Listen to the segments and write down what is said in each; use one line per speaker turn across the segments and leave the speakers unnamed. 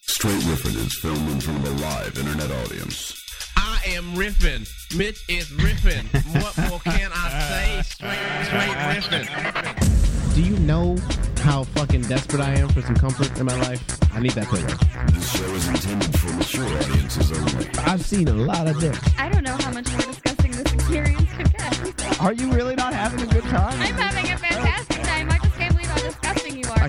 Straight Riffin is filmed in front of a live internet audience.
I am riffing. Mitch is riffing. what more can I say? Straight, straight riffing.
Do you know how fucking desperate I am for some comfort in my life? I need that pillow.
This show is intended for mature audiences only.
I've seen a lot of dick.
I don't know how much more disgusting this experience could get.
Are you really not having a good time?
I'm having a fantastic time. I just can't believe how disgusting you are.
I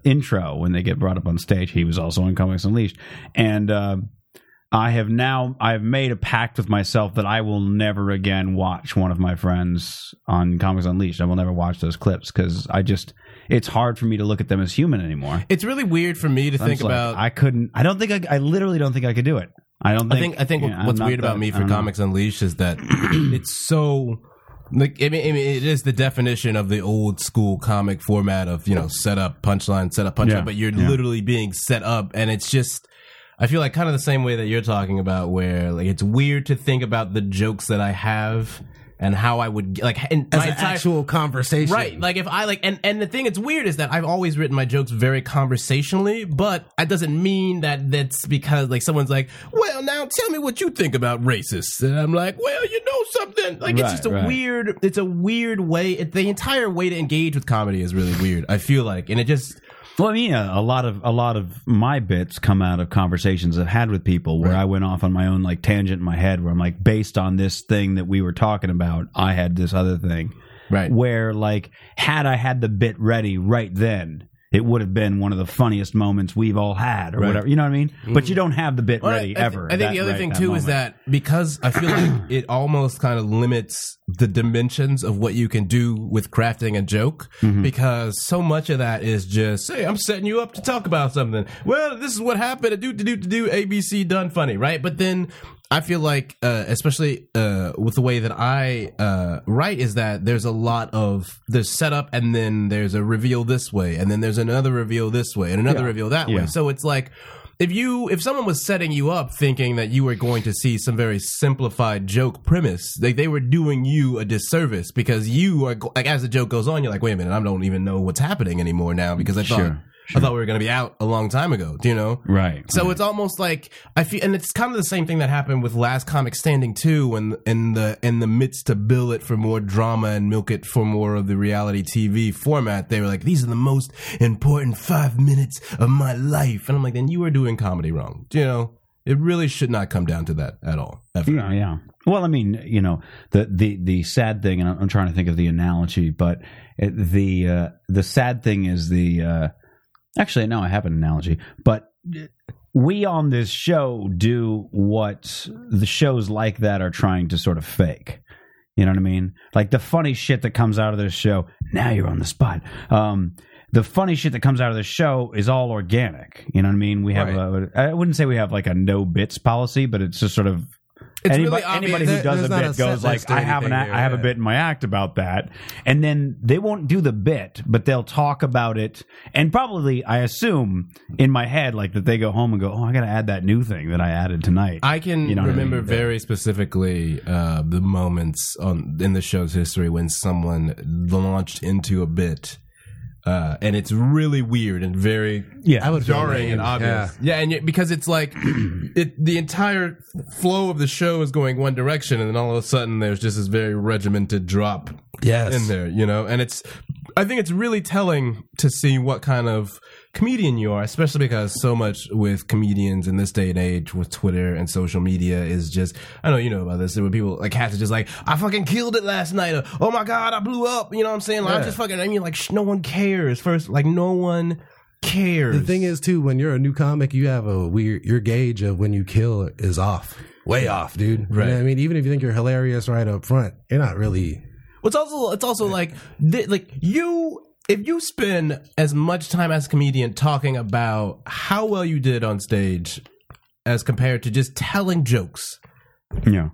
intro when they get brought up on stage. He was also on Comics Unleashed, and uh, I have now I've made a pact with myself that I will never again watch one of my friends on Comics Unleashed. I will never watch those clips because I just it's hard for me to look at them as human anymore.
It's really weird for me to
I'm
think
just like,
about.
I couldn't. I don't think I. I literally don't think I could do it. I don't
I
think.
think I think
yeah, I'm
what's
not
weird about
that-
me
I
for
don't know.
Comics Unleashed is that it's so like I mean, I mean it is the definition of the old school comic format of you know set up punchline set up punchline,
Yeah,
but you're
yeah.
literally being set up, and it's just. I feel like kind of the same way that you're talking about, where like it's weird to think about the jokes that I have and how I would like and
as
my
an
entire-
actual conversation.
Right. Like if I like and and the thing that's weird is that I've always written my jokes very conversationally, but that doesn't mean that that's because like someone's like, "Well, now tell me what you think about racists." And I'm like, "Well, you know something." Like it's
Right,
just a
right.
weird it's a weird way it, the entire way to engage with comedy is really weird. I feel like and it just
Well, I mean, yeah, a lot of a lot of my bits come out of conversations I've had with people where I went off on my own like tangent in my head, where I'm like, based on this thing that we were talking about, I had this other thing.
right.
Where like, had I had the bit ready right then, it would have been one of the funniest moments we've all had, or whatever. You know what I mean? But you don't have the bit
Well, I-
ready
I,
ever.
I think
that-
the other
right,
thing too is
moment.
that because I feel like it almost kind of limits the dimensions of what you can do with crafting a joke
Mm-hmm.
because so much of that is just hey I'm setting you up to talk about something. Well, this is what happened. Do do do do ABC done funny right, but then. I feel like, uh, especially uh, with the way that I uh, write, is that there's a lot of there's setup, and then there's a reveal this way, and then there's another reveal this way, and another reveal that way.
Yeah.
So it's like if you if someone was setting you up thinking that you were going to see some very simplified joke premise, like they were doing you a disservice because you are go- like as the joke goes on, you're like, wait a minute, I don't even know what's happening anymore now because I thought
Sure,
I thought we were going to be out a long time ago. Do you know?
right.
So it's almost like I feel, and it's kind of the same thing that happened with Last Comic Standing too, when in the in the midst to bill it for more drama and milk it for more of the reality TV format, they were like, "These are the most important five minutes of my life," and I'm like, "Then you are doing comedy wrong." You know, it really should not come down to that at all. Ever.
Yeah, yeah. Well, I mean, you know, the the the sad thing, and I'm, I'm trying to think of the analogy, but it, the uh, the sad thing is the uh, actually no, I have an analogy, but we on this show do what the shows like that are trying to sort of fake. You know what I mean? Like the funny shit that comes out of this show. Now you're on the spot. Um, the funny shit that comes out of this show is all organic. You know what I mean? We have a, I wouldn't say we have like a no bits policy, but it's just sort of
It's really
anybody,
obvious.
anybody
There-
who does
there's
a
not a
bit
set
goes like,
list or
I have an,
anything
act- I have a
there, yeah.
bit in my act about that, and then they won't do the bit, but they'll talk about it, and probably I assume in my head like that they go home and go, oh, I got to add that new thing that I added tonight.
I can
You know what I
remember
mean?
very specifically uh, the moments on in the show's history when someone launched into a bit, uh, and it's really weird and very
yeah,
I would feel
jarring
lame.
and obvious. Yeah, and yet, because it's like it, the entire flow of the show is going one direction, and then all of a sudden there's just this very regimented drop
Yes.
in there, you know? And it's, I think it's really telling to see what kind of comedian you are, especially because so much with comedians in this day and age with Twitter and social media is just, I know you know about this, where people like have to just like, I fucking killed it last night. Or, oh my God, I blew up. You know what I'm saying? Like, I just fucking, I mean, like, sh- no one cares. First, like, no one cares.
The thing is, too, when you're a new comic, you have a weird your gauge of when you kill is off, way off, dude. You know
Right.
what I mean, even if you think you're hilarious right up front, you're not really.
Well, It's also it's also like th- like you if you spend as much time as a comedian talking about how well you did on stage as compared to just telling jokes.
Yeah.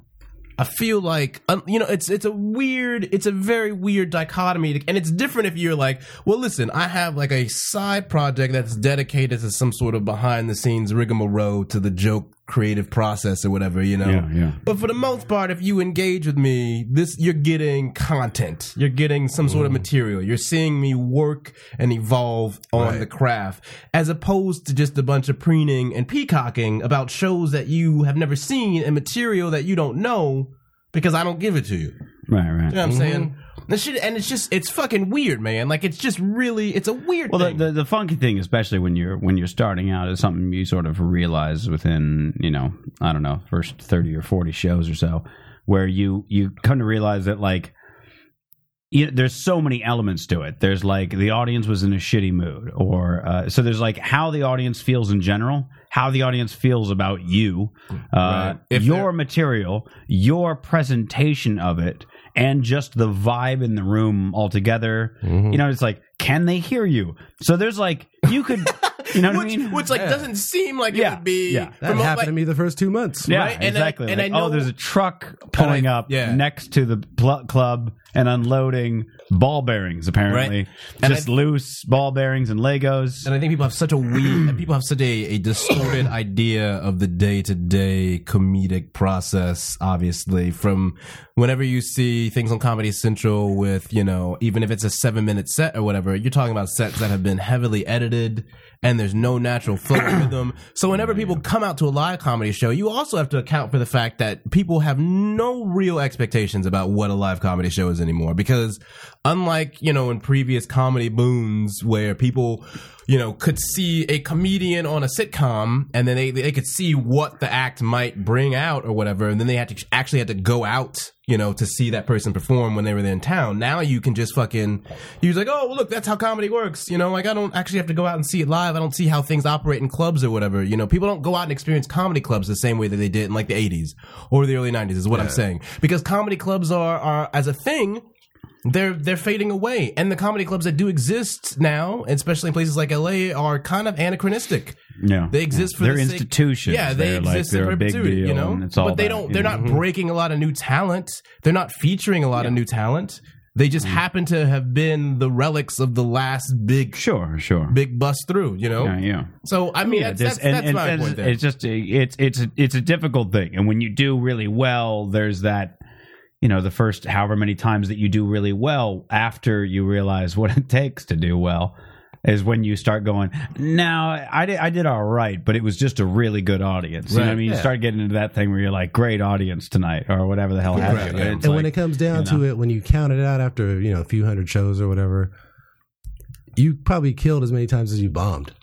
I feel like um, you know it's it's a weird it's a very weird dichotomy and it's different if you're like well listen I have like a side project that's dedicated to some sort of behind the scenes rigmarole to the joke creative process or whatever you know
Yeah, yeah.
but for the most part if you engage with me this you're getting content you're getting some
Mm.
sort of material you're seeing me work and evolve on the craft as opposed to just a bunch of preening and peacocking about shows that you have never seen and material that you don't know because I don't give it to you.
Right, right.
You know what I'm saying? This shit, and it's just it's fucking weird, man. Like it's just really it's a weird
Well, the,
thing.
the the funky thing, especially when you're when you're starting out, is something you sort of realize within you know I don't know first thirty or forty shows or so, where you you come to realize that like. You there's so many elements to it. There's like the audience was in a shitty mood, or uh, so there's like how the audience feels in general, how the audience feels about you, uh,
If
your material, your presentation of it, and just the vibe in the room altogether.
Mm-hmm.
You know, it's like, can they hear you? So there's like, you could, you know what
which,
I mean?
which like doesn't seem like it
Yeah,
would be
yeah.
That
from,
happened
like,
to me the first two months.
yeah,
right? And I-
exactly.
and I
Like,
know-
oh, there's a truck pulling
And I-
up
yeah.
next to the pl- club and unloading ball bearings, apparently.
Right. And
Just
I-
loose ball bearings and Legos.
And I think people have such a weird, and people have such a, a distorted idea of the day to day comedic process, obviously, from whenever you see things on Comedy Central with, you know, even if it's a seven minute set or whatever, you're talking about sets that have been heavily edited and there's no natural flow with them. So whenever people come out to a live comedy show, you also have to account for the fact that people have no real expectations about what a live comedy show is anymore because unlike, you know, in previous comedy boons where people you know, could see a comedian on a sitcom and then they, they could see what the act might bring out or whatever. And then they had to actually had to go out, you know, to see that person perform when they were in town. Now you can just fucking, he was like, oh, well, look, that's how comedy works. You know, like I don't actually have to go out and see it live. I don't see how things operate in clubs or whatever. You know, people don't go out and experience comedy clubs the same way that they did in like the 80s or the early 90s is what I'm saying. Because comedy clubs are, are as a thing, they're they're fading away and the comedy clubs that do exist now especially in places like LA are kind of anachronistic
yeah.
they exist for
They're
the sake-
institutions.
yeah they
They're, like,
exist
they're
in
a big
perpetuity
deal
you know
and it's all Mm-hmm.
but they
that,
don't
you
they're
know.
not breaking a lot of new talent they're not featuring a lot of new talent they
Mm-hmm.
just happen to have been the relics of the last big
Sure, sure.
big bust through you know
yeah, yeah.
so I mean
Yeah,
that's,
this-
that's,
and-
that's
and
my
it's-
point there
It's just a- it's it's a, it's a difficult thing, and when you do really well, there's that you know the first however many times that you do really well after you realize what it takes to do well is when you start going no i did i did all right but it was just a really good audience you know what i
Right,
mean you
yeah.
start getting into that thing where you're like great audience tonight or whatever the hell
Right,
happened
yeah.
And when it comes down
you know.
to it, when you count it out after you know a few hundred shows or whatever, you probably killed as many times as you bombed.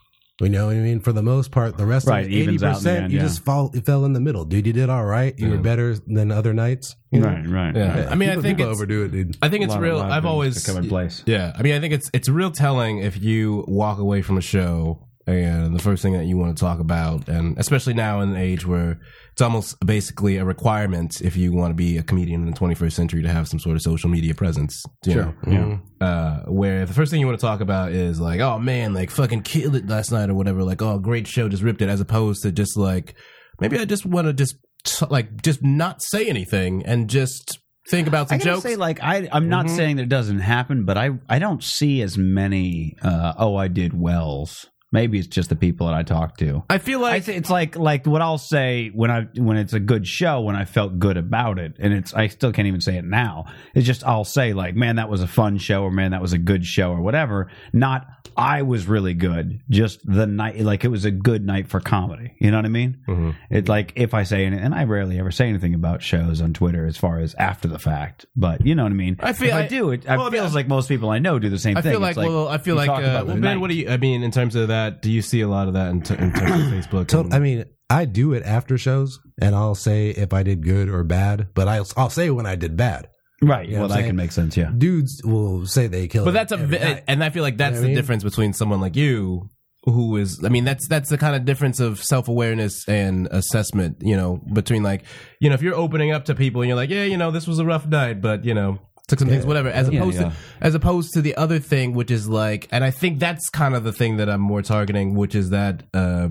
You know what I mean? For the most part, the rest
Right,
of
it
eighty
evens out in the
percent,
end,
you
yeah.
just fall, you fell in the middle, dude. You did all right. You were better than other nights. you know?
right right
yeah.
Yeah,
I mean I
people-
think
people
it's,
overdo it, dude.
I think
A
it's
lot of-
real
a lot of
I've
things
always
to come in place
Yeah, I mean, I think it's it's real telling if you walk away from a show and the first thing that you want to talk about, and especially now in an age where it's almost basically a requirement if you want to be a comedian in the 21st century to have some sort of social media presence. You know?
yeah
uh, where the first thing you want to talk about is like, oh man, like fucking killed it last night or whatever. Like, oh, great show, just ripped it. As opposed to just like, maybe I just want to just t- like just not say anything and just think about
I
some
gotta
jokes. Mm-hmm.
say, like, I I'm not saying that it doesn't happen, but I I don't see as many. Uh, oh, I did wells Maybe it's just the people that I talk to.
I feel
I
like
say, it's like like what I'll say when I when it's a good show when I felt good about it and it's I still can't even say it now. It's just I'll say like man that was a fun show or man that was a good show or whatever. Not I was really good. Just the night like it was a good night for comedy. You know what I mean?
Mm-hmm.
It's like if I say any- and I rarely ever say anything about shows on Twitter as far as after the fact, but you know what I mean.
I feel-
if I,
I-
do it. I
well, I mean,
feels like most people I know do the same
I
thing.
feel
It's
like, well, I feel
you
like
talk
uh,
about
well,
the
Ben, what do
night.
you? I mean, in terms of that, do you see a lot of that in, t- in terms of Facebook?
To-
and-
I mean, I do it after shows, and I'll say if I did good or bad, but I'll, I'll say when I did bad.
right?
You know
well,
what
that
I'm
can
saying?
make sense. Yeah.
Dudes will say they killed.
but that's a,
it every
vi-
night.
and I feel like that's
I
the
mean?
difference between someone like you, who is, I mean, that's that's the kind of difference of self awareness and assessment, you know, between like, you know, if you're opening up to people and you're like, yeah, you know, this was a rough night, but you know. Took some things, whatever. As
Yeah,
opposed
yeah.
to, as opposed to the other thing, which is like, and I think that's kind of the thing that I'm more targeting, which is that uh,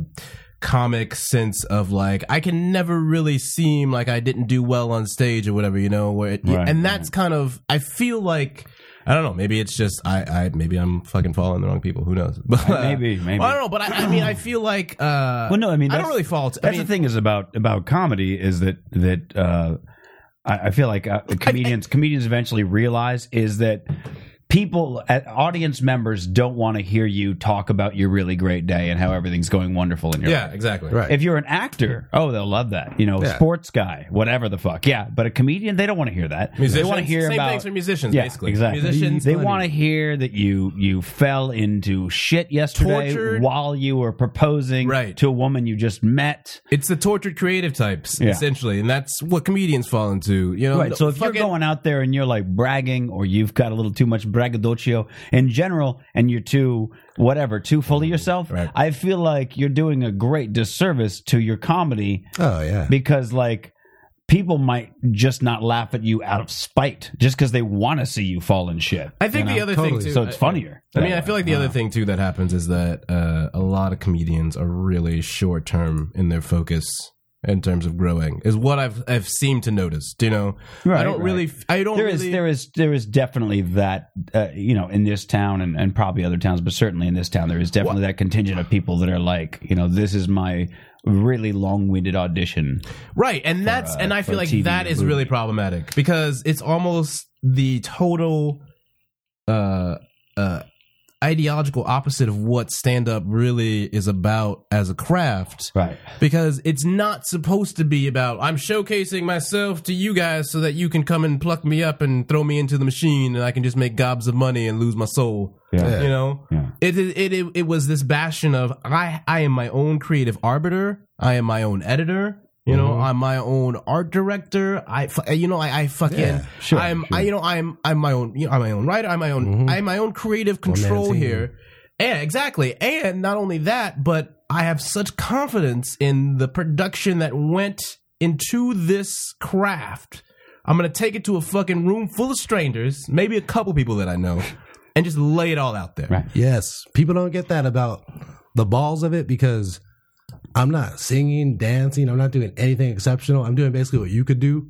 comic sense of like, I can never really seem like I didn't do well on stage or whatever, you know. Where it,
Right,
and that's kind of, I feel like I don't know. Maybe it's just I, I maybe I'm fucking following the wrong people. Who knows? But, uh,
Maybe, maybe.
I don't know. But I, I mean, I feel like. Uh,
Well, no, I mean,
I don't
that's-
really fault. I
That's
mean,
the thing is about about comedy is that that uh, I, I feel like uh, comedians comedians eventually realize is that people uh, audience members don't want to hear you talk about your really great day and how everything's going wonderful in your
Yeah,
life.
exactly.
Right.
If you're an actor, oh, they'll love that. You know,
Yeah.
sports guy, whatever the fuck. Yeah, but a comedian, they don't want to hear that.
Musicians,
they want to hear
same
about
things for musicians,
Yeah,
basically.
Exactly.
Musicians,
they want to hear that you you fell into shit yesterday
Tortured.
while you were proposing
Right.
to a woman you just met.
It's the tortured creative types
Yeah.
essentially, and that's what comedians fall into. You know,
Right. So if
fucking-
you're going out there and you're like bragging or you've got a little too much braggadocio in general and you're too whatever, too full of yourself,
Right.
I feel like you're doing a great disservice to your comedy
oh yeah,
because like people might just not laugh at you out of spite just because they want to see you fall in shit.
I think
you
the
know?
other
totally.
thing too.
so it's funnier.
I mean,
that
I
way.
feel like the other thing too that happens is that uh, a lot of comedians are really short term in their focus in terms of growing. Is what I've I've seemed to notice. Do you know?
Right,
I don't
right.
really. I don't
There
Oh, really.
is, there is there is definitely that uh, you know in this town and, and probably other towns but certainly in this town there is definitely that contingent of people that are like you know this is my really long-winded audition
Right, and that's
uh,
and I feel
for
like
TV
that
or
is
movie.
really problematic because it's almost the total uh uh ideological opposite of what stand up really is about as a craft.
right
Because it's not supposed to be about I'm showcasing myself to you guys so that you can come and pluck me up and throw me into the machine and I can just make gobs of money and lose my soul.
Yeah.
You know?
Yeah.
It, it it it was this bastion of I I am my own creative arbiter. I am my own editor. You know,
Mm-hmm.
I'm my own art director. I, fu- you know, I, I fucking,
sure, Mm-hmm.
I'm, I, you know, I'm, I'm my own, you know, I'm my own writer. I'm my own, I'm my own creative control
team.
here. Yeah, exactly. And not only that, but I have such confidence in the production that went into this craft. I'm gonna take it to a fucking room full of strangers, maybe a couple people that I know, and just lay it all out there.
Right.
yes. People don't get that about the balls of it because I'm not singing, dancing. I'm not doing anything exceptional. I'm doing basically what you could do: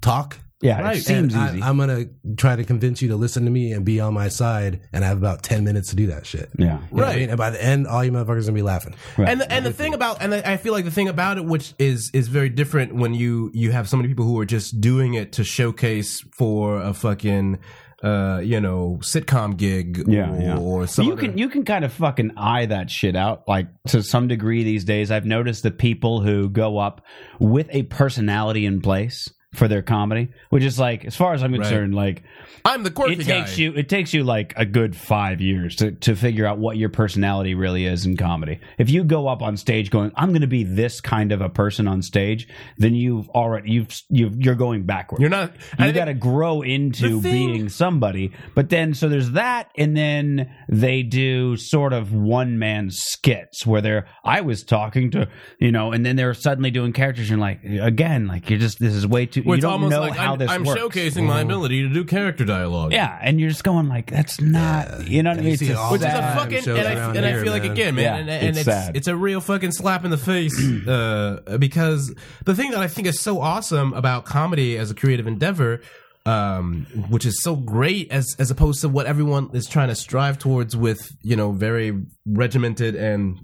talk.
yeah
Right.
it seems
And
easy
I, I'm gonna try to convince you to listen to me and be on my side, and I have about ten minutes to do that shit.
yeah
You know what I
Right.
mean? And by the end, all you motherfuckers gonna be laughing.
And the, and the thing about and I feel like the thing about it, which is is very different when you you have so many people who are just doing it to showcase for a fucking uh you know sitcom gig
yeah,
or,
yeah.
or some
you
other-
can you can kind of fucking eye that shit out like to some degree these days i've noticed the people who go up with a personality in place for their comedy which is like as far as i'm concerned like
I'm the quirky
it
guy.
takes you it takes you like a good five years to, to figure out what your personality really is in comedy if you go up on stage going i'm going to be this kind of a person on stage then you've already you've, you've you're going backwards
You're not. I
you
think-
got to grow into
The thing-
being somebody but then so there's that and then they do sort of one man skits where they're i was talking to you know and then they're suddenly doing characters and like again like you're just this is way too
Well,
you
it's
don't
almost
know
like
how
I'm,
this
I'm
works
showcasing my ability to do character dialogue.
yeah, and you're just going like, that's not, you know what I
You
mean?
see
It's
it all
just
the
Which is a
sad.
time.
fucking
shows
and I,
around
and I
here,
feel like
man.
again, man,
Yeah,
and, and
it's
it's
sad. Mm.
it's, a real fucking slap in the face uh, because the thing that I think is so awesome about comedy as a creative endeavor um, which is so great as as opposed to what everyone is trying to strive towards with you know very regimented and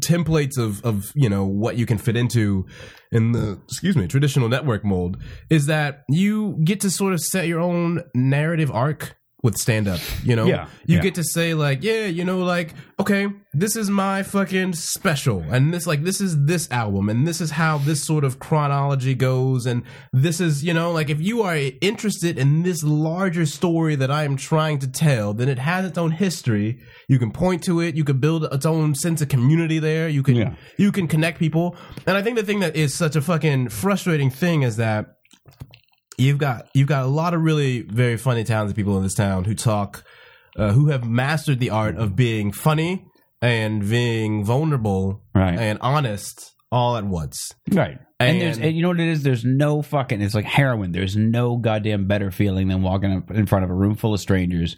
templates of of you know what you can fit into in the excuse me traditional network mold is that you get to sort of set your own narrative arc with stand up you know
Yeah.
you
Yeah.
get to say like yeah you know like okay this is my fucking special and this like this is this album and this is how this sort of chronology goes and this is you know like if you are interested in this larger story that i am trying to tell then it has its own history you can point to it you can build its own sense of community there you can
Yeah.
you can connect people and i think the thing that is such a fucking frustrating thing is that you've got you've got a lot of really very funny talented people in this town who talk uh, who have mastered the art of being funny and being vulnerable
Right.
and honest all at once
Right. And, there's,
And-
and you know what it is? There's no fucking. It's like heroin. There's no goddamn better feeling than walking up in front of a room full of strangers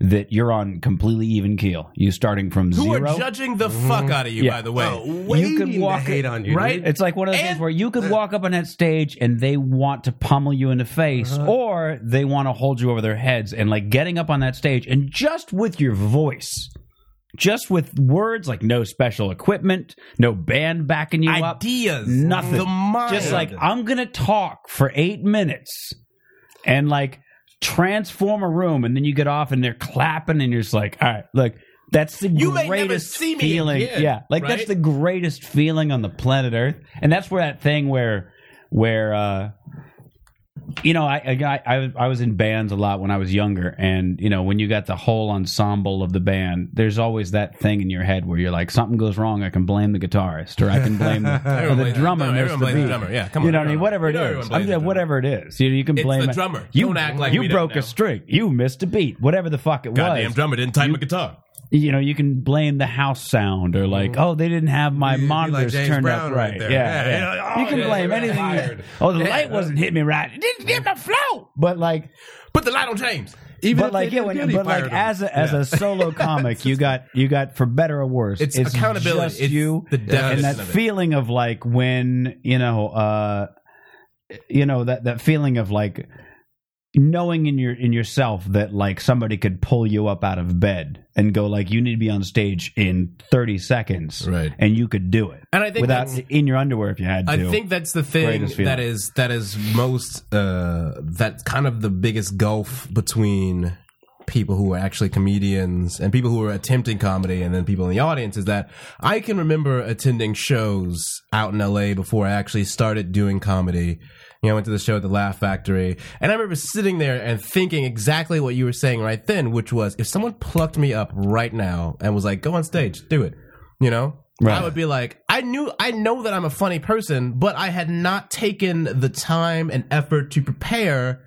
that you're on completely even keel. You starting from
who
zero.
are judging the fuck out of you
Yeah.
by the way
You could walk
hate on you,
right.
dude.
It's like one of those things
And-
where you could walk up on that stage and they want to pummel you in the face,
Uh-huh.
or they want to hold you over their heads. And like getting up on that stage and just with your voice, just with words like no special equipment, no band backing you up,
ideas
nothing.
the mind
just like I'm gonna talk for eight minutes and like transform a room, and then you get off and they're clapping, and you're just like, all right, like that's the
You may
greatest
never see me
feeling.
again,
yeah, like that's
right?
the greatest feeling on the planet Earth, and that's where that thing where where uh you know, I, I I I was in bands a lot when I was younger, and you know, when you got the whole ensemble of the band, there's always that thing in your head where you're like, something goes wrong, I can blame the guitarist, or I can blame the, or
Everyone
the
blames-
drummer.
no,
missed
everyone
the
blames the
beat.
drummer. Yeah, come
you
on,
know what I mean.
everyone.
Whatever it
You know
is,
everyone
I'm
blames the
just,
drummer.
whatever it is, you, you can
It's
blame
the
it.
drummer.
You
Don't act like
you
we don't
broke
know.
a string, you missed a beat, whatever the fuck it
goddamn
was.
drummer didn't time a guitar
You know, you can blame the house sound, or like,
Mm-hmm.
oh, they didn't have my
You'd be like
monitors
James
turned
Brown
up
right
right.
there.
yeah,
Yeah,
yeah.
yeah.
you can
yeah,
blame
you're
anything.
fired.
Oh, the
Yeah.
light wasn't hitting me right. It didn't give the flow. But like,
put the light on james
Even
but
if
like,
they
yeah,
did
when,
good, he
but like,
fired him.
as a, as a solo comic, you got you got for better or worse,
It's accountability.
just
It's
you,
the
and
definition
that
of it.
feeling of like when you know, uh, you know that that feeling of like knowing in your in yourself that like somebody could pull you up out of bed and go like you need to be on stage in 30 seconds
Right.
and you could do it
And I think
without
that's-
in your underwear if you had to
I think that's the thing
Greatest feeling.
that is that is most uh that's kind of the biggest gulf between people who are actually comedians and people who are attempting comedy and then people in the audience is that I can remember attending shows out in LA before I actually started doing comedy. You know, I went to the show at the Laugh Factory and I remember sitting there and thinking exactly what you were saying right then, which was if someone plucked me up right now and was like, Go on stage, do it you know
Right.
i would be like i knew i know that i'm a funny person but i had not taken the time and effort to prepare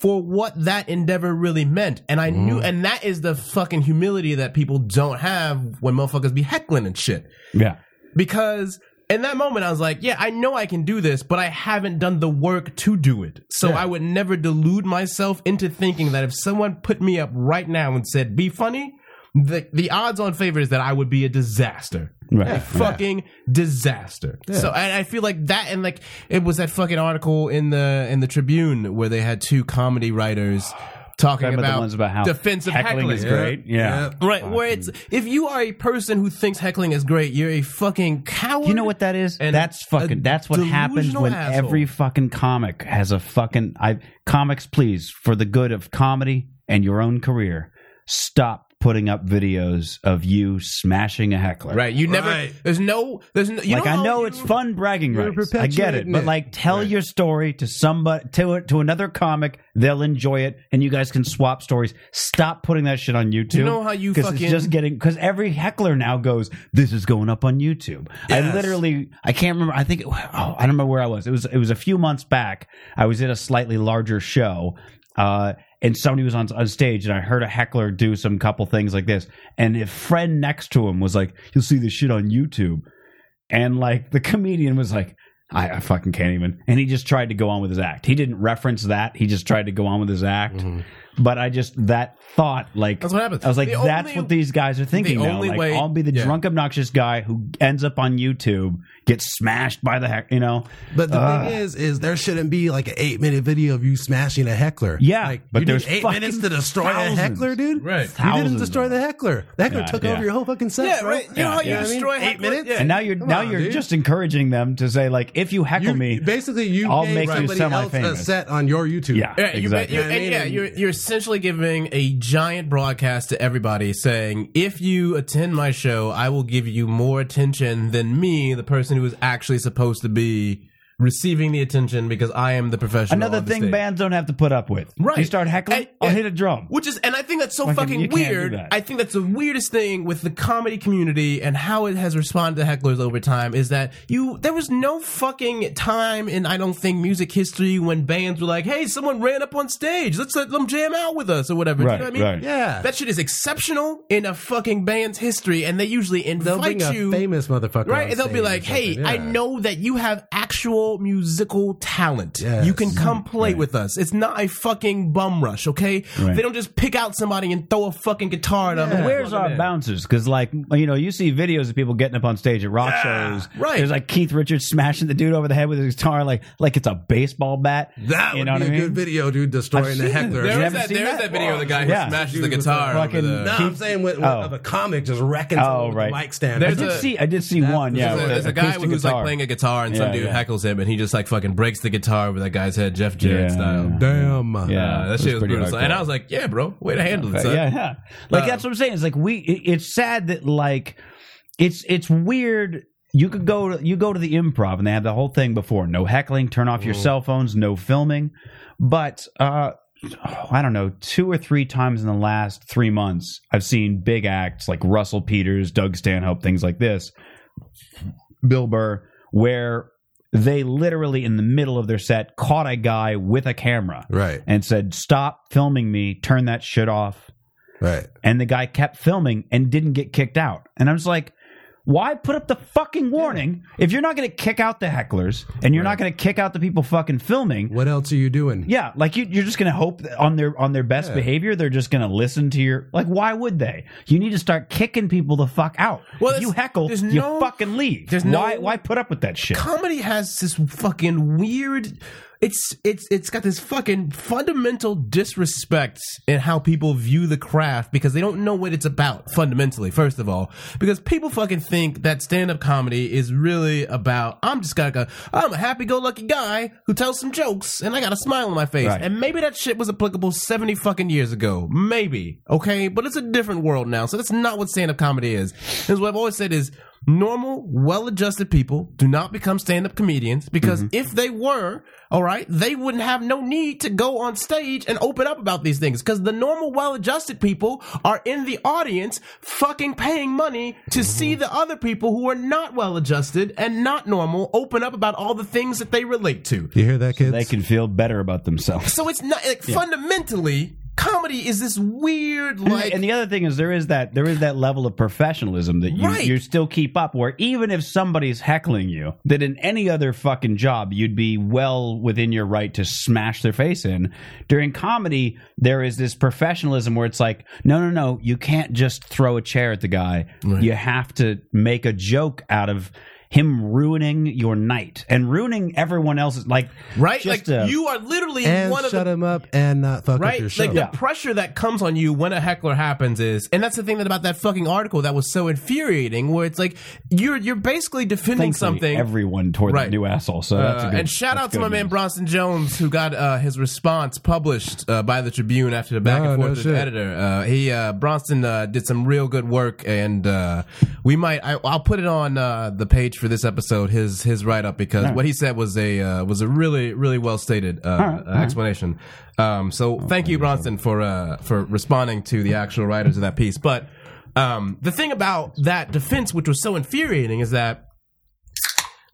for what that endeavor really meant and i knew and that is the fucking humility that people don't have when motherfuckers be heckling and shit
yeah
because in that moment I was like, yeah, I know I can do this, but I haven't done the work to do it. So I would never delude myself into thinking that if someone put me up right now and said, "Be funny," the the odds on favor is that I would be a disaster.
Right.
A
Yeah.
fucking disaster. So and I feel like that and like it was that fucking article in the in the Tribune where they had two comedy writers talking
Remember
about,
the ones about how
defensive
heckling is great yeah.
Right, where it's if you are a person who thinks heckling is great, you're a fucking coward.
You know what that is?
And
that's fucking.
a
That's what happens
delusional
when
asshole.
every fucking comic has a fucking. I comics, please, for the good of comedy and your own career, stop putting up videos of you smashing a heckler.
Right, you never.
Right.
There's no. There's no. You
like I
how
know
you-
it's fun bragging
You're
rights. I get it,
perpetuating
but
it.
like tell your story to somebody to to another comic. They'll enjoy it, and you guys can swap stories. Stop putting that shit on YouTube.
you know how you
'cause
fucking-
it's just getting because every heckler now goes. This is going up on YouTube. I literally I can't remember. I think oh, I don't remember where I was. It was it was a few months back. I was at a slightly larger show. Uh, and somebody was on, on stage and I heard a heckler do some couple things like this. And a friend next to him was like, You'll see this shit on YouTube. And like the comedian was like, I, I fucking can't even. And he just tried to go on with his act. He didn't reference that. He just tried to go on with his act. But I just that thought, like
That's what happens.
I was like,
The
that's
only-
what these guys are thinking.
the
now.
only
Like,
way-
I'll be the
yeah.
drunk, obnoxious guy who ends up on YouTube, gets smashed by the heck, you know.
But the thing is, is there shouldn't be like an eight minute video of you smashing a heckler.
Yeah,
like,
but
you need
there's
eight
fucking
minutes to destroy
thousands.
a heckler, dude.
Right.
you
Thousands
didn't
of
destroy the heckler. The heckler
Yeah,
took
yeah.
over your whole fucking set.
Yeah,
bro.
right. You know how you
what I mean?
destroy
eight
hecklers?
minutes.
Yeah.
And now you're
Come
now
on,
you're
dude.
just encourage them to say like, if you heckle
You-
me,
Basically, you
I'll
gave
make you
somebody else a
semi-famous.
set on your YouTube.
yeah,
Yeah, you,
exactly.
you,
Yeah, I mean,
yeah,
and-
you're you're essentially giving a giant broadcast to everybody, saying if you attend my show, I will give you more attention than me, the person who is actually supposed to be receiving the attention because I am the professional.
Another
on the
thing
stage.
bands don't have to put up with.
Right.
You start heckling,
And-
I'll
and-
hit a drum.
Which is, and I think that's so
Like, you
fucking
can't do
weird.
that.
I think that's the weirdest thing with the comedy community and how it has responded to hecklers over time is that you, there was no fucking time in, I don't think, music history when bands were like, hey, someone ran up on stage. Let's let them jam out with us or whatever. Do you
Right,
know what I mean?
right.
Yeah.
That shit is exceptional in a fucking band's history, and they usually
They'll
invite
bring a
you.
famous motherfucker,
Right,
on
and they'll be
stage or
like, "Hey,
something.
I
Yeah.
know that you have actual musical talent.
Yes.
You can come play with us. It's not a fucking bum rush, okay?
Right.
They don't just pick out somebody and throw a fucking guitar at them. and
Where's
plug 'em
our
in.
bouncers? Because like you know, you see videos of people getting up on stage at rock shows.
right.
There's like Keith Richards smashing the dude over the head with his guitar, like like it's a baseball bat.
That
you
would
know
be
what I
a
mean?
good video, dude,
I've
destroying the
seen it.
heckler.
You
There is
haven't
that,
seen
there is
that?
that video of the guy who
Yeah.
smashes the
Dude,
guitar. over
fucking-
the-
No, I'm
Keith-
saying when, when
Oh.
of a comic just wrecking someone
Oh,
with
right.
the mic stand.
I
There's
did
a-
see. I did see one. Yeah,
There's, a-
with
there's
an
a guy
acoustic
who's
guitar.
like playing a guitar, and some
Yeah,
dude
yeah.
heckles him, and he just like fucking breaks the guitar over that guy's head, Jeff Jarrett
Yeah,
style.
yeah.
Damn.
Yeah,
Uh,
it
that
was
shit was
pretty
brutal. And
hardcore.
I was like, "Yeah, bro, way to handle it."
But
son."
yeah, yeah. Like
Uh,
that's what I'm saying. It's like we. It, it's sad that like it's it's weird. You could go to you go to the improv and they have the whole thing before no heckling, turn off your
Mm.
cell phones, no filming. But uh, oh, I don't know, two or three times in the last three months, I've seen big acts like Russell Peters, Doug Stanhope, things like this, Bill Burr, where they literally in the middle of their set caught a guy with a camera
Right.
and said, "Stop filming me. Turn that shit off."
Right.
And the guy kept filming and didn't get kicked out. And I was like, "Why put up the fucking warning if you're not going to kick out the hecklers and you're not going to kick out the people fucking filming?"
What else are you doing?
Yeah, like you, you're just going to hope that on their on their best behavior they're just going to listen to your like. Why would they? You need to start kicking people the fuck out.
Well,
if you
there's-
heckle,
there's
you
no-
fucking leave.
there's no-
why why put up with that shit?
comedy has this fucking weird it's it's it's got this fucking fundamental disrespect in how people view the craft because they don't know what it's about fundamentally first of all because people fucking think that stand-up comedy is really about i'm just like a i'm a happy-go-lucky guy who tells some jokes and i got a smile on my face
Right.
and maybe that shit was applicable 70 fucking years ago maybe okay but it's a different world now so that's not what stand-up comedy is is what i've always said is normal, well adjusted people do not become stand up comedians because
Mm-hmm.
if they were, all right, they wouldn't have no need to go on stage and open up about these things because the normal, well adjusted people are in the audience fucking paying money to
Mm-hmm.
see the other people who are not well adjusted and not normal open up about all the things that they relate to.
You hear that, kids?
They can feel better about themselves.
So it's not like fundamentally. Comedy is this weird,
And-
like,
and the other thing is there is that there is that level of professionalism that you,
Right.
you still keep up where even if somebody's heckling you that in any other fucking job you'd be well within your right to smash their face in during comedy there is this professionalism where it's like no no no you can't just throw a chair at the guy you have to make a joke out of him ruining your night and ruining everyone else's like
right?
just
Like,
a-
you are literally
and
one of the
shut him up and not fuck up
right?
your
Like
show.
the pressure that comes on you when a heckler happens is, and that's the thing that about that fucking article that was so infuriating, where it's like you're you're basically defending
thankfully,
something.
everyone toward
Right.
the new asshole so that's a
Uh,
good
and shout
that's
out to
good
my man
news.
Bronson Jones who got uh, his response published uh, by the Tribune after the back
No,
and
no
forth with the
shit.
editor. Uh, he uh, Bronson uh, did some real good work, and uh, we might I, I'll put it on uh, the page for this episode his his write up because what he said was a uh, was a really really well stated uh, uh, explanation. Um, so thank you Bronson for uh, for responding to the actual writers of that piece, but. Um, the thing about that defense, which was so infuriating, is that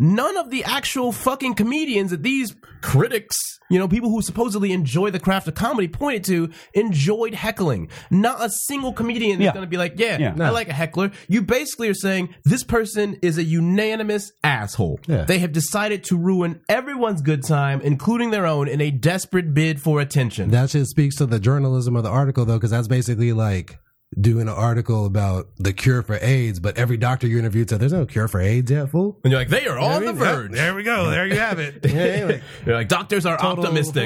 none of the actual fucking comedians that these critics, you know, people who supposedly enjoy the craft of comedy pointed to enjoyed heckling. Not a single comedian is
Yeah.
going to be like, yeah,
Yeah.
I like a heckler. You basically are saying this person is a unanimous asshole.
Yeah.
They have decided to ruin everyone's good time, including their own, in a desperate bid for attention.
That shit speaks to the journalism of the article though, because that's basically like doing an article about the cure for AIDS, but every doctor you interviewed said there's no cure for AIDS yet, fool.
and you're like, they are on the
mean, yeah,
verge.
there we go. There you have it. Yeah, like,
You're like, doctors are
total
optimistic.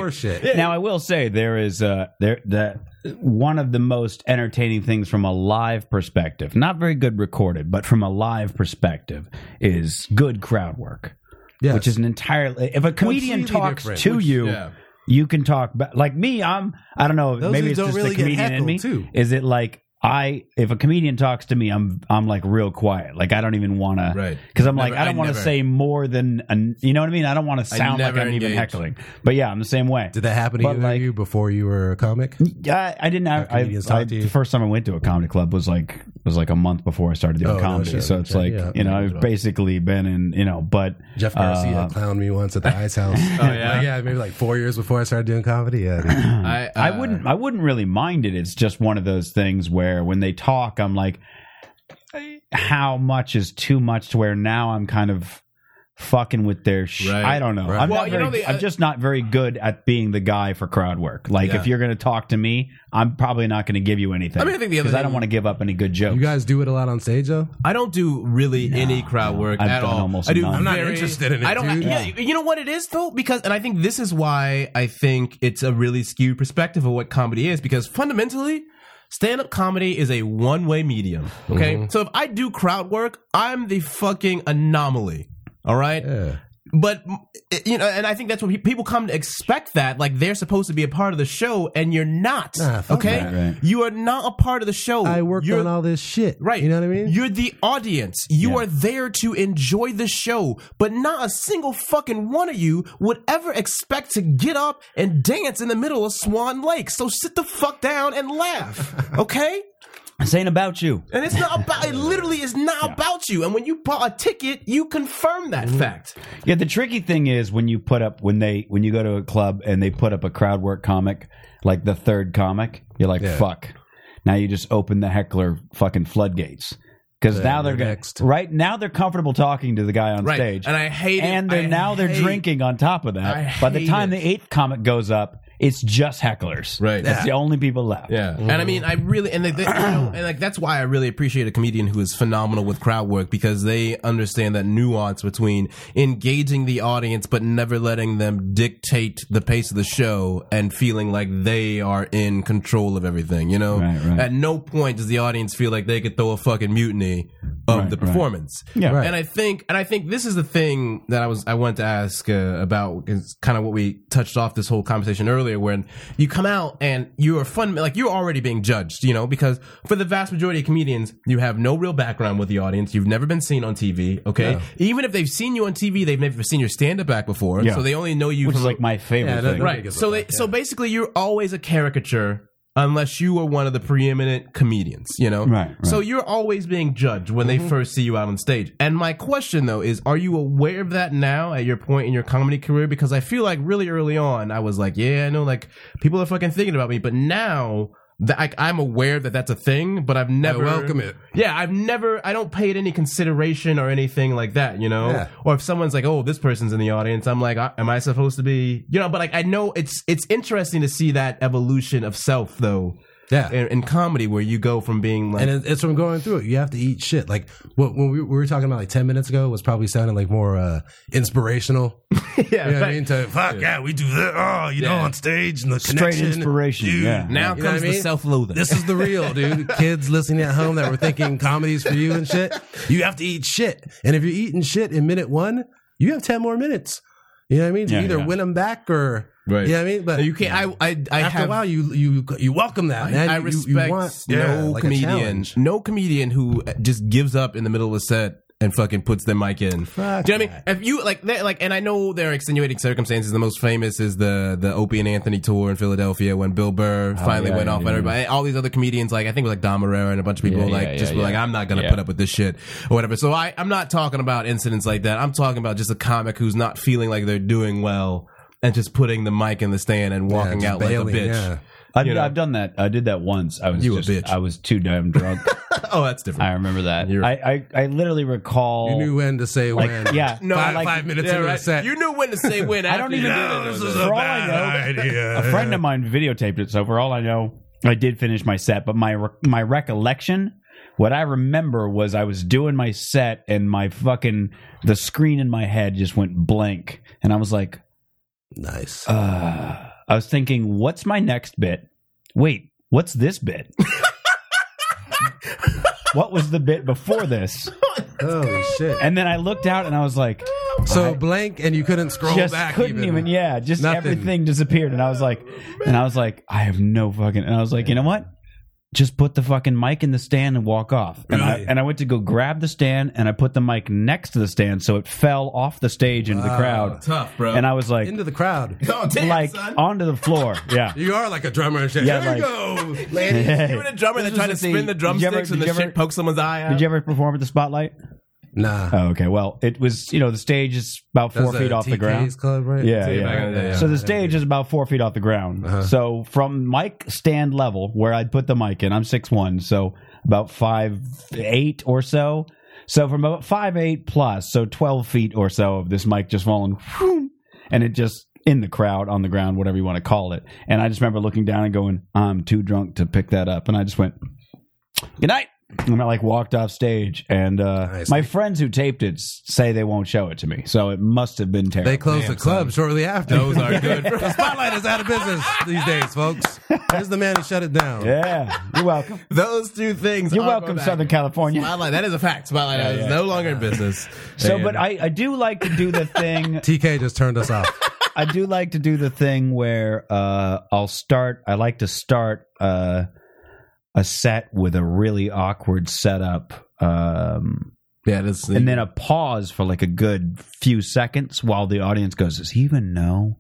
horseshit.
Now I will say there is uh there that one of the most entertaining things from a live perspective, not very good recorded, but from a live perspective, is good crowd work.
Yes.
Which is an entirely if a comedian
Completely
talks
different.
to
Which-
you,
yeah.
you can talk back. Like me, I'm I don't know.
Those
maybe
who
it's
don't
just
really
the
get
comedian in
heckled,
me.
too.
Is it like I if a comedian talks to me, I'm I'm like real quiet. Like I don't even want to.
Right.
Because I'm like
Never-
I don't
I
want to
never-
say more than an, you know what I mean. I don't want to sound like
never
I'm even
engage.
heckling. But yeah, I'm the same way.
Did that happen to
But,
you,
like-
you before you were a comic?
Yeah, I, I didn't. Have, I,
comedians
I-
talk to you.
the first time I went to a comedy club was like was like a month before I started doing
Oh, no
comedy.
shit.
so it's
Okay,
like
yeah.
you know I've basically been in you know, but
Jeff Garcia
uh,
clowned me once at the Ice House. oh
yeah?
yeah, maybe like four years before I started doing comedy. Yeah, dude.
I, uh,
I wouldn't. I wouldn't really mind it. It's just one of those things where when they talk, I'm like, how much is too much? To where now I'm kind of fucking with their. Sh-
Right.
I don't know.
Right.
I'm,
Well,
not
you
very,
know, the- uh,
I'm just not very good at being the guy for crowd work. Like
Yeah.
if you're going to talk to me, I'm probably not going to give you anything.
I mean, I think the other
because I don't
thing-
want to give up any good jokes.
you guys do it a lot on stage though.
I don't do really any crowd work
I've
at
done
all.
almost
I do
none. I'm not
very-
interested in it,
I don't.
dude.
Yeah, you know what it is though, because and I think this is why I think it's a really skewed perspective of what comedy is, because fundamentally. Stand up comedy is a one way medium. Okay.
Mm-hmm.
So if I do crowd work, I'm the fucking anomaly. All right.
Yeah.
But, mm, you know, and I think that's what pe- people come to expect that. Like they're supposed to be a part of the show and you're not.
Nah, fuck
okay.
that. Right, right.
You are not a part of the show.
I worked
You're-
on all this shit.
Right.
You know what I mean?
You're the audience. You
Yeah.
are there to enjoy the show, but not a single fucking one of you would ever expect to get up and dance in the middle of Swan Lake. So sit the fuck down and laugh, okay?
This ain't about you.
And it's not about, it literally is not about you. And when you bought a ticket, you confirm that
Mm-hmm.
fact.
Yeah, the tricky thing is when you put up when they when you go to a club and they put up a crowd work comic, like the third comic, you're like, fuck. Now you just open the heckler fucking floodgates because now they're gonna,
next.
right now they're comfortable talking to the guy on
Right.
stage,
And I hate it.
and they're
I
now they're
hate-
drinking on top of that.
I
By the
hate
time
it.
the eighth comic goes up, it's just hecklers.
Right.
that's the only people left.
Yeah, and I mean, I really and they, they, you know, and like that's why I really appreciate a comedian who is phenomenal with crowd work because they understand that nuance between engaging the audience but never letting them dictate the pace of the show and feeling like they are in control of everything. You know,
Right, right.
at no point does the audience feel like they could throw a fucking mutiny of
Right,
the
right.
performance.
Yeah. Right.
and I think and I think this is the thing that I was I wanted to ask uh, about is kind of what we touched off this whole conversation earlier when you come out and you are fun like you're already being judged you know because for the vast majority of comedians you have no real background with the audience you've never been seen on TV okay even if they've seen you on TV they've never seen your stand up back before
Yeah.
so they only know you
which
from
is like my favorite
Yeah, that-
thing.
right so they so basically you're always a caricature unless you are one of the preeminent comedians you know
Right, right.
so you're always being judged when
Mm-hmm.
they first see you out on stage and my question though is are you aware of that now at your point in your comedy career because i feel like really early on i was like yeah i know like people are fucking thinking about me but now that I, i'm aware that that's a thing but i've never
welcome it.
yeah, I've never, I don't pay it any consideration or anything like that, you know.
Yeah.
Or if someone's like, "Oh, this person's in the audience," I'm like, I, "Am I supposed to be?" You know. But like, I know it's it's interesting to see that evolution of self though
Yeah.
in, in comedy, where you go from being like,
and it, it's from going through it. You have to eat shit. Like what when we, we were talking about like ten minutes ago was probably sounding like more uh, inspirational.
yeah,
You know what
but
I mean? To, fuck yeah. we do that. Oh, you
Yeah.
know, on stage and the
Straight
connection.
inspiration.
Dude,
yeah.
now
You know what
comes
I
the
mean?
self-loathing.
This is the real, dude. Kids listening at home that were thinking comedies for you and shit. You have to eat shit, and if you're eating shit in minute one, you have ten more minutes. You know what I mean? To
Yeah,
either
yeah.
win them back or
Right.
You know what I mean? But
you can't. I I I
after
have
a while, you you you welcome that. man.
I
You- you
respect
want-
no
yeah, like a
comedian,
challenge.
no comedian who just gives up in the middle of a set and fucking puts their mic in.
Fuck
Do you know what I mean?
that.
If you like, they- like, and I know there are extenuating circumstances. The most famous is the the Opie and Anthony tour in Philadelphia when Bill Burr
Oh,
finally
yeah,
went
yeah,
off on
yeah.
everybody. All these other comedians, like I think it was like Don Herrera and a bunch of people,
Yeah, yeah,
like
yeah,
just were
yeah.
like, I'm not gonna
Yeah.
put up with this shit or whatever. So I, I'm not talking about incidents like that. I'm talking about just a comic who's not feeling like they're doing well and just putting the mic in the stand and walking
just
out like a
bailing,
bitch.
yeah.
I've,
You know.
I've done that. I did that once. I was
You a
just,
bitch.
I was too damn drunk.
oh, that's different.
I remember that.
You're-
I, I I literally recall.
You knew when to say
like,
when.
yeah.
No,
I
Five,
like-
five minutes
Yeah,
into
right.
the set.
You knew when to say when.
I don't
after
even
you did
know
it,
this
though.
is
Throw
a bad
idea.
a friend of mine videotaped it. So for all I know, I did finish my set, but my re- my recollection, what I remember was I was doing my set and my fucking the screen in my head just went blank, and I was like,
Nice.
uh, I was thinking, what's my next bit? Wait, what's this bit? what was the bit before this?
Holy Oh, shit.
And then I looked out and I was like,
So blank, and you couldn't scroll
just
back.
couldn't even, yeah, just
Nothing.
everything disappeared. And I was like, and I was like, I have no fucking, and I was like, you know what? Just put the fucking mic in the stand and walk off. And I,
Really?
and I went to go grab the stand and I put the mic next to the stand so it fell off the stage into the
Wow.
crowd.
Tough, bro.
And I was like,
into the crowd.
oh, damn,
like um,
son.
onto the floor. Yeah.
You are like a drummer and shit.
Yeah,
Here you go, lady.
you were the drummer
This
that tried to
was at
spin the
did you ever-
drumsticks and
did
the
you ever-
shit poke someone's eye out.
Did you ever perform at the spotlight?
Nah.
Oh, okay. Well, it was you know the stage is about four
That's
feet
a
off the
TK's
ground.
Club, right?
Yeah,
See, back in the day,
yeah.
yeah.
So the stage is about four feet off the ground.
Uh-huh.
So from mic stand level, where I'd put the mic in, I'm six one, so about five eight or so. So from about five eight plus, so twelve feet or so of this mic just falling, whoom, and it just in the crowd on the ground, whatever you want to call it. And I just remember looking down and going, "I'm too drunk to pick that up," and I just went, "Good night." And I like walked off stage, and uh,
Nice.
my friends who taped it s- say they won't show it to me, so it must have been terrible.
They closed the club shortly after.
Those are good.
the spotlight is out of business these days, folks. Here's the man who shut it down.
Yeah, you're welcome.
Those two things.
You're
are
welcome,
going
Southern
back.
California.
Spotlight. That is a fact. Spotlight is
yeah.
no longer in business.
so,
And-
but I, I do like to do the thing.
TK just turned us off.
I do like to do the thing where uh, I'll start. I like to start uh, a set with a really awkward setup, um,
yeah, that's
and then a pause for like a good few seconds while the audience goes, "Does he even know?"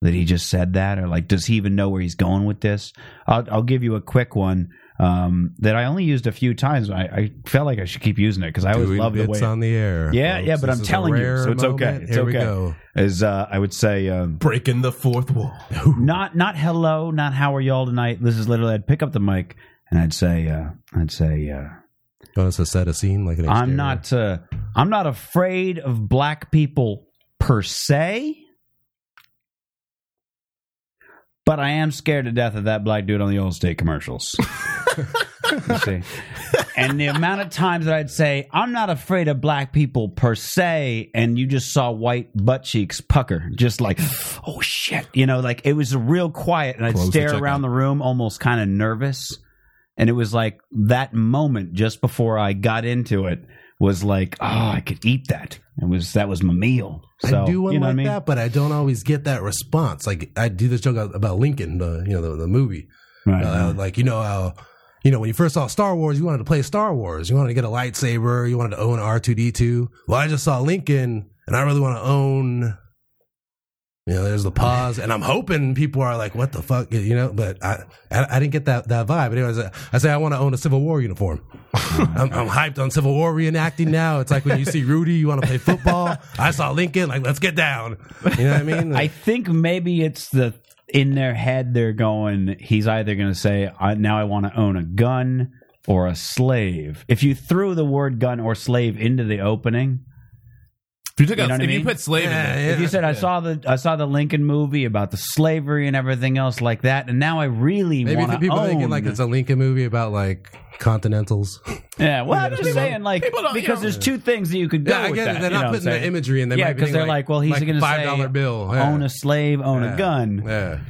That he just said that, or like, does he even know where he's going with this? I'll, I'll give you a quick one um, that I only used a few times. I, I felt like I should keep using it because I always
Doing
love the way
bits on the air.
Yeah,
folks.
yeah, but
This
I'm
is a
telling you,
rare
so it's okay.
moment.
It's
Here we
okay.
go.
is uh, I would say um,
breaking the fourth wall.
not not hello, not how are y'all tonight. This is literally I'd pick up the mic and I'd say uh, I'd say uh,
You want us to set a scene like an
I'm
exterior?
not uh, I'm not afraid of black people per se, but I am scared to death of that black dude on the old state commercials. You see? And the amount of times that I'd say, I'm not afraid of black people per se, and you just saw white butt cheeks pucker, just like, oh shit. You know, like it was real quiet, and I'd
Close the
stare
checkout.
around the room almost kind of nervous. And it was like that moment just before I got into it was like, oh, I could eat that. It was that was my meal. So,
I do one
you know
like
what I mean?
that, but I don't always get that response. Like I do this joke about Lincoln, the you know the, the movie.
Right.
Uh, like you know how you know when you first saw Star Wars, you wanted to play Star Wars, you wanted to get a lightsaber, you wanted to own R two D two. Well, I just saw Lincoln, and I really want to own. You know, there's the pause, and I'm hoping people are like, "What the fuck?" You know, but I I, I didn't get that that vibe. But anyways, I, I say I want to own a Civil War uniform. I'm, I'm hyped on Civil War reenacting now. It's like when you see Rudy, you want to play football. I saw Lincoln, like let's get down. You know what I mean?
I think maybe it's the in their head they're going. He's either going to say, I, "Now I want to own a gun or a slave." If you threw the word "gun" or "slave" into the opening,
If you, took
You
out,
know what I
if you
mean?
put slave in
Yeah,
there,
yeah.
if you said, "I saw the I saw the Lincoln movie about the slavery and everything else like that," and now I really
Maybe
want
the
to
people
own,
thinking like it's a Lincoln movie about like continentals.
yeah. Well, I'm just saying, like,
people don't, you
because
know-
there's two things that you could go
Yeah, I
with
get
that.
it. They're
you know what
not
I'm
putting the
saying?
imagery in. They
yeah,
might be
because they're
thinking,
like, well, he's
like
going to
five
say,
dollar bill, yeah.
own a slave, own a gun.
Yeah.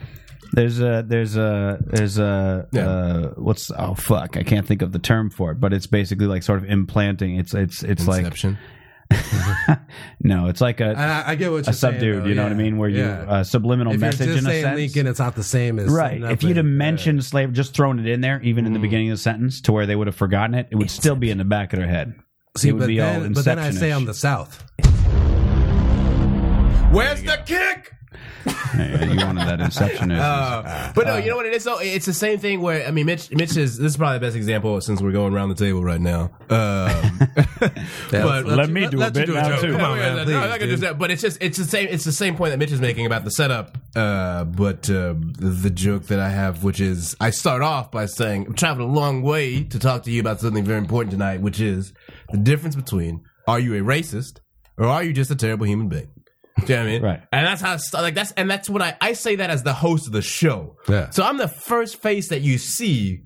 There's a there's a there's a uh, what's oh fuck I can't think of the term for it, but it's basically like sort of implanting. It's it's it's
Inception.
like no, it's like a
And I, I get what
a
you're
subdude.
saying, though.
you know what I
Yeah,
mean? Where
yeah.
you uh, subliminal
if
message
you're just
in a
saying
sense,
Lincoln, it's not the same as
right? If you'd have
nothing.
mentioned
Mm.
slave, just thrown it in there, even in the beginning of the sentence, to where they would have forgotten it, it would still be in the back of their head.
See,
It would
but
be all
then, but then I say
Inception-ish.
I'm the South.
Where's the kick?
Yeah, you wanted that inception.
Uh, but no, you know what it is though. It's the same thing where I mean, Mitch. Mitch is this is probably the best example since we're going around the table right now. Um, but
Let me do a
let you
bit
do a
now
joke.
too.
Come on,
Yeah,
man,
no,
please,
I can
dude.
just- but it's just it's the same it's the same point that Mitch is making about the setup. Uh, but uh, the joke that I have, which is, I start off by saying I'm traveling a long way to talk to you about something very important tonight, which is the difference between are you a racist or are you just a terrible human being. Do you know what I mean?
Right.
And that's how I start, like that's and that's what I I say that as the host of the show.
Yeah.
So I'm the first face that you see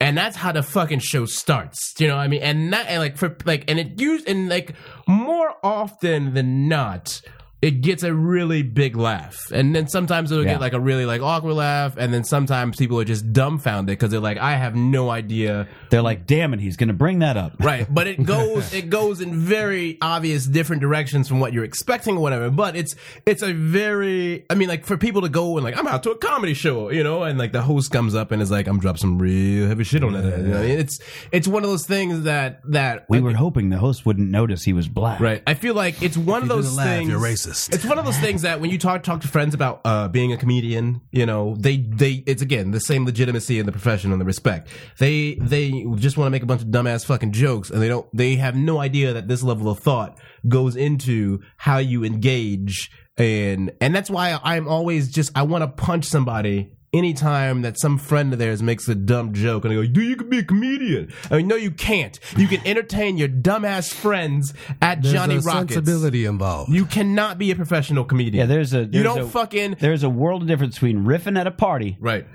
and that's how the fucking show starts. You know what I mean? And not and like for like and it used and like more often than not, it gets a really big laugh, and then sometimes it'll
Yeah.
get like a really like awkward laugh, and then sometimes people are just dumbfounded because they're like, I have no idea
They're like, damn it, he's going to bring that up.
right but it goes it goes in very obvious different directions from what you're expecting or whatever but it's it's a very i mean like for people to go and like i'm out to a comedy show you know and like the host comes up and is like i'm dropping some real heavy shit on that you know? it's it's one of those things that that
We were hoping the host wouldn't notice he was black.
Right. I feel like it's one of
you
those
didn't laugh,
things.
you're racist.
It's one of those things that when you talk talk to friends about uh, being a comedian, you know, they they it's again the same legitimacy in the profession and the respect. They they just want to make a bunch of dumbass fucking jokes, and they don't. They have no idea that this level of thought goes into how you engage, and and that's why I'm always just I want to punch somebody. Anytime that some friend of theirs makes a dumb joke and they go, dude, you can be a comedian. I mean, no, you can't. You can entertain your dumbass friends at
There's
Johnny
a
Rockets.
sensibility involved.
You cannot be a professional comedian.
Yeah, there's a.
you
there's
don't
a-
fucking
There's a world of difference between riffing at a party
right.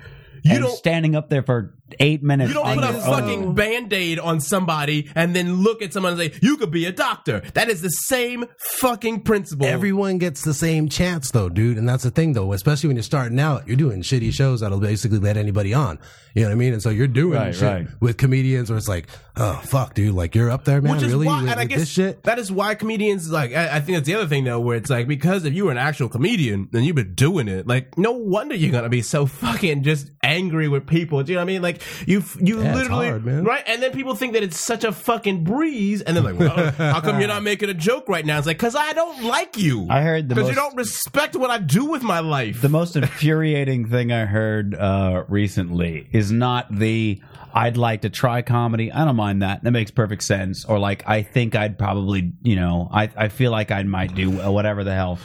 You
and
don't.
standing up there for eight minutes.
You don't
on
put a
your own.
fucking band aid on somebody and then look at someone and say, you could be a doctor. That is the same fucking principle.
Everyone gets the same chance though, dude. And that's the thing though, especially when you're starting out, you're doing shitty shows that'll basically let anybody on. You know what I mean? And so you're doing
Right,
shit
right.
with comedians where it's like, oh fuck, dude, like you're up there, man.
Which is
really?
why,
with,
and I
with
guess
this shit?
that is why comedians like. I, I think that's the other thing though, where it's like because if you were an actual comedian and you've been doing it, like no wonder you're gonna be so fucking just angry with people. Do you know what I mean? Like you, you
it's
literally
hard, man.
right, and then people think that it's such a fucking breeze, and they're like, well, how come you're not making a joke right now? It's like because I don't like you.
I heard the
because you
most-
don't respect what I do with my life.
the most infuriating thing I heard uh, recently is not the I'd like to try comedy. I don't mind that. That makes perfect sense. Or like I think I'd probably, you know, I I feel like I might do well, whatever the hell.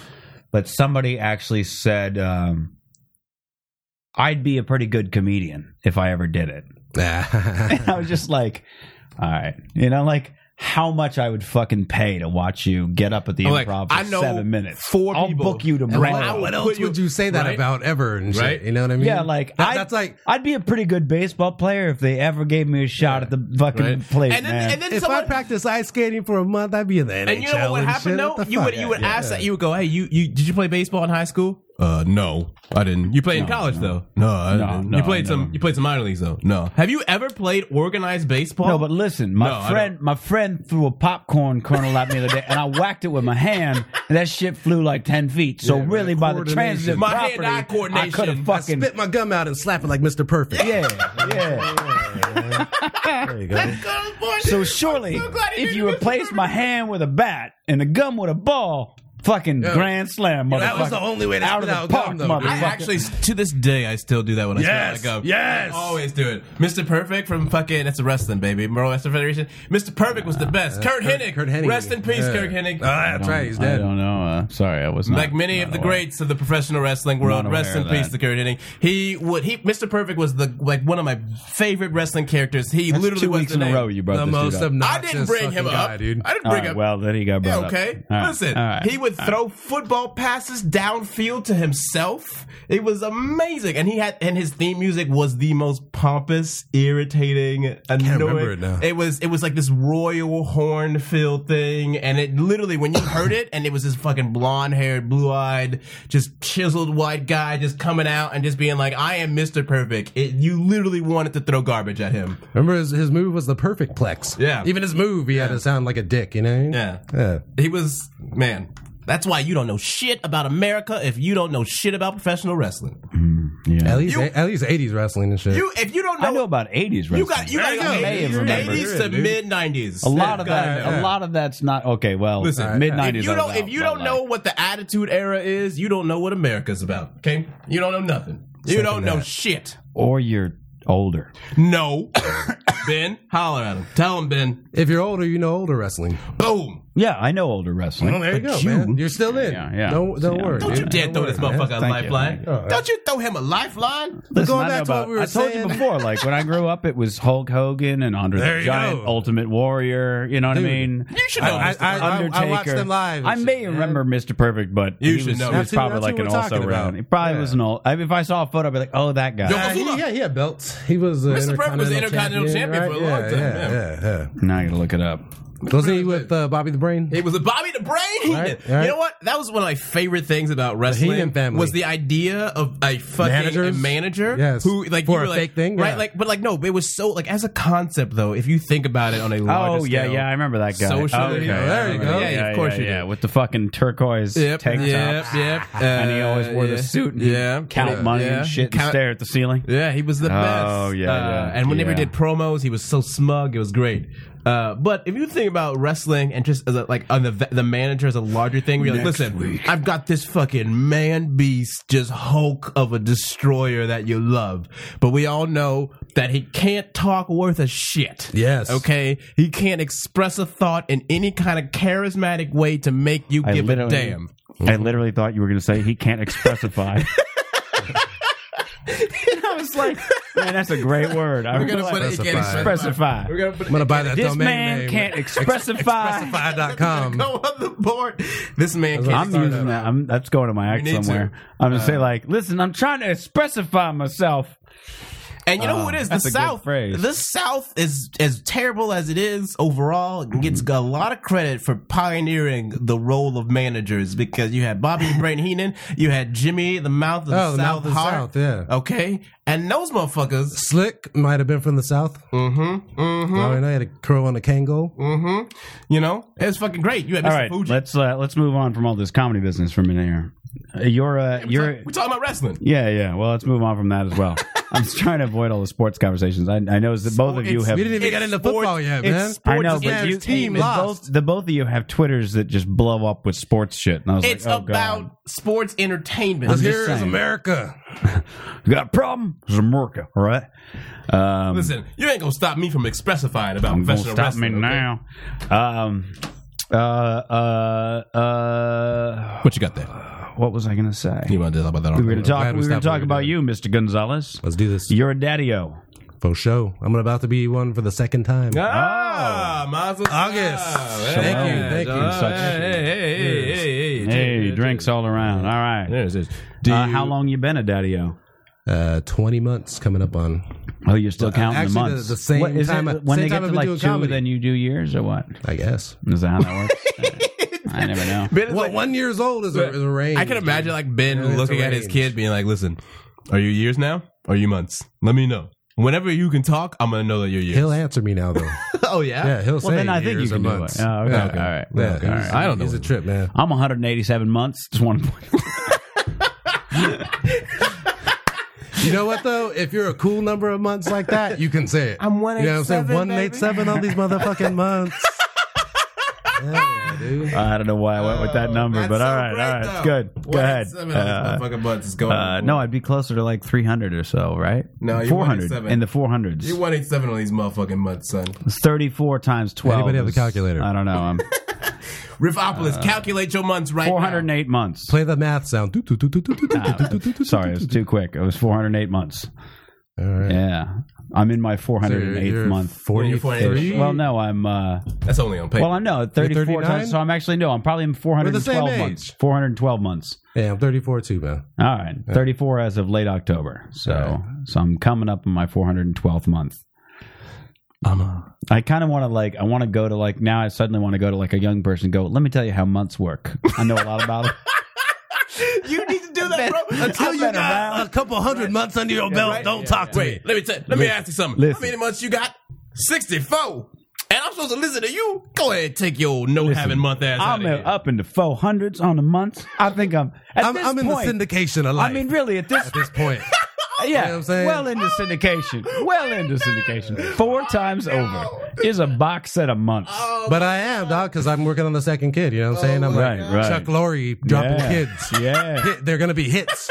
But somebody actually said um, I'd be a pretty good comedian if I ever did it. And I was just like, all right, you know, like. How much I would fucking pay to watch you get up at the
I'm like,
improv for
I know
seven minutes?
four
I'll
people.
book you
And
tomorrow.
What-
I
what
would
else
put you-
would you say that
right?
about ever and shit?
Right?
You know what I mean?
Yeah, like
That-
I'd,
that's like
I'd be a pretty good baseball player if they ever gave me a shot at the fucking
Right?
plate,
and then,
man.
and then
if
someone,
I practiced ice skating for a month, I'd be in the NHL.
And you know what would
and
happen
shit.
though?
What the
You would
fuck?
you would
Yeah,
ask
yeah.
that you would go, hey, you you did you play baseball in high school? Uh, no, I didn't. You played in college though? No, I
No,
didn't.
no,
you played
no.
some you played some minor leagues though? No. Have you ever played organized baseball?
no, but listen, my
No, I
friend, my friend threw a popcorn kernel at me the other day, and I whacked it with my hand, and that shit flew like ten feet. So
man,
really, by the
coordination.
transitive
My
property,
hand-eye coordination.
I could have
I
fucking
spit my gum out and slap it like Mr. Perfect.
yeah, yeah.
there you go.
So surely,
glad you
if
didn't
you
mention
replace my hand with a bat and the gum with a ball, fucking grand slam, motherfucker.
that was the only way to
out
spit
of the
out
park,
gum, though.
motherfucker.
I actually, to this day, I still do that when I
Yes,
spit out my gum.
yes.
I always do it. Mr. Perfect from fucking that's a wrestling baby, World Wrestling Federation. Mr. Perfect was the best. Uh, Kurt, Hennig,
Kurt Hennig.
rest in peace,
Yeah.
Kurt Hennig.
Ah, that's right. He's
I
dead.
don't know. Uh, sorry, I was not
like many
not
of the
aware.
greats of the professional wrestling world,
Not aware
rest in
of
peace to
that.
Kurt Hennig. He would he Mr. Perfect was the like one of my favorite wrestling characters. He
That's
literally
two
was
weeks
the
in a
name.
row you brought
the
this dude
most
up.
I
obnoxious
didn't bring him
fucking
up,
guy, dude.
I didn't
All
bring
right,
up.
well, then he got brought
Yeah,
up.
okay.
All right,
Listen,
all right.
he would throw football passes downfield to himself. It was amazing, and he had and his theme music was the most pompous, irritating, annoying.
remember it now.
was it was like this royal horn filled thing, and it literally when you heard it, and it was this fucking blonde haired, blue eyed, just chiseled white guy just coming out and just being like, "I am Mister Perfect." It, you literally wanted to throw garbage at him.
Remember his, his move was the perfect plex.
Yeah.
Even his move, he had to sound like a dick, you know?
Yeah.
Yeah.
He was man. That's why you don't know shit about America if you don't know shit about professional wrestling.
Yeah.
At least
You-
at least eighties wrestling and shit.
You, if you don't know,
I know about 80s wrestling.
you got you got
There you
you
go.
may have
You're in
remembered.
Eighties to mid nineties.
a lot of that. A lot of that's not okay. Well, uh,
Listen,
mid
If
nineties.
you don't, if you don't know what the Attitude Era is, you don't know what America's about. Okay, you don't know nothing. You don't know shit.
or you're older,
No, Ben, holler at him. Tell him, Ben.
if you're older, you know older wrestling.
Boom.
yeah, I know older wrestling.
Well, there you go,
But you-
man. You're still in.
Yeah, yeah.
Don't don't
Yeah.
worry.
Don't you
dude.
dare throw this
worry, man.
motherfucker a
Thank you.
lifeline.
Oh, yeah.
Don't you throw him a lifeline?
Listen,
Going
I
back
know
to what
about-
we were
I told
saying.
you before, like when I grew up, it was Hulk Hogan and Andre
There
the
you
Giant,
go.
Ultimate Warrior. You know what
Dude.
I mean?
You should
I-
know.
I-
Mr.
I- I
Undertaker.
watched them live and
I may
shit, man.
remember Mr. Perfect, but
You
he
should
was,
know.
he was
That's who-
probably
that's
like
who
an
we're
also
talking
ran.
about.
He probably
Yeah.
was an old. I mean, if I saw a photo, I'd be like, oh, that guy.
Nah, Uh, he, yeah, he had belts. He was uh,
Mr. Perfect was the
Intercontinental
Intercontinental Champion for a long
right?
time,
Yeah, yeah, yeah,
Now I gotta look it up.
yeah. Wasn't he with uh, Bobby the Brain?
It was a Bobby the Brain Heenan.
Right, right.
You know what? That was one of my favorite things about wrestling.
Heenan family.
was the idea of a fucking
Managers?
manager
Yes.
who like
For
you were
a
like,
fake thing,
right?
yeah.
Like, but like no, it was so like as a concept though. If you think about it on a larger
Oh yeah,
scale,
yeah, I remember that guy.
Social
Okay,
media.
I
There you
remember
go.
that.
Yeah,
Yeah,
of course
yeah,
you
yeah,
did.
with the fucking turquoise
Yep,
tank
yep,
tops.
yep.
and he always wore
yeah,
the suit and
yeah,
count
yeah,
money
yeah.
and shit and
Count-
stare at the ceiling.
Yeah, he was the best.
Oh, yeah,
Uh,
yeah,
and whenever
yeah.
he did promos, he was so smug. It was great. Uh, but if you think about wrestling and just as a, like on the the manager as a larger thing, we're like,
Next
listen,
week.
I've got this fucking man beast, just Hulk of a destroyer that you love, but we all know that he can't talk worth a shit.
Yes.
Okay, he can't express a thought in any kind of charismatic way to make you give a
literally-
damn.
I literally thought you were going to say he can't expressify. and I was like, man, that's a great word. I
We're
was
gonna
like,
put it he can't
Specify.
expressify.
We're gonna put
I'm gonna buy that
This
domain
man
name.
can't expressify.
Expressify.com.
go on the board. This man can't.
I'm
start
using
a-
that. I'm, that's going to my act
need to. Uh,
somewhere. I'm going to say like, listen, I'm trying to expressify myself.
And you know who it is? The
Uh, that's a good
South.
phrase.
The South is as terrible as it is overall.
Mm-hmm.
It Gets a lot of credit for pioneering the role of managers because you had Bobby Brain Heenan, you had Jimmy the Mouth of
Oh,
the
the
South,
Mouth of the
Heart,
South, yeah.
Okay, and those motherfuckers.
Slick might have been from the south.
Mm-hmm. Mm-hmm.
I don't know. He had a curl on a Kango.
Mm-hmm. You know, it's fucking great. You had Mr.
All right,
Fuji.
let's uh, let's move on from all this comedy business for a minute here. Uh, You're uh, you're
We're talking about wrestling.
Yeah, yeah. Well, let's move on from that as well. I'm just trying to avoid all the sports conversations. I, I know that both of you
it's-
have.
We didn't even get into football yet, man.
it's-
I know,
sports
but
is
you,
his team
and
lost.
both the both of you have Twitters that just blow up with sports shit. And I was
It's
like, oh
about sports entertainment.
I'm just
Here is
saying.
America.
god, you got a problem? It's America, all right? Um,
Listen, you ain't gonna stop me from expressifying about
I'm gonna
professional
stop me
wrestling. okay?
now. Um, uh, uh, uh,
What you got there?
what was I gonna say?
You want to talk about that?
we were gonna talk.
glad
We
we
were gonna
stopped what
talk
we
about
did.
you, Mister Gonzalez.
Let's do this.
You're a daddy-o.
Faux show. I'm about to be one for the second time.
Ah, Mazel tov.
August. Thank
Oh. Shalom.
you, thank you.
And such.
hey,
Hey, drinks all around. All right.
There's this.
Uh, how long you been a daddy-o?
Uh, 20 months coming up on.
Oh, you're still counting
actually,
the months.
the- the same
is
time-
it when
same
they get
time I've
to
been
like two,
doing comedy.
then you do years or what?
I guess.
Is that how that works? I never know.
Well, one year's old is a, is a range.
I can imagine like Ben
Yeah, it's
looking
a
at his
range.
kid being like, "Listen, are you years now? Are you months? Let me know. Whenever you can talk, I'm gonna know that you're years."
He'll answer me now, though.
oh yeah.
yeah, he'll
Well,
say
then I think you
years or
can do it.
months.
Oh, okay,
Yeah.
okay, all right.
Yeah,
Okay, all
he's-
right.
I don't know
He's a
what-
trip, man.
I'm 187 months. Just one.
You know what though? If you're a cool number of months like that, you can say it.
I'm
You know what I'm saying?
187,
One eight seven on these motherfucking months. yeah, dude.
I don't know why I went with
Oh,
that number,
That's
but
so
all right,
great,
all right, it's
though.
good. Go
What?
ahead.
Seven of
Uh,
these motherfucking months is going
uh,
for-
no, I'd be closer to like 300 or so, right?
No, you're
400
187.
in the 400s.
You're 187 on these motherfucking months, son.
It's 34 times 12.
Anybody have a
is-
calculator?
I don't know. I'm Uh,
Riffopolis, calculate your months right now.
408 months.
Play the math sound. Doo, doo, doo, doo, doo, doo, doo, doo, doo, doo, doo,
Ah, Sorry, it
doo,
was
doo,
too quick. It was 408 months.
doo. All right.
Yeah. I'm in my 408th
You're
month.
43.
Well, no, I'm. uh
That's only on paper.
Well, I know 34
39?
times. So I'm actually no. I'm probably in
the same
412
age.
months. 412 months.
Yeah, I'm 34 too, man.
All right, 34 as of late October. So so I'm coming up on my 412th month.
I'm a.
I kind of want to like. I want to go to like now. I suddenly want to go to like a young person. and Go. Let me tell you how months work. I know a lot about it.
you need to do that, bro.
Until you got a couple hundred months under your belt, don't talk to me.
Wait, let me tell, let me ask you something.
listen.
How many months you got? Sixty four. And I'm supposed to listen to you. Go ahead, and take your old no having month ass. out
I'm
of here.
up into 400s on the months. I think I'm. At
I'm,
this
I'm in
point,
the syndication of
I
life.
mean, really, at this
at this point, You
Yeah,
know what I'm saying?
well into syndication. Well into syndication. Four times over is a box set a month.
Oh,
but I am, dog, because I'm working on the second kid. You know what I'm saying? I'm
Right,
like
right.
Chuck Lorre dropping
Yeah.
kids.
Yeah,
Hit- They're going to be hits.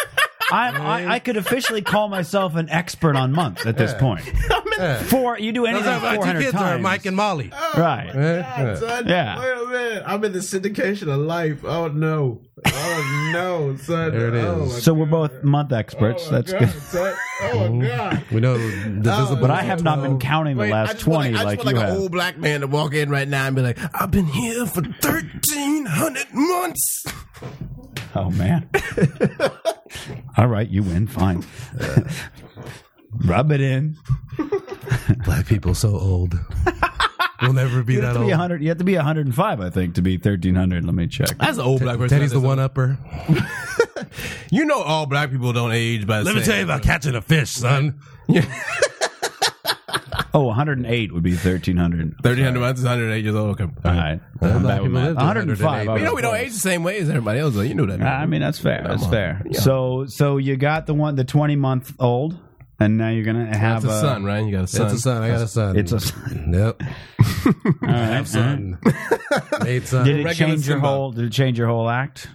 I,
Mm-hmm.
I I could officially call myself an expert on months at this point.
Yeah.
Four, you do
Those
anything
are my
four
two
hundred
kids are
times, Oh,
Mike and Molly.
right?
Yeah.
son.
Yeah.
Oh, man. I'm in the syndication of life. Oh, no. Oh, no, son.
There it is.
Oh, my
So we're both month experts.
Oh, my
That's
God,
good.
son. Oh, my God.
We know this is a
Oh, But I have not been counting the
Wait, I
last
just want
twenty
I just
like
want
you
like an
have.
old black man to walk in right now and be like, I've been here for 1,300 months.
Oh man. All right, you win. Fine. Rub it in.
black people so old. We'll never be
You have
that
to be
old.
100. You have to be 105, I think, to be 1300. Let me check.
That's an old black person.
Teddy's the one upper.
You know, all black people don't age by
Let me tell you about catching a fish, son.
Oh, 108 would be 1300.
1,300 months is 108 years old. Okay.
All right.
lot
I'm back with
of people
mine.
live to
105.
108.
I
You know,
was
we don't
close.
else. age the same way as everybody else. though. You know that.
I mean, that's fair. That's fair. So, so you got the one, the 20 month old, and now you're gonna have
That's a son, right? You got a son.
uh, It's a son. I got a son.
It's a
Yep.
all right.
Son. Made son.
Did it
Regular
change your
Simba.
whole? Did it change your whole act?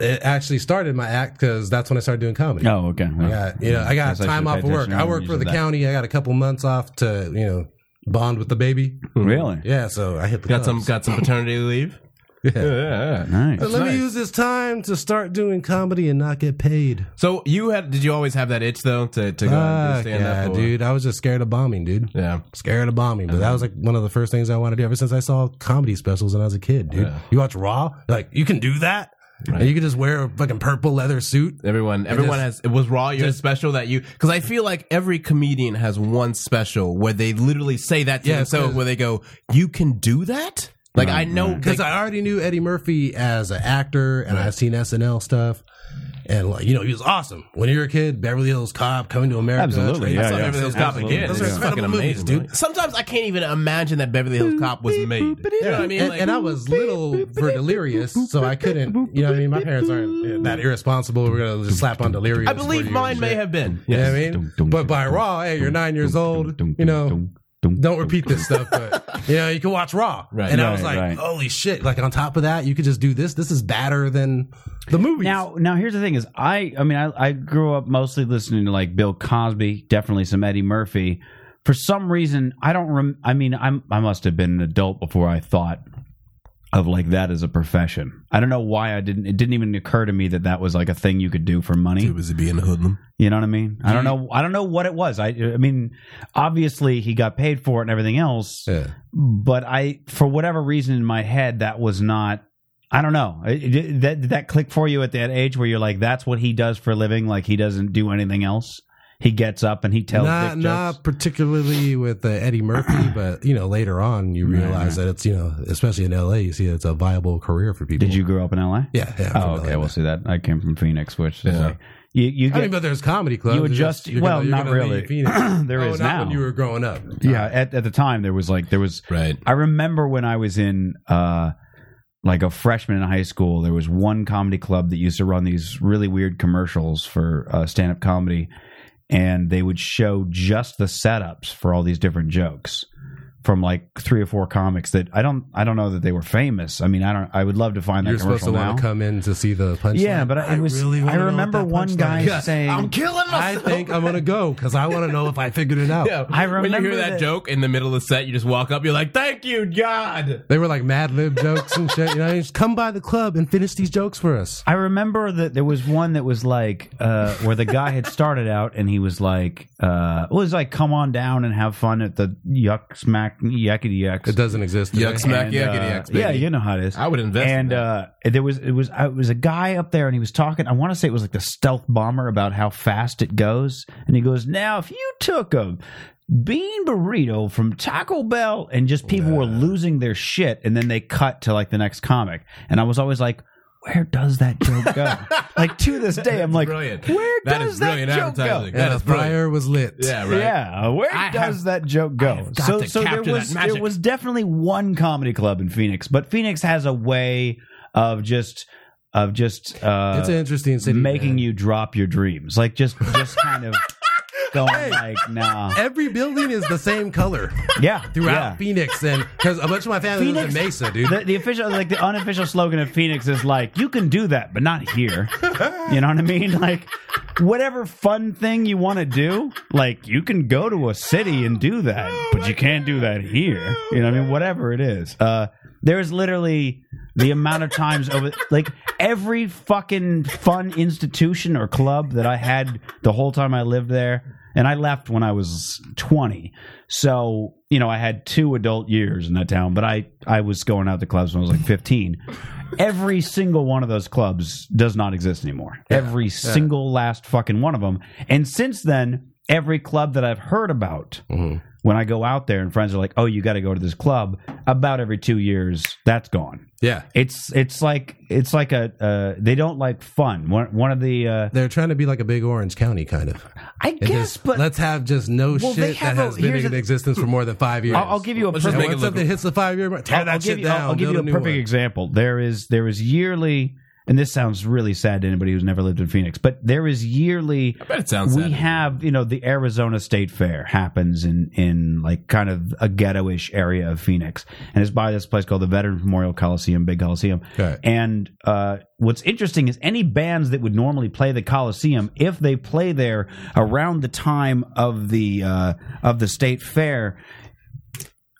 it actually started my act because that's when I started doing comedy.
Oh, okay.
I got, you know, I got
Guess I
time
should
off
pay
of work.
attention.
I
I'm
worked for
used
the
to that.
county. I got a couple months off to, you know, bond with the baby.
Really?
Yeah, so I hit the
Got some
clubs.
got some paternity leave. Yeah.
Nice.
Let
nice.
me use this time to start doing comedy and not get paid.
So you had? Did you always have that itch though to to go and do
Fuck
stand
yeah,
up?
dude. I was just scared of bombing, dude.
Yeah.
Scared of bombing, but that was like one of the first things I wanted to do ever since I saw comedy specials when I was a kid, dude.
Yeah.
You watch Raw, like you can do that, and you can just wear a fucking purple leather suit.
Everyone, everyone
just-
has. It was raw. You had a special that you because I feel like every comedian has one special where they literally say that to
Yeah,
themselves,
'cause-
where they go, "You can do that." Like I know
Because I already knew Eddie Murphy as an actor, and I've seen SNL stuff, and like, you know he was awesome when you were a kid. Beverly Hills Cop, Coming to America,
Absolutely,
Train to
yeah,
I saw
Busan.
yeah.
Beverly Hills Cop
Absolutely.
again.
Those
It's
are
fucking
incredible
amazing,
movies,
dude.
dude.
Sometimes I can't even imagine that Beverly Hills Cop was made. You know what I mean?
and,
Like-
and I was little for delirious, so I couldn't. You know, what I mean, my parents aren't that irresponsible. We're gonna just slap on delirious.
I believe mine may have been.
You know what I
Yes.
mean, but by Raw, hey, you're nine years old. You know, don't repeat this stuff. But you know, you can watch Raw,
Right.
and I was
Right,
like,
right.
holy shit! Like on top of that, you could just do this. This is badder than the movies.
Now, now here's the thing: is I, I mean, I, I grew up mostly listening to like Bill Cosby, definitely some Eddie Murphy. For some reason, I don't. Rem- I mean, I'm, I must have been an adult before I thought of like that as a profession. I don't know why I didn't. It didn't even occur to me that that was like a thing you could do for money.
busy being a hoodlum.
You know what I mean? I don't
Mm-hmm.
know. I don't know what it was. I, I mean, obviously he got paid for it and everything else
Yeah.
but I, for whatever reason in my head, that was not. I don't know. I- Did that, did that click for you at that age where you're like, that's what he does for a living? Like he doesn't do anything else. He gets up and he tells
not
dick
not
jokes.
particularly with uh, Eddie Murphy, but you know later on you realize that it's you know especially in L.A. you see it's a viable career for people.
Did you grow up in L.A.?
Yeah. yeah I'm
Oh,
from
okay.
LA.
We'll see that. I came from Phoenix, which is
Yeah.
like you. You
I mean,
get
but there's comedy clubs.
you
You're
adjust.
just- you're
well,
gonna- you're
not
gonna
really.
leave Phoenix.
There
Oh,
is
not
now.
when you were growing up.
yeah. At at the time, there was like there was
Right.
I remember when I was in uh like a freshman in high school, there was one comedy club that used to run these really weird commercials for uh, stand up comedy, and they would show just the setups for all these different jokes from like three or four comics that I don't I don't know that they were famous. I mean, I don't. I would love to find that
You're supposed to
commercial now.
want to come in to see the punchline.
yeah, but I, it was.
really wanna
I
know what
remember
that
one guy
punchline is.
saying,
I'm killing
I
myself.
think I'm gonna go because I want to know if I figured it out.
Yeah,
I
when you
remember
hear that,
that-
joke in the middle of the set, you just walk up. You're like, "Thank you, God."
They were like Mad Lib jokes and shit. You know, just come by the club and finish these jokes for us.
I remember that there was one that was like uh, where the guy had started out and he was like, uh, it was like, come on down and have fun at the yuck smack yuckity yucks.
It doesn't exist. today.
Yuck smack
And,
yuckity
uh,
yucks, baby.
Yeah, you know how it is.
I would invest.
and
in that.
uh, there was it was it was a guy up there and he was talking. I want to say it was like the stealth bomber about how fast it goes. And he goes, now if you took a bean burrito from Taco Bell and just people were losing their shit, and then they cut to like the next comic. And I was always like. Where does that joke go? like to this day, I'm like,
brilliant.
where
That
does
is
that
brilliant
joke go?
advertising.
And
That
the
is brilliant.
fire was lit.
yeah, right.
Yeah, where
I
does
have-
that joke go?
have got
so,
to
so there
capture
was
that magic.
there was definitely one comedy club in Phoenix, but Phoenix has a way of just of just uh,
It's an interesting city.
making
man.
you drop your dreams, like just just kind of going like nah,
Every building is the same color
yeah,
throughout
yeah.
Phoenix, and because a bunch of my family lives in Mesa, dude.
The, the official, like the unofficial slogan of Phoenix is like, you can do that, but not here. You know what I mean? Like, whatever fun thing you want to do, like you can go to a city and do that, but you can't do that here. You know what I mean? Whatever it is, uh, there is literally the amount of times over, like every fucking fun institution or club that I had the whole time I lived there. And I left when I was 20. So, you know, I had two adult years in that town, but I, I was going out to clubs when I was like 15. Every single one of those clubs does not exist anymore. Every single last fucking one of them. And since then, every club that I've heard about,
Mm-hmm.
when I go out there and friends are like, oh, you got to go to this club, about every two years, that's gone.
yeah,
It's it's like it's like a uh, they don't like fun. One one of the uh,
they're trying to be like a big Orange County kind of.
I
And
guess,
just,
but
let's have just no
Well, they
shit that
have a-
has been
here's
in
a-
existence for more than five years.
I'll, I'll give you a
Let's just
perfect-
make
and
it
when
look-
something hits the five year mark, tear
I'll-
that
I'll
shit
give you, I'll-
down.
I'll give
build
you a
new
perfect
one.
example. There is there is yearly, and this sounds really sad to anybody who's never lived in Phoenix, but there is yearly. I
bet it sounds
We
sad to
have you know the Arizona State Fair happens in in like kind of a ghettoish area of Phoenix, and it's by this place called the Veterans Memorial Coliseum, Big Coliseum.
Right.
And uh, what's interesting is any bands that would normally play the Coliseum, if they play there around the time of the uh, of the state fair,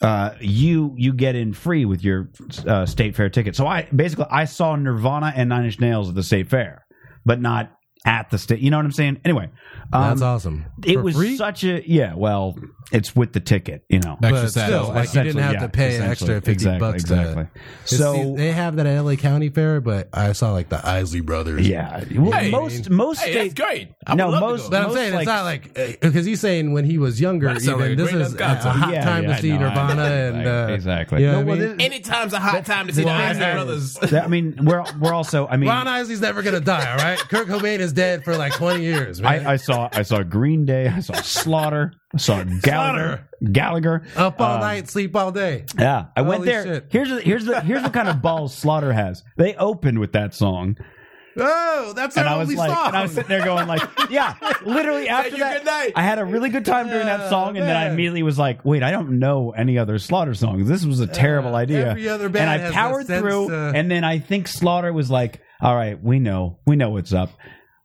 uh, you you get in free with your uh, state fair ticket. So I basically I saw Nirvana and Nine Inch Nails at the state fair, but not at the state. You know what I'm saying? Anyway, um,
That's awesome.
it
For
was
free?
such a yeah. Well, it's with the ticket, you know.
Extra
But
sad.
still, like you didn't
Essentially,
have
yeah,
to pay an
essentially.
extra fifty
exactly,
bucks. to-
Exactly.
It's-
so
they have that at LA County Fair, but I saw like the Isley Brothers.
yeah, well,
Hey,
most most
Hey, that's
state
great. I
No,
would love to
most-
go.
But I'm
Most
saying
like-
it's not like because he's saying when he was younger,
That sounds
even
like a
this
great
is a, a
Wisconsin.
hot
Yeah,
time
yeah,
to see
no, I-
Nirvana and
Right,
uh,
exactly.
you know
No,
what
well,
I mean?
this-
Anytime's a hot time to see the
Well,
Isley
I-
Brothers.
that- I mean, we're we're also. I mean,
Ron Isley's never gonna die, all right? Kurt Cobain is dead for like 20 years, man.
I, I saw I saw Green Day, I saw Slaughter, I saw Gallagher, Gallagher.
Up all
Um,
night, sleep all day.
Yeah, I went
Holy
there.
shit.
Here's the, here's the here's the kind of balls Slaughter has. They opened with that song,
Oh, that's
and
our
I was
only
like,
song.
and I was sitting there going like, yeah, literally after
you
that,
good night.
I had a really good time during that
Yeah,
song, and then I
man.
immediately was like, wait, I don't know any other Slaughter songs. This was a terrible idea.
Uh, every other
and
band
I
has a
powered
sense,
through,
uh,
and then I think Slaughter was like, all right, we know, we know what's up.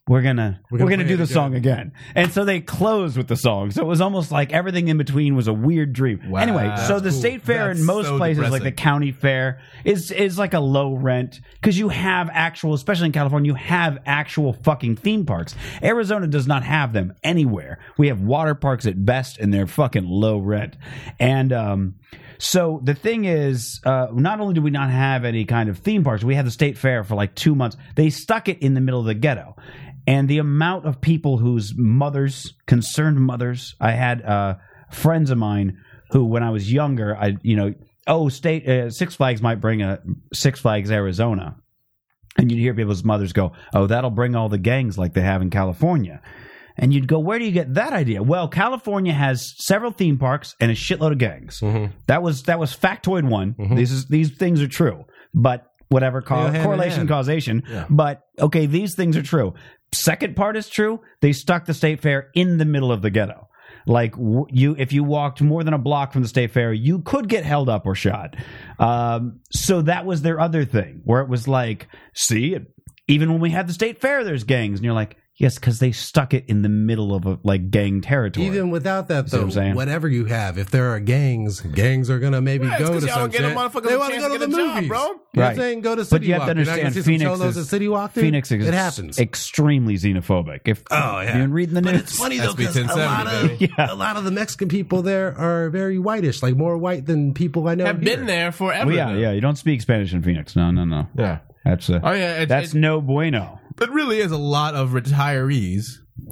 We're gonna we're gonna,
gonna play
do
it
the
again."
song again, and so they closed with the song. So it was almost like everything in between was a weird dream.
Wow.
anyway,
That's
so the
cool.
state fair in
That's
most
so
places, like
depressing.
the county fair, is is like a low rent because you have actual, especially in California, you have actual fucking theme parks. Arizona does not have them anywhere. We have water parks at best, and they're fucking low rent. And um, so the thing is, uh, not only do we not have any kind of theme parks, we had the state fair for like two months. They stuck it in the middle of the ghetto and the amount of people whose mothers, concerned mothers, I had uh, friends of mine who, when I was younger, I you know, oh, state uh, Six Flags might bring a Six Flags Arizona, and you'd hear people's mothers go, oh, that'll bring all the gangs like they have in California. And you'd go, where do you get that idea? Well, California has several theme parks and a shitload of gangs.
Mm-hmm.
That was that was factoid one. These is, these things are true, but whatever
They go
cause,
hand in
correlation
hand.
causation. But okay, these things are true. Second part is true. They stuck the state fair in the middle of the ghetto. Like w- you, if you walked more than a block from the state fair, you could get held up or shot. Um, so that was their other thing, where it was like, see, it- even when we had the state fair, there's gangs, and you're like, yes, because they stuck it in the middle of a, like gang territory.
Even without that,
See what
though,
I'm saying?
whatever you have, if there are gangs, gangs are gonna maybe
Right, it's
go
'cause
to
y'all
some
don't get a
shit.
motherfucker
They
a
wanna
chance
go
to
to the
get a job,
movies,
bro.
You're
Right.
saying go to City
But you have to
Walk. You're not gonna
understand,
see some
Phoenix is-
cholos at City Walk, dude?
Phoenix is
It happens.
extremely xenophobic. If
Oh, yeah.
you've been reading the
But
news,
it's funny though,
SB
because a
1070,
lot of
baby.
Yeah.
a lot of the Mexican people there are very whitish, like more white than people I know.
Have
here.
been there forever.
Well, yeah,
though.
yeah. You don't speak Spanish in Phoenix. No, no, no.
Yeah.
That's a,
Oh yeah, it,
that's
it,
no bueno.
it really is a lot of retirees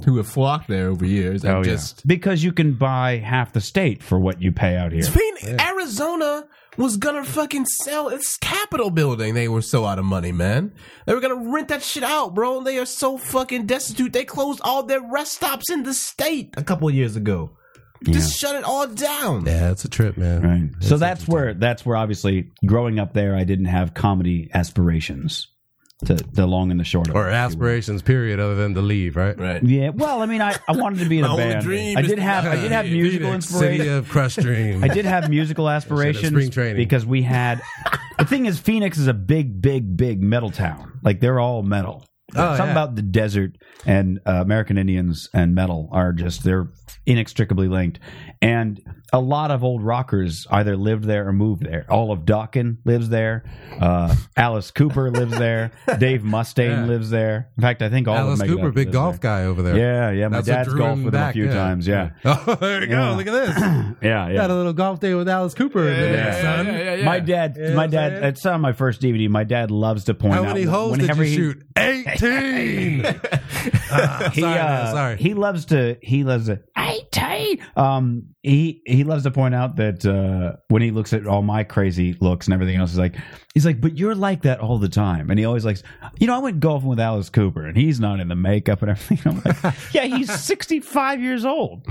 who have flocked there over years and
Oh, yeah.
just
Because you can buy half the state for what you pay out here.
Phoenix, Arizona was gonna fucking sell its Capitol building. They were so out of money, man. They were gonna rent that shit out, bro. And they are so fucking destitute. They closed all their rest stops in the state a couple of years ago. Just shut it all down.
Yeah, it's a trip, man.
Right. So that's where that's where obviously growing up there, I didn't have comedy aspirations. to the long and the short of
or
it.
aspirations, period, other than to leave, right?
Right.
Yeah. Well, I mean, I, I wanted to be in
My
a
only
band.
dream
I
is uh,
did
to
have I did have
be in
musical
Phoenix, city
inspiration.
of crushed dreams.
I did have musical aspirations
spring training.
because we had the thing is Phoenix is a big, big, big metal town. Like they're all metal.
Oh,
Something
yeah.
about the desert and uh, American Indians and metal are just they're inextricably linked. And a lot of old rockers either lived there or moved there. All of Dawkin lives there. Uh, Alice Cooper lives there. Dave Mustaine
Yeah.
lives there. In fact, I think all of
Alice
them make it
Cooper,
up
big
lives
golf
there.
guy over there.
Yeah, yeah. My
That's what
dad's
drew
golfed
him
with him a
back,
few
yeah.
times. Yeah,
Oh, there you go.
Yeah.
Look at this.
yeah, yeah.
Got a little golf day with Alice Cooper. in there, son.
My dad,
You know
my
what I'm
dad.
saying?
It's on my first DVD. My dad loves to point
How
out
many holes did
whenever
you
he-
shoot? 18. Ah,
He,
sorry, man,
uh,
sorry.
he loves to. He loves to. Hey, Tay. Um, he he loves to point out that uh, when he looks at all my crazy looks and everything else, he's like, he's like, but you're like that all the time. And he always likes, you know, I went golfing with Alice Cooper, and he's not in the makeup and everything. I'm like, yeah, he's 65 years old.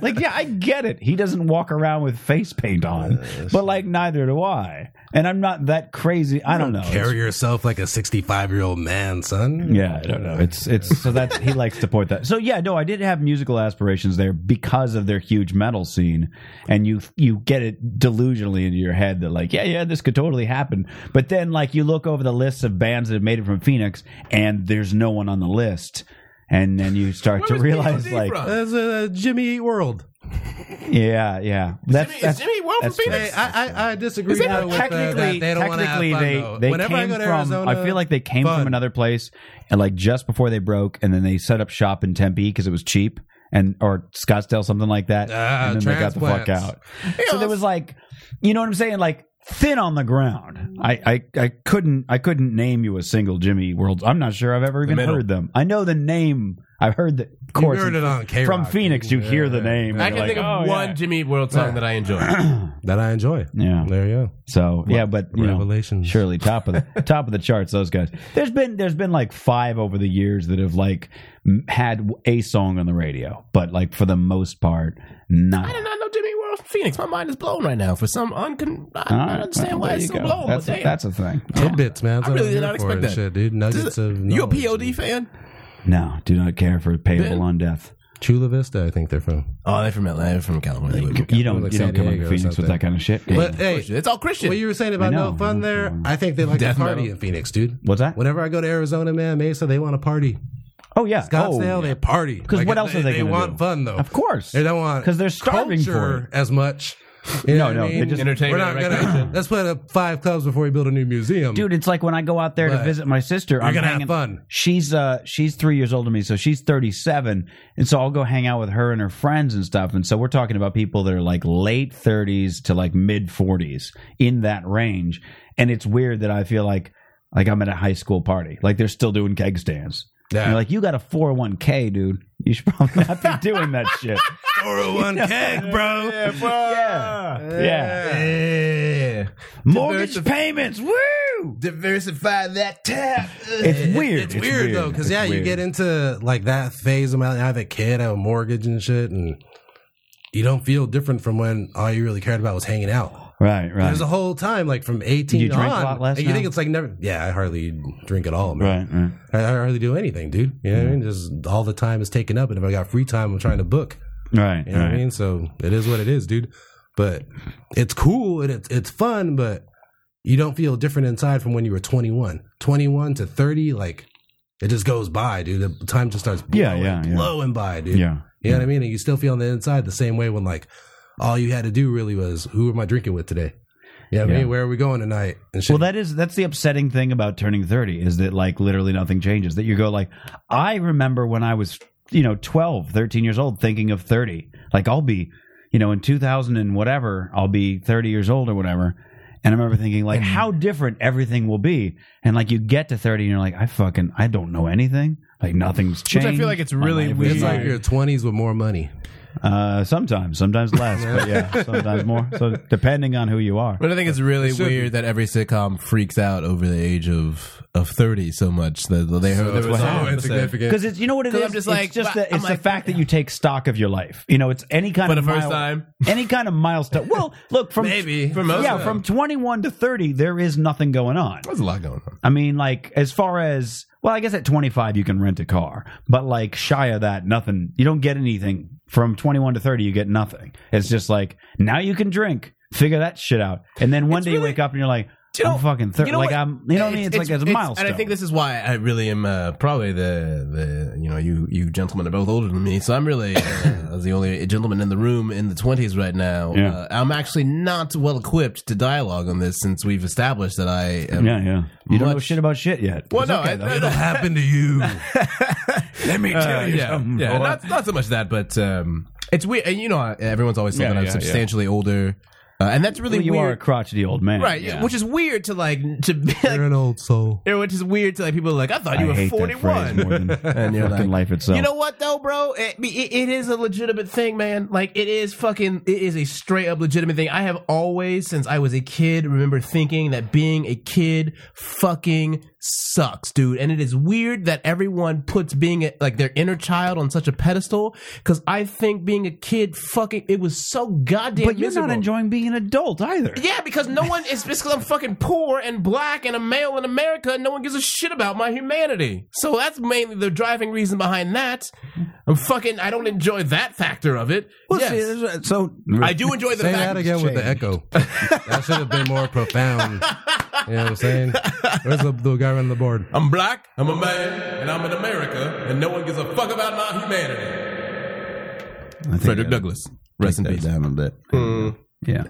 like, yeah, I get it. He doesn't walk around with face paint on, but like, neither do I. And I'm not that crazy. I don't know. It's-
Carry yourself like a 65 year old man, son.
yeah, I don't know. It's it's so that's he likes to point that. So yeah, no, I did have musical aspirations there because of their huge metal scene, and you you get it delusionally into your head that like yeah yeah this could totally happen, but then like you look over the lists of bands that have made it from Phoenix, and there's no one on the list. And then you start to
Where was
realize,
POD
like,
from?
That's a Jimmy Eat World.
yeah, yeah, that's
Jimmy,
that's-
is Jimmy World from
that's-
Hey,
Phoenix?
I, I, I disagree
Is it-
though, with uh, that
technically,
they don't want to have
technically
fun,
they,
though.
they
Whenever
came
I go to
from.
Arizona,
I feel like they came
fun.
from another place, and like just before they broke, and then they set up shop in Tempe because it was cheap, and or Scottsdale, something like that,
Ah,
and then they got the fuck
transplants.
out. So there was like, you know what I'm saying, like thin on the ground. I, I I couldn't I couldn't name you a single Jimmy World. I'm not sure I've ever even
middle.
heard them. I know the name. I've heard the of
You
course
heard it on K-Rock,
from Phoenix. You
dude.
hear the
Yeah.
name. and
I
you're
can
like,
think of
"Oh,
one
yeah."
Jimmy World song that I enjoy.
that I enjoy.
Yeah.
There you go.
So yeah, but you know,
Revelations.
surely top of the top of the charts. Those guys. There's been there's been like five over the years that have like m- had a song on the radio, but like for the most part,
I did
not.
not know Jimmy World from Phoenix. My mind is blown right now for some uncon. I don't understand why
There
it's
you
so
go.
blown.
That's
but
a,
damn.
that's a thing.
Tidbits, man. That's
I really
what I'm
did
here
not
for
expect
and
that.
Shit, dude. Nuggets
This is-
of
you a
knowledge.
POD fan?
No, do not care for payable on death.
Chula Vista, I think they're from.
Oh, they're from Atlanta. They're from California. They-
You don't
like
you don't
San
come up
Diego
to
or
Phoenix with
something.
that kind of shit.
But hey,
It's all Christian.
what you were saying about
know.
no fun there, I think they like
Death
to party
metal.
in Phoenix, dude.
What's that?
Whenever I go to Arizona, man, Mesa, they want to party.
oh yeah,
Scottsdale,
Oh, yeah.
they party.
'Cause what else
they,
are they
They
gonna
want
do?
fun though.
Of course.
They don't want
'Cause they're starving for
culture
it.
as much. You
No,
what
no,
I mean?
they just-
We're
Entertainment
not
and
gonna.
recreation.
Let's play up five clubs before we build a new museum,
dude it's like when i go out there to
But
visit my sister
you're
i'm
gonna have
hanging-
fun.
she's uh she's three years older than me so she's 37 and so i'll go hang out with her and her friends and stuff and so we're talking about people that are like late 30s to like mid 40s in that range and it's weird that i feel like like i'm at a high school party like they're still doing keg stands
Yeah.
And you're like you got a 401k dude you should probably not be doing that shit
Throw one keg, bro. Yeah,
yeah yeah
yeah.
mortgage
Diversif-
payments woo
Diversify that tap.
it's weird
It's, weird, though, because
It's
yeah, you
weird.
get into like that phase of my. I have a kid, I have a mortgage and shit, and you don't feel different from when all you really cared about was hanging out.
right right
There's a whole time, like from 18
You drink a
on,
lot less
and you
now?
think it's like never. Yeah, I hardly drink at all, man.
right Mm. right
I, I hardly do anything, dude. You know what I mean? Just all the time is taken up, and if I got free time, I'm trying to book.
Right.
You know what I mean? So it is what it is, dude. But it's cool and it's it's fun, but you don't feel different inside from when you were 21. 21 to 30, like it just goes by, dude. The time just starts blowing,
Yeah, yeah, yeah.
blowing by, dude.
Yeah.
You know what I mean? And you still feel on the inside the same way when like all you had to do really was who am I drinking with today? You know what
Yeah.
I mean? Where are we going tonight? And shit.
Well, that is that's the upsetting thing about turning thirty is that like literally nothing changes. That you go like, I remember when I was you know 12, 13 years old, thinking of thirty. Like I'll be, you know, in two thousand and whatever, I'll be thirty years old or whatever. And I remember thinking like, how different everything will be. And like you get to thirty, and you're like, I fucking I don't know anything. Like nothing's
I
changed.
feel like it's
My
really
life is
weird.
it's like
fine.
your 20s with more money.
Uh, sometimes, sometimes less, but yeah, sometimes more. So depending on who you are.
But I think it's really weird that every sitcom freaks out over the age of of thirty so much that they heard there was
what
a
happens.
whole episode.
Because it's you know what it
'Cause
is.
I'm just like,
it's just
but
the,
I'm
it's the
like,
fact that you take stock of your life. You know, it's any kind
For
of
the first
mile-
time?
any kind of milestone. Well, look from
Maybe. For most
yeah,
of them.
from twenty one to thirty, there is nothing going on.
There's a lot going on.
I mean, like as far as well, I guess at twenty five you can rent a car, but like shy of that, nothing. You don't get anything from twenty one to thirty. You get nothing. It's just like now you can drink. Figure that shit out, and then one day you
really-
wake up and you're like,
Do you
I'm
know-
fucking thirty.
you know
like
what?
I'm, you know what I mean? It's, like it's, a milestone.
And I think this is why I really am uh, probably the the you know you you gentlemen are both older than me, so I'm really uh, as the only gentleman in the room in the twenties right now.
Yeah.
Uh, I'm actually not well equipped to dialogue on this since we've established that I am.
yeah, yeah. You don't know
Much-
shit about shit yet.
Well, no, I- I-
It'll happen to you.
Let
Uh,
me tell you
yeah,
something.
yeah.
boy.
Not, not so much that, but um, it's weird. And you know, I- everyone's always told
Yeah,
that I'm
yeah, yeah.
substantially older, uh, and that's really
Well, you
weird.
are a crotchety old man,
right?
Yeah.
Which is weird to like to be
You're
like,
an old soul.
yeah, which is weird to like people are like I thought
I
you were
hate
forty
that phrase more
one.
than
And you're
fucking
like,
life itself.
You know what though, bro? It, it, it is a legitimate thing, man. Like it is fucking. It is a straight up legitimate thing. I have always, since I was a kid, remember thinking that being a kid fucking sucks, dude. And it is weird that everyone puts being a, like their inner child on such a pedestal. Because I think being a kid fucking it was so goddamn.
but you're not
miserable.
enjoying being an adult either.
Yeah, because no one is because I'm fucking poor and black and a male in America, and no one gives a shit about my humanity. So that's mainly the driving reason behind that. I'm fucking. I don't enjoy that factor of it.
Well,
Yes.
see, there's a- so
I do enjoy the
Say
fact
that again with the echo. That should have been more profound. You know what I'm saying? Where's the, the guy running the board?
I'm black, I'm a man, and I'm in America, and no one gives a fuck about my humanity.
I think
Frederick
I
Douglass, rest in
take
peace.
that Down a bit. Yeah.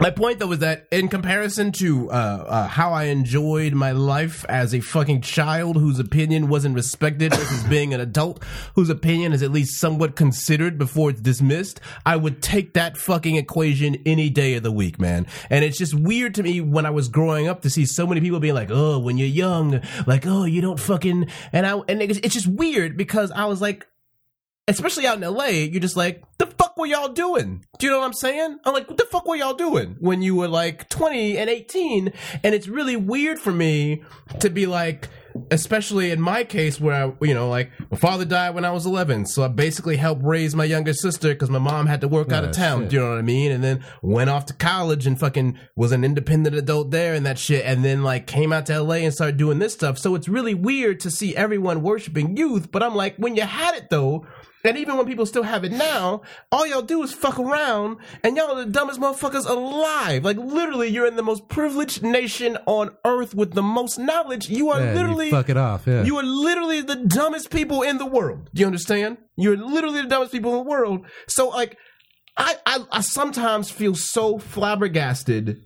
My point though was that in comparison to uh, uh, how I enjoyed my life as a fucking child whose opinion wasn't respected versus being an adult whose opinion is at least somewhat considered before it's dismissed, I would take that fucking equation any day of the week, man. And it's just weird to me when I was growing up to see so many people being like, "Oh, when you're young, like, oh, you don't fucking," and I and it's it's just weird because I was like, especially out in LA, you're just like, the fuck were y'all doing? Do you know what I'm saying? I'm like, what the fuck were y'all doing when you were like 20 and 18? And it's really weird for me to be like, especially in my case where I, you know, like my father died when I was 11, so I basically helped raise my younger sister because my mom had to work out of town. Do you know what I mean? And then went off to college and fucking was an independent adult there and that shit. And then like came out to LA and started doing this stuff. So it's really weird to see everyone worshiping youth, but I'm like, when you had it though, and even when people still have it now, all y'all do is fuck around, and y'all are the dumbest motherfuckers alive. Like literally, you're in the most privileged nation on earth with the most knowledge. You are
Yeah, you
literally
fuck it off. Yeah.
you are literally the dumbest people in the world. Do you understand? You're literally the dumbest people in the world. So like, I I, I sometimes feel so flabbergasted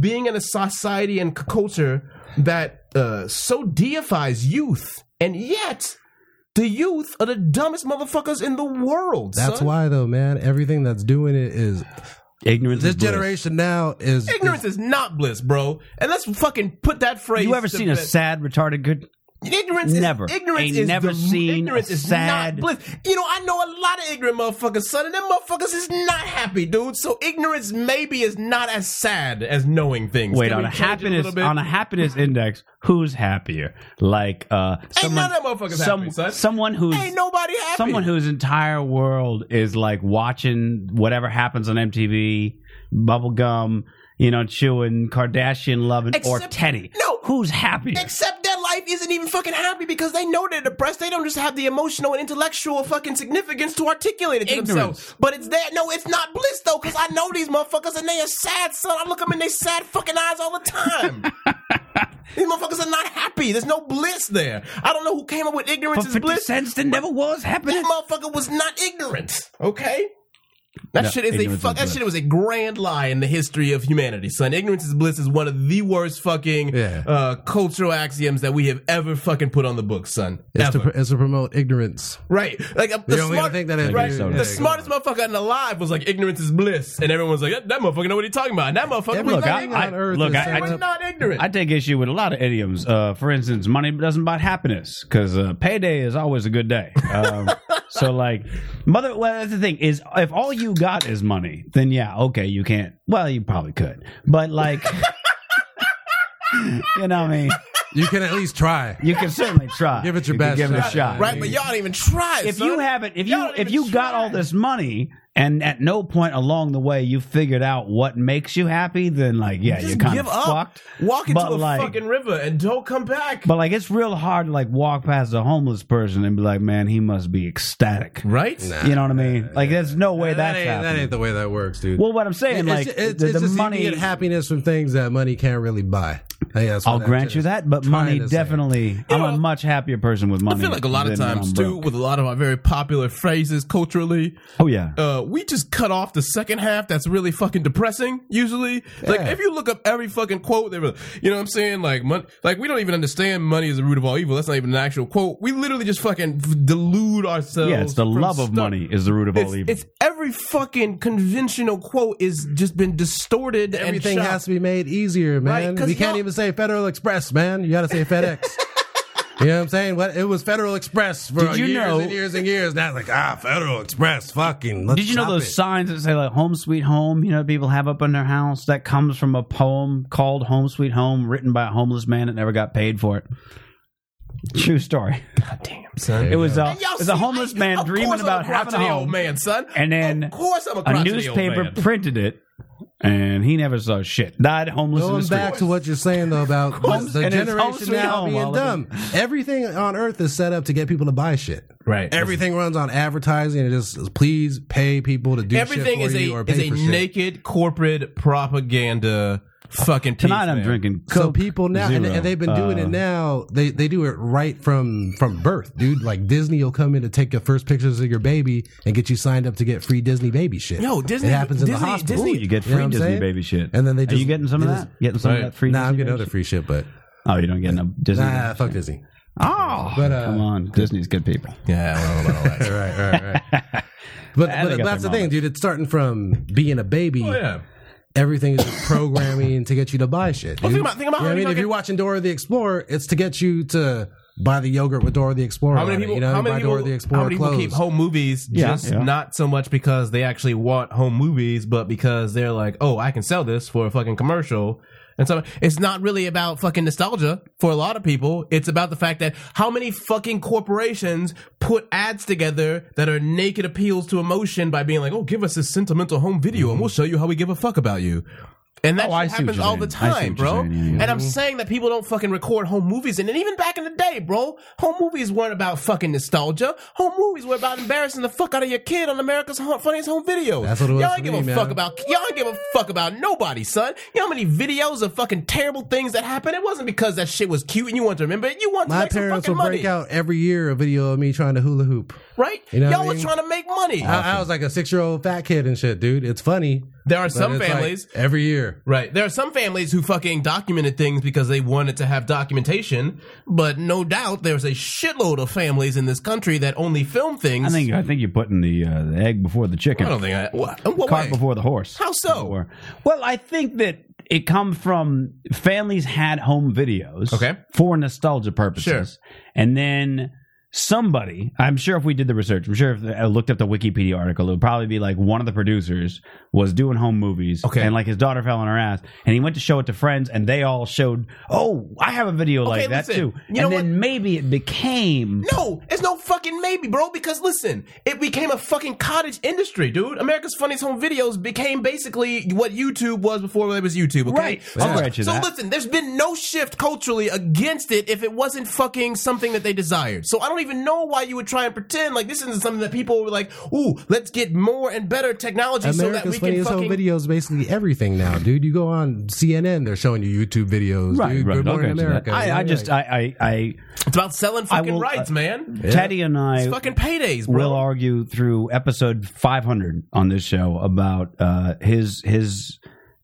being in a society and c- culture that uh, so deifies youth, and yet the youth are the dumbest motherfuckers in the world.
that's
son.
why though, man. Everything that's doing it is
Ignorance.
this
is bliss.
generation now is
Ignorance is not bliss, bro. And let's fucking put that phrase.
You ever
to
seen a
bed.
sad, retarded good?
Ignorance
Never.
is ignorance
Ain't
is
never
the,
seen
ignorance
a
is
sad-
not bliss. You know, I know a lot of ignorant motherfuckers, son, and them motherfuckers is not happy, dude. So ignorance maybe is not as sad as knowing things.
Wait,
Can
on
we
a
change it
happiness
little bit?
on a happiness index, who's happier? Like uh someone,
none of them motherfuckers happy, son.
someone who's
Ain't nobody happy.
someone whose entire world is like watching whatever happens on MTV, bubblegum, you know, chewing, Kardashian loving, or
Except-
Teddy.
no.
Who's happy?
Except their life isn't even fucking happy because they know they're depressed. They don't just have the emotional and intellectual fucking significance to articulate it to
Ignorance.
themselves. But it's there. No, it's not bliss though, because I know these motherfuckers and they are sad, son. I look them in their sad fucking eyes all the time. these motherfuckers are not happy. There's no bliss there. I don't know who came up with
For
ignorance is
50
bliss.
cents, there never was happiness.
That motherfucker was not ignorant. Okay? That
No,
shit is a
ignorance
fuck.
is
That
bliss.
shit was a grand lie in the history of humanity, son. Ignorance is bliss is one of the worst fucking
Yeah.
uh, cultural axioms that we have ever fucking put on the book, son.
It's to,
Ever.
pr- it's to promote ignorance.
right? Like uh, the,
You don't
smart,
think that is
right?
Yeah,
the
go
smartest motherfucker in alive was like ignorance is bliss, and everyone's like that, that motherfucker know what he's talking about. And that motherfucker was
Look,
not
I-
ignorant.
I- look, I- I-
We're not ignorant.
I take issue with a lot of idioms. Uh, for instance, money doesn't buy happiness because uh, payday is always a good day. Um, so, like, mother, well, that's the thing is, if all you got is money, then yeah, okay, you can't. Well, you probably could, but like, you know, what I mean,
you can at least try.
you can certainly try.
Give it your
You can
best
Give it a
shot.
shot.
right, but y'all don't even try.
if
son.
you haven't if you
Y'all don't
if
even
you got
try.
all this money and at no point along the way you figured out what makes you happy then like yeah
just
you're kind
give
of
up.
fucked
Walk into
But,
a
like-
fucking river and don't come back.
but like it's real hard to like walk past a homeless person and be like man he must be ecstatic
right?
you know what i mean like there's no way
that,
that's
ain't,
happening
that ain't the way that works, dude.
well what i'm saying like
It's- it's,
the,
it's
the
just you
money
get happiness from things that money can't really buy. I think that's what
I'll
that
grant
shit
you
is.
that, but
trying
money
to say.
definitely. I'm
know,
a much happier person with money.
I feel like a lot of
than when
times
I'm
too,
broke.
with a lot of our very popular phrases culturally,
Oh yeah,
uh, we just cut off the second half. That's really fucking depressing. Usually, like if you look up every fucking quote, they were, you know what I'm saying? Like, mon- like we don't even understand money is the root of all evil. That's not even an actual quote. We literally just fucking delude ourselves.
yeah. It's the
from
love of
stuff.
money is the root of all
It's,
evil.
it's every fucking conventional quote is just been distorted.
Everything
and
has to be made easier, man.
Right, 'cause
we can't
y'all-
even say Federal Express, man. You got to say FedEx. you know what I'm saying? What it was Federal Express for
Did you
years
know-
and years and years. Now it's like ah, Federal Express, fucking. Let's
Did you know
stop
those
it.
signs that say like "Home Sweet Home"? You know, people have up in their house that comes from a poem called "Home Sweet Home," written by a homeless man that never got paid for it. True story.
son.
It was a
And y'all
it was
see,
a homeless
I-
man
of
dreaming
course I'm
about
a
having a
crotchety
home,
old man, son.
and then
of course I'm a,
a
crotchety old
newspaper
man.
printed it, and he never saw shit. Died homeless in the
Going
street.
back to what you're saying though about
course.
the, the
And it's home
generation
sweet
now
home,
being
all of
dumb.
it.
Everything on earth is set up to get people to buy shit.
Right.
Everything runs on advertising. It just please pay people to do
Everything
shit
is
for you or
a
pay
is a
for shit.
naked corporate propaganda fucking. piece,
Tonight I'm
man.
drinking. Coke
so people now and,
Zero.
and they've been doing
Uh,
it now they they do it right from from birth dude like disney will come in to take the first pictures of your baby and get you signed up to get free disney baby shit
No, Disney-
it happens in the
Disney-
hospital
Disney-
You get
You
free
know what I'm
Disney
saying?
baby shit,
and then they
are
just
you getting some of
they
that? Getting some
Right.
of that free?
nah i'm
Disney
getting
baby
other
shit?
free shit but
Oh, you don't get no Disney.
nah fuck disney
Oh,
But, uh,
come on, Disney's good people.
Yeah, I don't know about all that.
all right all right, all right. but,
They
but
got
that's
their
the thing
moments.
dude it's starting from being a baby
Oh, yeah.
everything is just programming to get you to buy shit.
Well,
dude.
think about- think about
You know
how
what I
many
mean, if
fucking-
you're watching Dora the Explorer, it's to get you to buy the yogurt with Dora the Explorer.
How many
on it,
people?
you know,
how
buy
many people?
Dora the Explorer
how many people
clothes.
keep home movies
Yeah,
just
yeah.
not so much because they actually want home movies, but because they're like, oh, I can sell this for a fucking commercial. And so it's not really about fucking nostalgia for a lot of people. It's about the fact that how many fucking corporations put ads together that are naked appeals to emotion by being like, oh, give us this sentimental home video and we'll show you how we give a fuck about you. And that
Mm-hmm. Oh, I
shit
see
happens
what you're
all the
saying. I see
time,
what you're
bro.
saying, yeah, yeah.
And I'm saying that people don't fucking record home movies. And then even back in the day, bro, home movies weren't about fucking nostalgia. Home movies were about embarrassing the fuck out of your kid on America's Ho- Funniest Home Videos.
That's what it was
Y'all
for
ain't give
me,
a
man.
fuck about y'all ain't give a fuck about nobody, son. You know how many videos of fucking terrible things that happened? It wasn't because that shit was cute and you wanted to remember it. You wanted to
My
make some
parents
fucking
will
money,
break out every year a video of me trying to hula hoop.
right?
You know what
y'all
I
was
mean? Ah,
trying to make money.
I, I was like a six year old fat kid and shit, dude. It's funny.
there are
but
some
it's like
families.
every year.
Right. There are some families who fucking documented things because they wanted to have documentation, but no doubt there's a shitload of families in this country that only film things.
I think I think you're putting the uh, the egg before the
I
chicken.
don't think I. What, in what
cart
way?
before the horse.
How so?
Or- well, I think that it come from families had home videos,
Okay.
for nostalgia purposes, and then somebody. I'm sure if we did the research, I'm sure if I looked up the Wikipedia article, it would probably be like one of the producers was doing home movies,
Okay.
and like his daughter fell on her ass, and he went to show it to friends, and they all showed, oh, I have a video like that
listen.
too,
You know
and then maybe it became.
No, it's no fucking maybe, bro. Because listen, it became a fucking cottage industry, dude. America's Funniest Home Videos became basically what YouTube was before it was YouTube. Okay?
Right.
So,
I'll grant you
so
that.
listen, there's been no shift culturally against it if it wasn't fucking something that they desired. So I don't don't even know why you would try and pretend like this isn't something that people were like, ooh, let's get more and better technology so that
America's
we can
funniest home
fucking.
videos basically everything now, dude. You go on CNN, they're showing you YouTube videos.
Right,
dude.
right.
Good
I'll
Morning
grant you that.
America.
I, I just, I, I, I
It's about selling
I
fucking
will,
rights,
uh,
man.
Teddy and I
It's fucking paydays,
will
bro.
argue through episode 500 on this show about uh, his his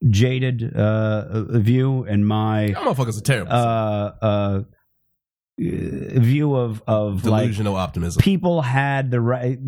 jaded uh, view and my
Y'all motherfuckers are terrible.
uh, uh, view of of like
Delusional optimism.
people had the right.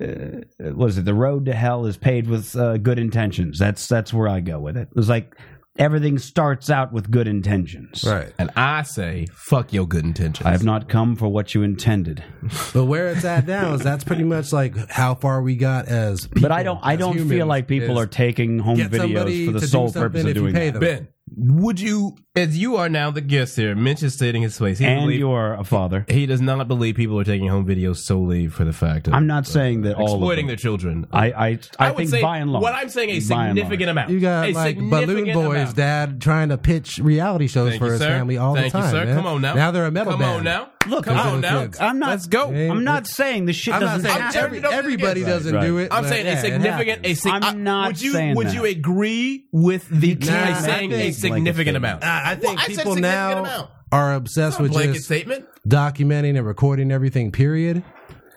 Uh, what is it? The road to hell is paved with uh, good intentions. That's that's where I go with it. It's like everything starts out with good intentions.
right.
And I say, fuck your good intentions.
I have not come for what you intended.
But where it's at now is that's pretty much like how far we got as. People,
But I don't. I
as
don't feel
humans,
like people
is
are taking home
get somebody
videos for
to
the
do
sole
something
purpose of
if you
doing
pay
that.
them.
Ben, would you, as you are now the guest here, Mitch is stating his place. He, doesn't
And
believe-
you are a father.
he does not believe people are taking home videos solely for the fact of
I'm not saying that all of
exploiting
them.
their children.
I I, I,
would
think
say
by and large.
what I'm saying a
by and
significant amount.
You got
a
like
significant
Balloon Boy's
amount.
dad trying to pitch reality shows
Thank
for
you,
his
sir.
family all
Thank
the
you,
time.
sir.
man.
Come on now.
Now they're a metal
Come
band.
on now.
Look,
Come
I'm-
on now.
kids.
I'm not.
Let's go.
I'm not saying this shit
I'm not
doesn't
saying
happen.
every,
Don't do it
everybody
again.
doesn't
Right,
do
right.
it.
I'm
but
saying
yeah,
a
it
significant. A
happens.
sig-
I'm
I-
not
would you,
saying
Would
that.
you agree with the
can't
guy
say
saying
that
a
is like a
significant
thing.
amount?
I I
Well, I
think
said
people
significant
now
amount.
are obsessed with
Blanket
just
statement.
documenting and recording everything period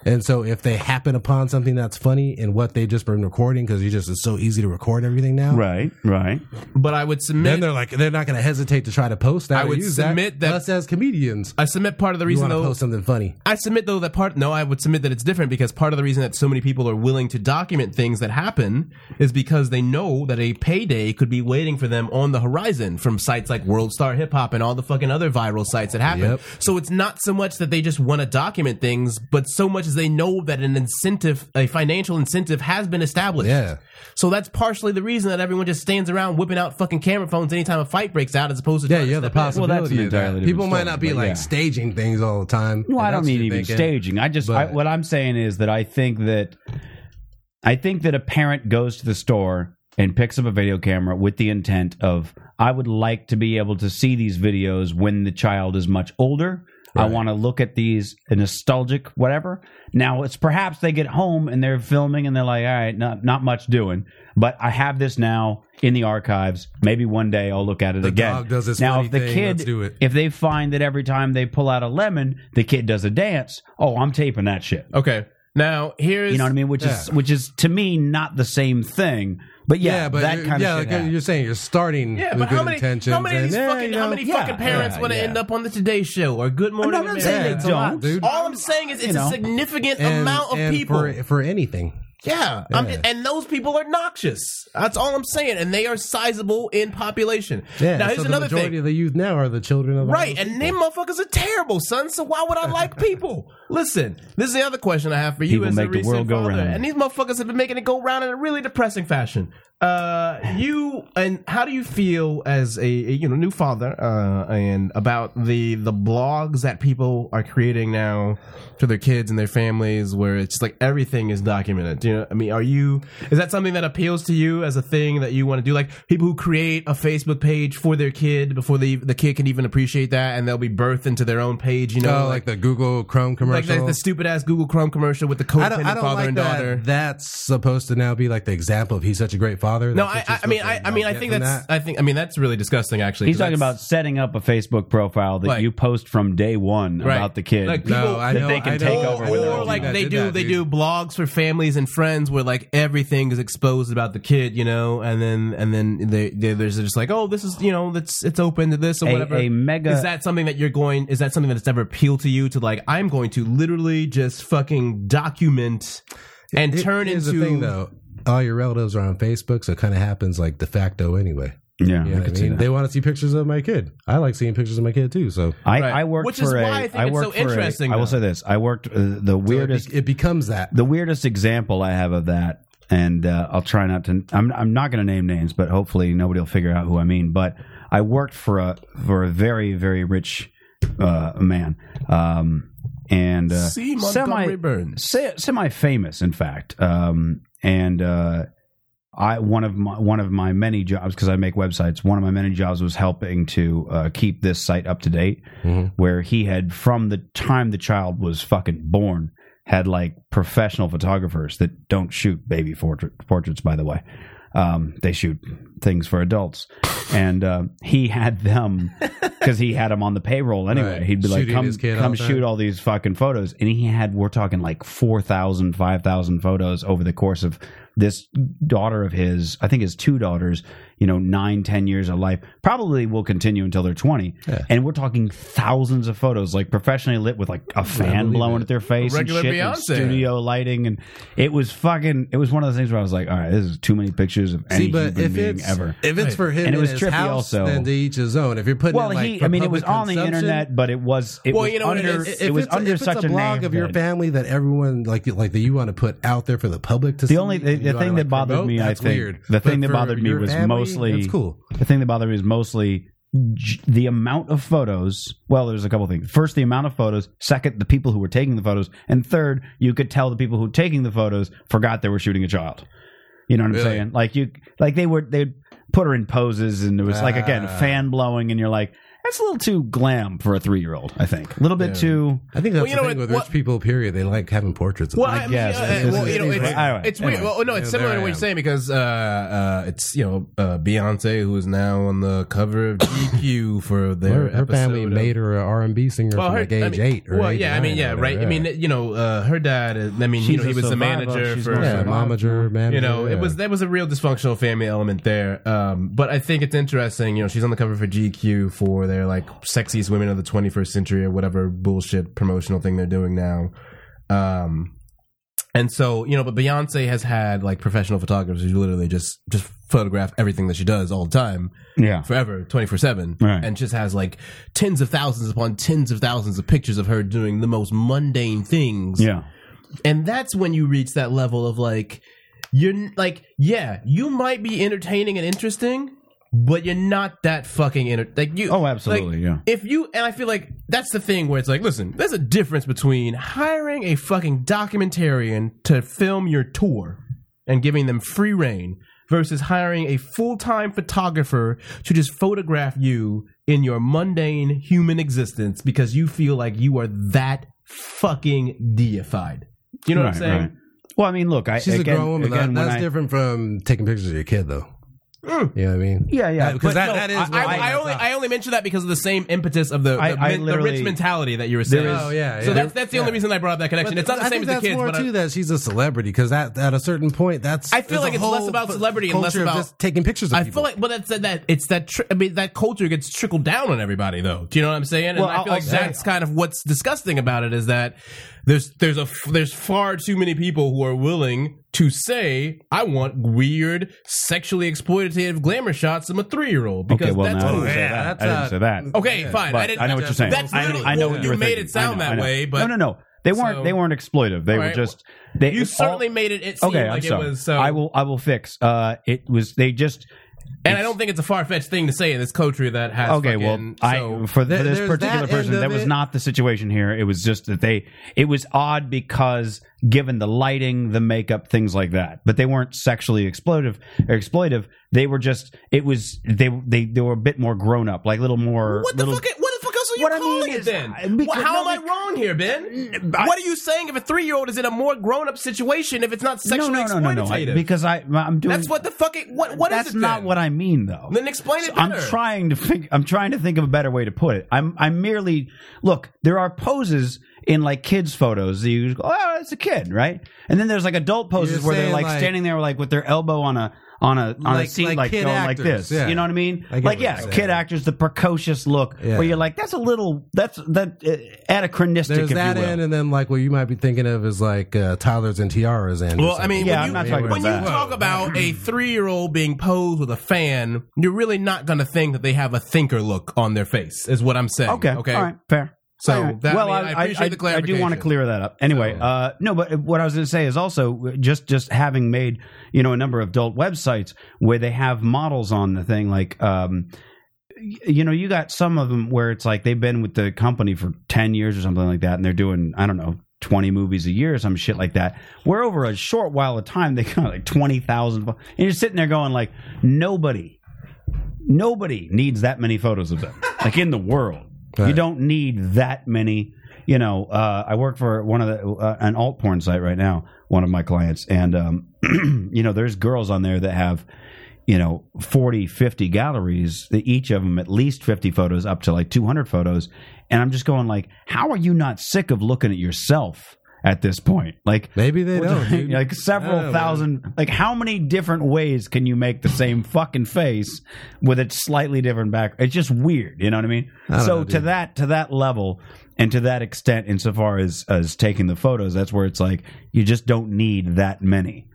and so if they happen upon something that's funny and what they've just been recording because you just it's so easy to record everything now
Right. Right.
But I would submit.
then they're like they're not going to hesitate to try to post that
I
or
would
use
submit that-
us as comedians
I submit part of the
we
reason
want to
though.
post something funny
I submit though that part. No, I would submit that it's different because part of the reason that so many people are willing to document things that happen is because they know that a payday could be waiting for them on the horizon from sites like World Star Hip Hop and all the fucking other viral sites that happen.
Yep.
So it's not so much that they just want to document things, but so much as they know that an incentive, a financial incentive, has been established.
Yeah.
So that's partially the reason that everyone just stands around whipping out fucking camera phones anytime a fight breaks out, as opposed to
yeah
trying to
you have the
step in.
possibility
Well, that's an
of that.
entirely different
people might
story,
not be
but
like
yeah.
staging things all the time
No, I
And
don't
that's
mean
what
even
you're thinking.
staging. I just I,
But-
what I'm saying is that I think that I think that a parent goes to the store and picks up a video camera with the intent of I would like to be able to see these videos when the child is much older. I want to look at these nostalgic whatever. Now it's perhaps they get home and they're filming and they're like, all right, not not much doing, but I have this now in the archives. Maybe one day I'll look at it
The
again.
dog does this
now
funny
if the
thing,
kid
let's do it.
if they find that every time they pull out a lemon, the kid does a dance, oh, I'm taping that shit.
Okay. Now here's
You know what I mean? Which is which is to me not the same thing. But yeah,
yeah, but
that
you're-
kind
yeah,
of shit.
like
happens.
you're saying you're starting
Yeah,
with
but
good
how many,
intentions.
how many of these
and, yeah,
fucking,
you know,
how many
yeah,
fucking parents
yeah,
want to
yeah.
end up on the Today Show or Good Morning
I'm not
America?
saying
it's
they
a lot,
don't.
dude.
All I'm saying is it's
know.
a significant
and-
amount of
and
people.
for, for anything.
yeah, I'm
Yeah.
just- and those people are noxious. That's all I'm saying, and they are sizable in population.
Yeah,
now
so
here's
the
another
majority
thing.
of the youth now are the children of all
Right,
those
and them motherfuckers are terrible, son. So why would I like people? Listen, this is the other question I have for you.
People
as
make
a
the
recent
world go
father,
round.
and these motherfuckers have been making it go round in a really depressing fashion. Uh, you and how do you feel as a, a, you know new father uh, and about the the blogs that people are creating now for their kids and their families, where it's just like everything is documented. You know, I mean, are you is that something that appeals to you as a thing that you want to do? Like people who create a Facebook page for their kid before the the kid can even appreciate that, and they'll be birthed into their own page. You know,
No, Oh, like, the Google Chrome
like
commercial.
the, the stupid ass Google Chrome commercial with the
I don't,
codependent
I don't
father
like
and
that.
daughter.
That's supposed to now be like the example of he's such a great father.
no,
That's
I,
what
I,
you're
I mean,
supposed
I,
to
I mean, I
get
think
from
that's,
that.
I think, I mean, that's really disgusting. Actually,
He's
'cause
talking
that's-
about setting up a Facebook profile that
Like-
you post from day one
Right.
about the kid.
Like,
No,
people
I
that
know,
they can
I
take
know,
over
I
with
know
their
or
own
like
people
they
that
do
that,
they do
dude.
blogs for families and friends where like everything is exposed about the kid you know and then and then they, they there's just like oh this is you know it's it's open to this or
A-
whatever
a mega-
is that something that you're going is that something that's ever appealed to you to like i'm going to literally just fucking document and
Here-
turn
here's
into
the thing though. All your relatives are on Facebook, so it kind of happens like de facto anyway.
Yeah,
You know
I
what I
could see
mean?
that.
They want to see pictures of my kid. I like seeing pictures of my kid too. So
I,
Right.
I worked
Which
for
is
a-
why I think
I
it's so
worked for a-
interesting,
I will
though.
say this: I worked uh, the weirdest.
it, be- it becomes that.
the weirdest example I have of that, and uh, I'll try not to. I'm I'm not going to name names, but hopefully nobody will figure out who I mean. But I worked for a for a very very rich uh, man, um, and uh,
See
semi
Montgomery Burns.
semi famous, in fact, um, and. Uh, I one of my one of my many jobs because I make websites. One of my many jobs was helping to uh, keep this site up to date, where he had from the time the child was fucking born had like professional photographers that don't shoot baby portrait, portraits. By the way, um, they shoot things for adults, and uh, he had them because he had them on the payroll anyway.
Right.
He'd be like,
Shooting
"Come,
his kid
come
all the
shoot
time.
all these fucking photos," and he had. We're talking like 4,000, 5,000 photos over the course of this daughter of his. I think his two daughters. You know, nine, ten years of life probably will continue until they're twenty, and we're talking thousands of photos, like professionally lit with like a fan blowing at their face,
Regular
and shit, and
Beyonce.
studio lighting, and it was fucking. It was one of those things where I was like, all right, this is too many pictures of any
See, but
human
if
being
it's
ever.
if it's for him
And it
in
was
his
trippy
house,
also.
then to each his own. If you're putting,
Well,
it, like,
he.
for
I mean, it was
public
on the
consumption-
internet, but it was. It
Well,
was
you know what it
under.
is?
It,
If
was
it's, a-
under
if
such
it's a blog
name
of your
that-
family that everyone like like that you want to put out there for the public to see.
The only the,
and you
the
wanna,
thing that
like,
bothered
promote,
me, I
that's
think,
weird.
the thing that
But for
bothered me
your
was
family,
mostly
it's cool.
The thing that bothered me was mostly j- the amount of photos. Well, there's a couple things. First, the amount of photos. Second, the people who were taking the photos. And third, you could tell the people who were taking the photos forgot they were shooting a child. You know what I'm
Really?
saying? Like you, like they were they put her in poses, and it was like again
Ah.
fan blowing, and you're like, that's a little too glam for a three year old. I think a little bit too.
I think that's
you
the
know what-
thing with
what-
rich people. Period, they like having portraits. of
Well,
them.
I,
guess,
mean,
I
uh, well,
guess.
you know, it's,
Anyway.
it's weird. Well, no, it's
Yeah,
similar
there
to
I
what you're
am.
saying because uh, uh, it's you know uh, Beyonce who is now on the cover of GQ for their
her, her
episode
family
of-
made her an R and B singer
Well,
from
her,
like
I
age
mean,
eight. Or
well,
age
yeah, I
nine
mean,
or
yeah,
whatever,
right. I mean, you know, uh, her dad. is- I mean,
She's
you know,
a
he was the
survivor.
manager
She's
for.
gonna
yeah,
Yeah.
momager, manager.
you know, it was
yeah.
that was a real dysfunctional family element there. Um, but I think it's interesting. You know, she's on the cover for GQ for their like sexiest women of the 21st century or whatever bullshit promotional thing they're doing now. Um, and so you know, but Beyonce has had like professional photographers who literally just just photograph everything that she does all the time
Yeah.
forever, twenty four seven,
Right.
and just has like tens of thousands upon tens of thousands of pictures of her doing the most mundane things
Yeah.
and that's when you reach that level of like you're n- like yeah you might be entertaining and interesting but you're not that fucking enter- like you
Oh,
like,
absolutely, yeah.
if you and i feel like that's the thing where it's like listen there's a difference between hiring a fucking documentarian to film your tour and giving them free reign versus hiring a full-time photographer to just photograph you in your mundane human existence because you feel like you are that fucking deified you know what i'm saying
Well, I mean, look, I
She's
again,
a grown woman.
again,
that,
when
that's
I-
different from taking pictures of your kid, though.
Mm.
You know what I mean?
Yeah, yeah, but
Because that,
no,
that is.
I-
what
I,
I'm
I only
about.
I only mentioned that because of the same impetus of the the,
I- I
men- the
literally-
rich mentality that you were
There
saying.
is-
Oh, yeah,
So
yeah.
that's that's the only reason I brought up that connection.
But
it's not the
I
same as
think
the kids,
That's more
but I-
too that she's a celebrity because that at a certain point that's.
I feel
there's
like
a
it's less
whole
about
fu-
celebrity and less
culture of
about-
just taking pictures. Of
I
people.
feel like, but that's that. that- It's that. Tr- I mean, that culture gets trickled down on everybody, though. Do you know what I'm saying? And
Well,
I feel
I'll-
like
I'll say-
that's kind of what's disgusting about it is that there's there's a f- there's far too many people who are willing to say, "I want weird, sexually exploitative glamour shots of a three year old." Because
okay, well,
that's
now I
what-
didn't say
yeah,
that.
that's uh,
I didn't
a-
say that.
okay, fine. I,
But
didn't,
I know what you're saying.
That's
I know,
literally-
I know what
you
were
made
thinking.
it sound
I know,
that
I know.
way, but
no, no, no. They weren't.
So-
they weren't exploitive. They
All
were
right,
just. They,
you
all-
certainly made it. It seemed
Okay, I'm
like
sorry.
it was. So
I will. I will fix. Uh, it was. They just.
and I don't think it's a far fetched thing to say in this culture that has.
Okay,
fucking-
well, I
so-
for, for
There-
this
there's
particular
that end
person,
of
that was
it.
not the situation here. It was just that they. It was odd because given the lighting, the makeup, things like that, but they weren't sexually exploitive or exploitive. They were just. It was they. They they were a bit more grown up, like little more.
What the
little,
fuck? What the fuck else are you
What I
calling
mean
it
is,
then?
uh, because-
Wha- how
no,
am I wrong here, Ben? what are you saying? If a three-year-old is in a more grown-up situation, if it's not sexually
I-
exploitative,
because I I'm doing
that's what the fuck. It, what what is
that's
it
not
then?
what I mean though.
Then explain it
I'm
better.
trying to think. I'm trying to think of a better way to put it. I'm I'm merely look. There are poses in like kids' photos. That you go, oh, it's a kid, right? And then there's like adult poses
You're
where they're
saying,
like,
like-
standing there like with their elbow on a on a on
Like-
a seat, like,
like kid
going like
actors,
this.
yeah.
You know what I mean?
I
like
get what you're
yeah,
saying.
kid actors, the precocious look
Yeah.
where you're like, that's a little that's that uh, anachronistic.
There's
if
that
you will.
end, and then like what you might be thinking of is like uh, Tyler's and Tiara's end. or
Well, I
something.
mean,
Yeah,
when
I'm
you,
not talking
when
about
you
that.
talk about a three-year-old being posed with a fan, you're really not going to think that they have a thinker look on their face. Is what I'm saying.
Okay.
Okay.
All right. Fair.
So
All right.
that- I mean, I appreciate the
do want to
clarification.
clear that up. Anyway, uh, no, but what I was going to say is also just just having made you know a number of adult websites where they have models on the thing, like um, y- you know, you got some of them where it's like they've been with the company for ten years or something like that, and they're doing I don't know 20 movies a year or some shit like that. Where over a short while of time, they got like 20,000. pho- And you're sitting there going, like, nobody, nobody needs that many photos of them. like in the world. You don't need that many. You know, uh, I work for one of the, uh, an alt porn site right now, one of my clients. And, um, you know, there's girls on there that have, you know 40 50 galleries each of them at least 50 photos up to like 200 photos and i'm just going like how are you not sick of looking at yourself at this point like
Maybe they don't. dude. Oh,
like several
I don't know,
thousand like how many different ways can you make the same fucking face with a slightly different back it's just weird you know what i mean
don't
so
know,
to
dude.
that to that level and to that extent insofar as as taking the photos that's where it's like you just don't need that many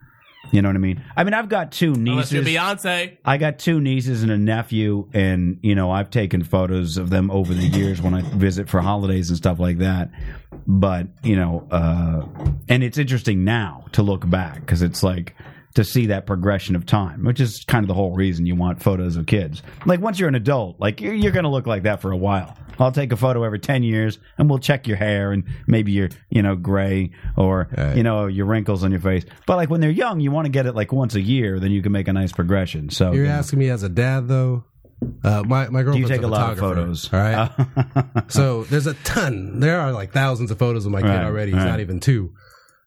you know what i mean i mean i've got two
Unless you're
nieces
Beyonce.
I got two nieces and a nephew, and you know I've taken photos of them over the years when I visit for holidays and stuff like that. But you know, uh, and it's interesting now to look back because it's like to see that progression of time, which is kind of the whole reason you want photos of kids. Like once you're an adult, like you're, you're going to look like that for a while. I'll take a photo every ten years, and we'll check your hair and maybe your you know gray or you know your wrinkles on your face. But like when they're young, you want to get it like once a year, then you can make a nice progression. So
You're
you know.
asking me as a dad, though. Uh, my my girlfriend's
you take a lot of
photographer,
photos? Uh,
All right. so there's a ton. There are like thousands of photos of my kid
Right,
already. He's
right.
not even two,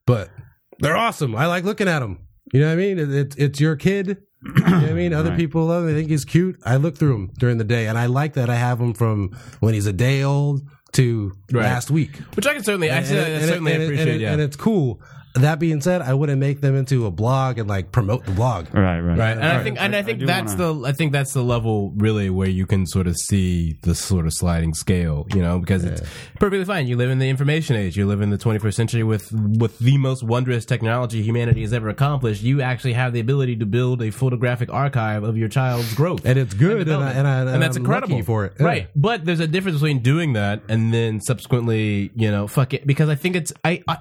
but they're awesome. I like looking at them. You know what I mean? It, it, it's your kid. You know what I mean? Other people love him. They think he's cute. I look through him during the day, and I like that I have him from when he's a day old to
Right.
last week.
Which I can certainly, I,
And-
I
and- and-
certainly
and- and-
appreciate.
and-
yeah,
and it's cool. That being said, I wouldn't make them into a blog and like promote the blog.
right, right,
right and i think and i think
do
that's
wanna-
the i think that's the level really where you can sort of see the sort of sliding scale you know because it's perfectly fine you live in the information age you live in the 21st century with with the most wondrous technology humanity has ever accomplished you actually have the ability to build a photographic archive of your child's growth
And it's good, and, I,
development.
and, I, and,
that's
I'm
incredible
lucky for it. Yeah.
right? But there's a difference between doing that and then subsequently, you know, fuck it, because I think it's I I,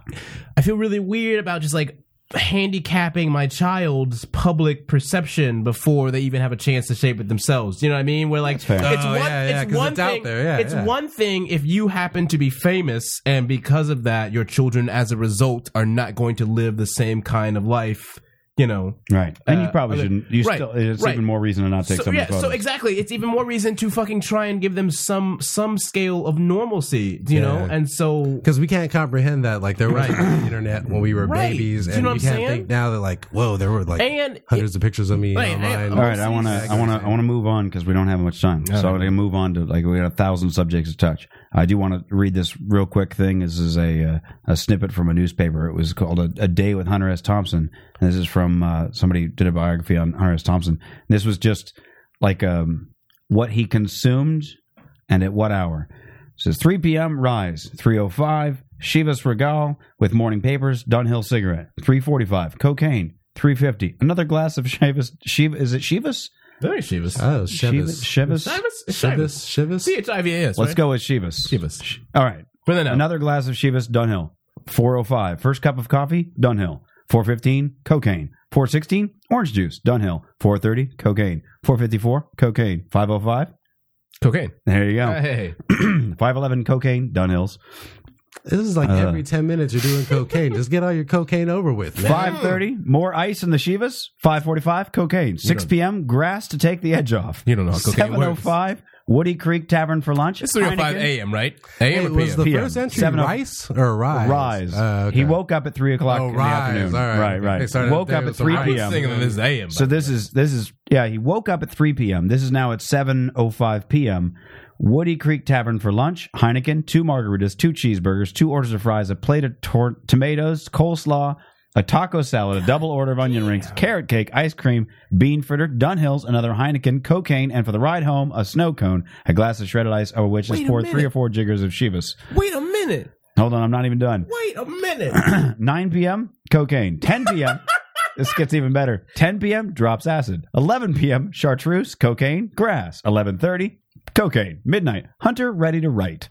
I feel really weird about just like handicapping my child's public perception before they even have a chance to shape it themselves. You know what I mean? Where like it's one,
fair.
Oh, yeah, yeah,
it's
'cause
one
it's out
thing,
there. Yeah,
it's
yeah.
one thing if you happen to be famous and because of that, your children as a result are not going to live the same kind of life. You know,
right. And you
Uh,
probably
okay.
shouldn't. You
Right,
still, it's
right.
even more reason to not take
so,
some
yeah,
photos.
so exactly. It's even more reason to fucking try and give them some some scale of normalcy, you know.
Yeah.
And so,
because we can't comprehend that like there wasn't the internet when we were
Right.
babies
Do you
and
know
you
what I'm
can't
saying?
think now that like whoa there were like
and
hundreds of pictures of me
Wait,
online
all right, I want to, I want to, I want to move on because we don't have much time. so I'm going to move on to like we got a thousand subjects to touch. I do want to read this real quick thing. This is a uh, a snippet from a newspaper. It was called a, a Day with Hunter S. Thompson. And this is from uh, somebody did a biography on Hunter S. Thompson. This was just like um, what he consumed and at what hour. It says 3 p.m. Rise 305 Shivas Regal with morning papers Dunhill cigarette 345 cocaine 350 another glass of Shivas Shiva is it Shivas
very Shivas.
Uh,
oh
Shivas.
shivas
Shivas.
Shivas,
shivas
Shivas,
shivas
C H I V A S.
Let's
right?
go with Shivas.
Shivas.
All right.
With an L.
Another glass of Shivas Dunhill. 405. First cup of coffee, Dunhill. 415, cocaine. 416, orange juice, Dunhill. 430, cocaine. 454, cocaine. 505,
cocaine. Uh,
there you go.
Hey,
511, cocaine, Dunhills.
this is like
Uh.
every 10 minutes you're doing cocaine just get all your cocaine over with man.
530, more ice in the Shivas. 545, cocaine. 6 p.m., grass to take the edge off.
You don't know how cocaine works.
705, Woody Creek Tavern for lunch.
it's three o five
Heineken.
a.m. Right?
Hey,
A.m. or
was
p.m.
the
PM.
first entry
Seven oh-
rice or rise
Rise.
Uh, okay.
He woke up at three o'clock
Oh,
in
rise.
the afternoon.
All right.
right, right.
They started
woke
the day
up at
with a
three
I
rise.
was
p.m.
thinking that this is a.m.
So
So
this is this is yeah. He woke up at 3 p.m. This is now at 7:05 p.m. Woody Creek Tavern for lunch. Heineken, two margaritas, two cheeseburgers, two orders of fries, a plate of tor- tomatoes, coleslaw, a taco salad, a double order of onion rings, carrot cake, ice cream, bean fritter, Dunhills, another Heineken, cocaine, and for the ride home, a snow cone, a glass of shredded ice, over which is
Wait a
poured three
minute.
or four jiggers of Shivas.
wait a minute.
Hold on, I'm not even done.
Wait a minute.
9 p.m. cocaine. 10 p.m. this gets even better. 10 p.m. drops acid. 11 p.m. chartreuse, cocaine, grass. 11:30 cocaine. Midnight hunter ready to write.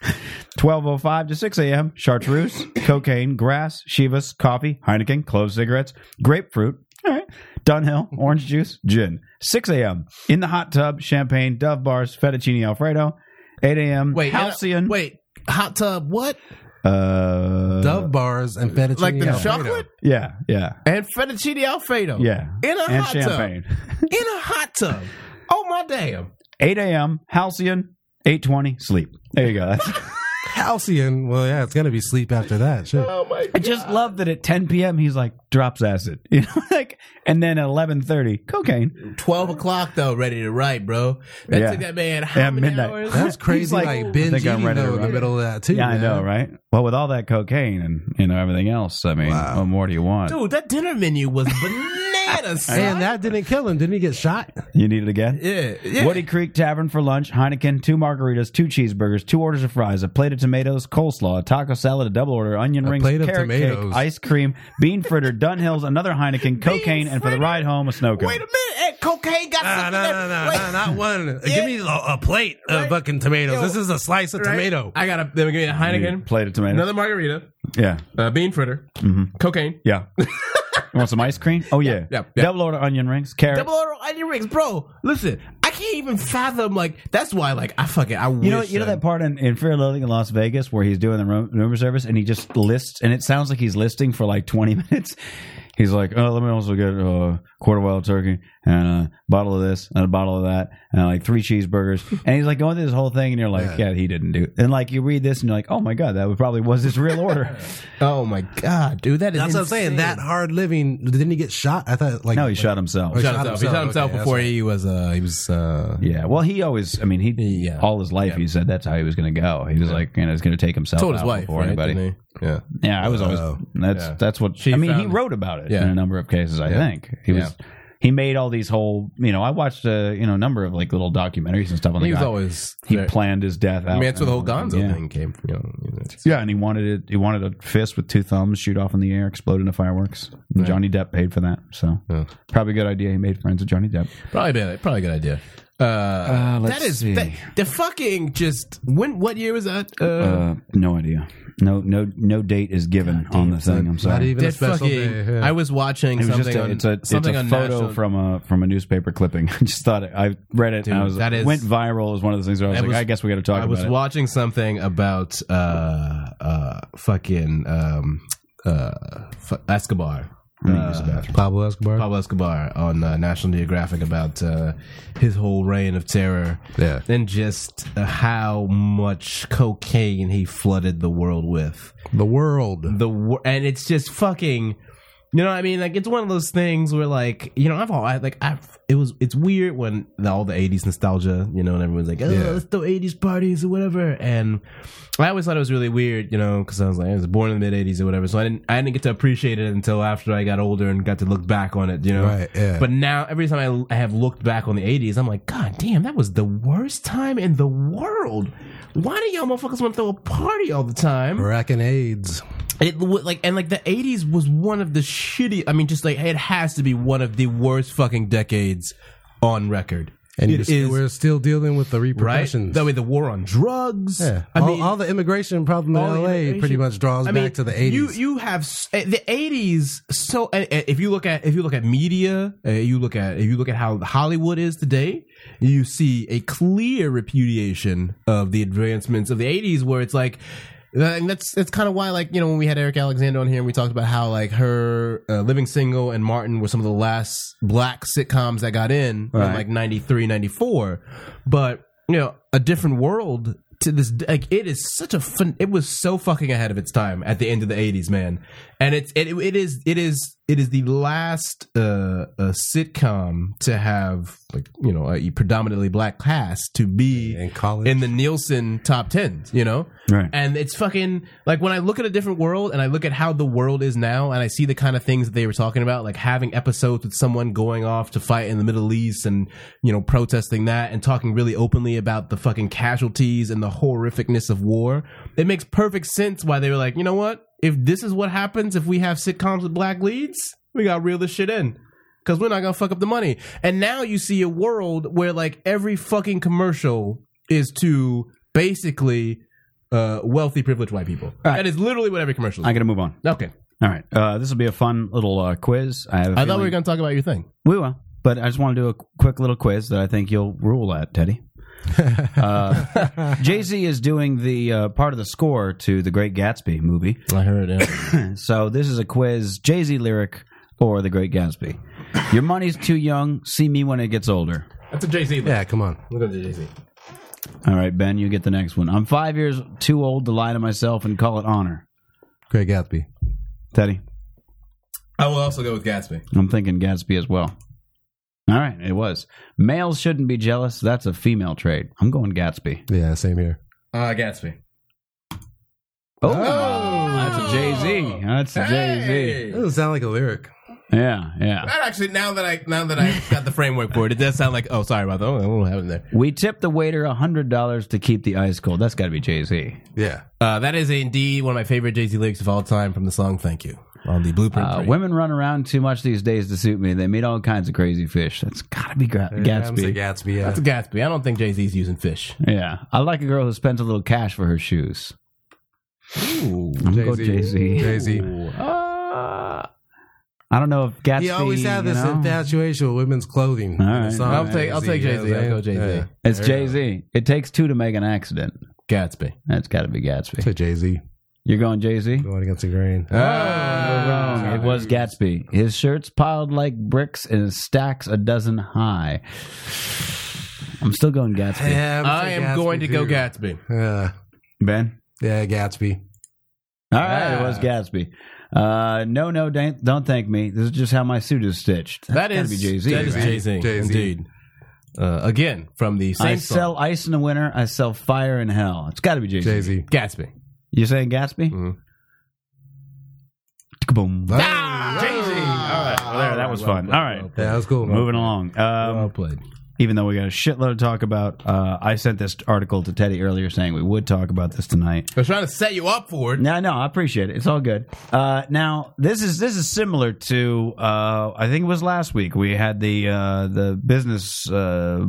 12:05 to 6 a.m. chartreuse, cocaine, grass, Shivas, coffee, Heineken, clove cigarettes, grapefruit. All right. Dunhill, orange juice, gin. 6 a.m. in the hot tub, champagne, Dove bars, fettuccine alfredo. 8 a.m.
Wait,
halcyon.
Wait, hot tub. What?
Uh,
Dove bars and fettuccine
like the
alfredo.
chocolate
Yeah, yeah,
and fettuccine alfredo.
yeah.
in a
and
hot
champagne.
tub. In a hot tub. Oh my damn!
8 a.m. Halcyon. 8:20. Sleep. There you go. That's,
Halcyon. Well, yeah, it's gonna be sleep after that. Shit.
I just love that at 10 p.m. he's like drops acid, you know, like, and then at 11:30 cocaine.
Twelve o'clock though, ready to write, bro. That
Yeah.
took that man how
Yeah,
many
midnight.
hours?
That's
He's
crazy.
like,
Like,
I
binge
think I'm
eating
ready to
though in the
run.
middle of that too.
Yeah, I
man.
know, right? Well, with all that cocaine and you know everything else, I mean, what more do you want?
Dude, that dinner menu was bananas. son.
And that didn't kill him. Didn't he get shot?
You need it again?
yeah, yeah.
Woody Creek Tavern for lunch, Heineken, two margaritas, two cheeseburgers, two orders of fries, a plate of tomatoes, coleslaw, a taco salad, a double order, onion
A
rings,
plate of
carrot cake,
tomatoes.
ice cream, bean fritter, Dunhills, another Heineken, cocaine, and for the
fritter?
ride home, a snow cone.
Wait a minute, hey, cocaine got
Nah,
something.
nah, nah,
that-
nah,
wait.
nah, not one. Give me a, a plate of fucking tomatoes.
Yo,
this is a slice of
Right?
tomato.
I got a. Give me a Heineken,
Plate of tomatoes.
another margarita,
yeah,
uh, bean fritter,
Mm-hmm.
cocaine,
yeah. you want some ice cream? Oh yeah.
yeah, yeah.
Double order onion rings, carrot.
double order onion rings, bro. Listen, I can't even fathom. Like that's why, like I fucking I
you know,
wish
you know
son.
that part in, in Fear and Loathing in Las Vegas where he's doing the room, room service and he just lists, and it sounds like he's listing for like twenty minutes. He's like, "Oh, let me also get a quarter wild turkey and a bottle of this and a bottle of that and like three cheeseburgers." And he's like going through this whole thing, and you're like, "Yeah, he didn't do." It. And like you read this, and you're like, "Oh my god, that probably was his real order."
Oh my god, dude, that is.
That's what I'm saying. That hard living. Didn't he get shot? I thought like
no, he shot himself.
He
He
shot
shot
himself. He
himself.
shot himself
Okay,
before
that's
he was. Uh, he was. Uh,
Yeah, well, he always, I mean, he
Yeah.
all his life he said that's how he was going to go. He was like, you know, it's going to take himself
told his
out
wife
before
right,
anybody.
didn't he? Yeah.
Yeah, I was always
Oh.
that's
Yeah.
that's what
She
I mean. He
found-
wrote about it
Yeah.
in a number of cases. I
Yeah.
think he was he made all these whole you know I watched a you know a number of like little documentaries and stuff on the
He was
guy.
always.
he
very-
planned his death out.
I mean, that's where the whole
and-
Gonzo
yeah.
thing came. from, You know, you know, it's-
Yeah, and he wanted it. He wanted a fist with two thumbs shoot off in the air, explode into fireworks. And Johnny Depp paid for that, so
Yeah.
probably a good idea. He made friends with Johnny Depp.
probably been, probably a good idea. Uh,
let's
that is
see.
that- the fucking just when what year was that? Uh,
Uh, no idea. No, no, no date is given on the thing. I'm sorry.
Not even a
that
special
fucking
day. Yeah.
I was watching
It was
something
just a,
on
it's a, it's
something
a
on
photo
national,
from a from a newspaper clipping. I just thought it, I read it
Dude,
and I was
that is-
went viral as one of those things where I was
I
like,
was-
I guess we got to talk
I was
about
watching something about uh uh fucking um uh f- Escobar.
it. Let me use the bathroom.
Pablo Escobar.
Pablo Escobar on uh, National Geographic about uh, his whole reign of terror.
Yeah.
And just uh, how much cocaine he flooded the world with.
The world.
The wor- and it's just fucking you know what I mean? Like it's one of those things where like, you know, I've all I, like I've it was it's weird when the, all the 80s nostalgia, you know, and everyone's like, "Oh,
Yeah.
let's throw 80s parties or whatever." And I always thought it was really weird, you know, cuz I was like I was born in the mid 80s or whatever. So I didn't I didn't get to appreciate it until after I got older and got to look back on it, you know.
Right, yeah.
But now every time I, I have looked back on the 80s, I'm like, God damn, that was the worst time in the world. Why do y'all motherfuckers want to throw a party all the time?
Racking AIDS.
It wa- like and like the eighties was one of the shitty. I mean, just like it has to be one of the worst fucking decades on record.
And
it
you're-
is
we're still dealing with the
right.
repercussions.
That way, the war on drugs.
Yeah.
I
all,
mean,
all the immigration problem in
all the
LA pretty
immigration-
much draws
Oh, I mean,
back to the 80s.
You you have s- eh, the eighties. So eh, eh, if you look at if you look at media, eh, you look at if you look at how Hollywood is today, you see a clear repudiation of the advancements of the eighties, where it's like. And that's that's kind of why, like you know, when we had Eric Alexander on here, and we talked about how like her uh, Living Single and Martin were some of the last black sitcoms that got in in
Right.
like 93, 94. But you know, a different world to this like it is such a fun it was so fucking ahead of its time at the end of the 80s man and it's it, it is it is it is the last uh, uh sitcom to have like you know a predominantly black cast to be
in college.
in the Nielsen top tens, you know?
Right.
And it's fucking like when I look at a different world and I look at how the world is now and I see the kind of things that they were talking about, like having episodes with someone going off to fight in the Middle East and, you know, protesting that and talking really openly about the fucking casualties and the horrificness of war. It makes perfect sense why they were like, you know what? If this is what happens if we have sitcoms with black leads, we gotta reel this shit in because we're not gonna fuck up the money. And now you see a world where like every fucking commercial is to basically uh, wealthy, privileged white people.
All right.
That is literally what every commercial.
I
Is.
got to move on.
okay,
All right, uh, this will be a fun little uh, quiz. I, have a
I thought we
feeling-
were gonna talk about your thing.
We will, but I just want to do a quick little quiz that I think you'll rule at, Teddy. Uh, Jay Z is doing the uh, part of the score to the Great Gatsby movie.
I heard it.
So this is a quiz: Jay Z lyric or the Great Gatsby. Your money's too young. See me when it gets older.
That's a Jay Z.
Yeah, come on.
Look at Jay Z.
All right, Ben, you get the next one. I'm five years too old to lie to myself and call it honor.
Greg Gatsby.
Teddy,
I will also go with Gatsby.
I'm thinking Gatsby as well. All right, it was. Males shouldn't be jealous. That's a female trait. I'm going Gatsby.
Yeah, same here.
Uh, Gatsby.
Oh, that's a Jay Z. That's a Jay Z.
Hey!
Doesn't sound like a lyric.
Yeah, yeah.
That actually, now that I now that I got the framework for it, it does sound like. Oh, sorry about that. Oh, I don't have it there.
We tipped the waiter hundred dollars to keep the ice cold. That's got to be Jay Z.
Yeah.
Uh, that is indeed one of my favorite Jay Z lyrics of all time from the song "Thank You" on the Blueprint.
Uh,
three.
women run around too much these days to suit me. They meet all kinds of crazy fish. That's got to be Gra-
Yeah, I'm saying
Gatsby.
Gatsby, yeah.
That's a Gatsby. I don't think Jay Z's using fish.
Yeah, I like a girl who spends a little cash for her shoes.
Ooh.
I'm going Jay Z.
Jay-Z.
Uh, I don't know if Gatsby.
He always had this
you know?
infatuation with women's clothing.
All right.
The song
I'll take- I'll take
Jay-Z,
Jay-Z. I'll go
you know what I'm saying?
Jay-Z.
Yeah.
It's Jay Z. It takes two to make an accident.
Gatsby.
That's got to be
To
Gatsby.
Jay Z.
You're going Jay Z.
Going against the grain.
Oh,
Ah,
Wrong. It was Gatsby. His shirts piled like bricks and his stacks a dozen high. I'm still going Gatsby.
Yeah, I'm gonna
I
say
am
Gatsby,
going to go
too.
Gatsby.
Yeah.
Ben.
Yeah, Gatsby.
All right,
Yeah.
it was Gatsby. Uh, no, no, don't, don't thank me. This is just how my suit is stitched.
That
gotta
is
be Jay Z.
That is Jay Z.
Jay-Z.
Indeed. Uh, again from the same
I
song.
sell ice in the winter. I sell fire in hell. It's got to be Jay
Jay
Z.
Z.
Gatsby.
You saying Gatsby?
Mhm.
Kaboom.
Jay Z. All right.
Well, Oh, there, that was fun. All right.
Yeah, that was cool.
Moving along.
Well
Um,
played.
even though we got a shitload to talk about, uh, I sent this article to Teddy earlier saying we would talk about this tonight.
I was trying to set you up for it.
No, no, I appreciate it. It's all good. Uh, now this is this is similar to uh, I think it was last week we had the uh, the business uh,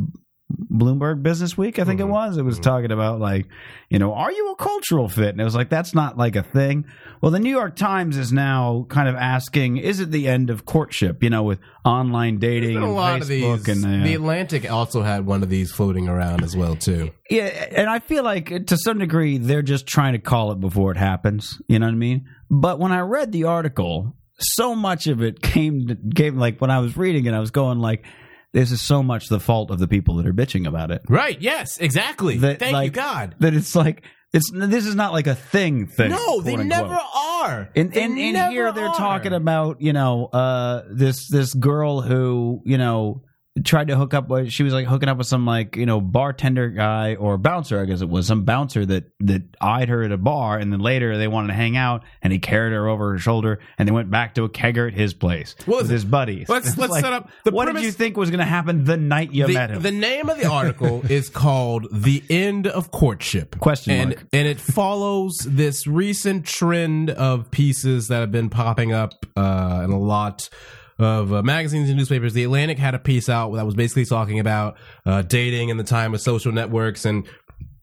Bloomberg Business Week. I think
Mm-hmm.
it was. It was talking about like you know are you a cultural fit? And it was like that's not like a thing. Well, the New York Times is now kind of asking is it the end of courtship? You know, with online dating
There are
and
a lot of
Facebook
these.
and uh,
the Atlantic also had one of these floating around as well too.
yeah, and I feel like uh, to some degree they're just trying to call it before it happens. You know what I mean? But when I read the article, so much of it came to, came like when I was reading it, I was going like, "This is so much the fault of the people that are bitching about it."
Right. Yes. Exactly.
That,
Thank you,
like,
God.
That it's like it's this is not like a thing thing.
No, they
quote-unquote.
never are.
And
They
and, and
never
here they're
are.
talking about you know uh, this this girl who you know tried to hook up with she was like hooking up with some like you know bartender guy or bouncer I guess it was some bouncer that that eyed her at a bar and then later they wanted to hang out and he carried her over her shoulder and they went back to a kegger at his place
What was
with
it?
his buddies.
Let's-
It's
let's
like,
set up the
what did
premise-
you think was going to happen the night you met
The,
him?
the name of the article is called "The End of Courtship."
Question
and
mark.
and it follows this recent trend of pieces that have been popping up uh, in a lot of uh, magazines and newspapers. The Atlantic had a piece out that was basically talking about uh, dating in the time of social networks and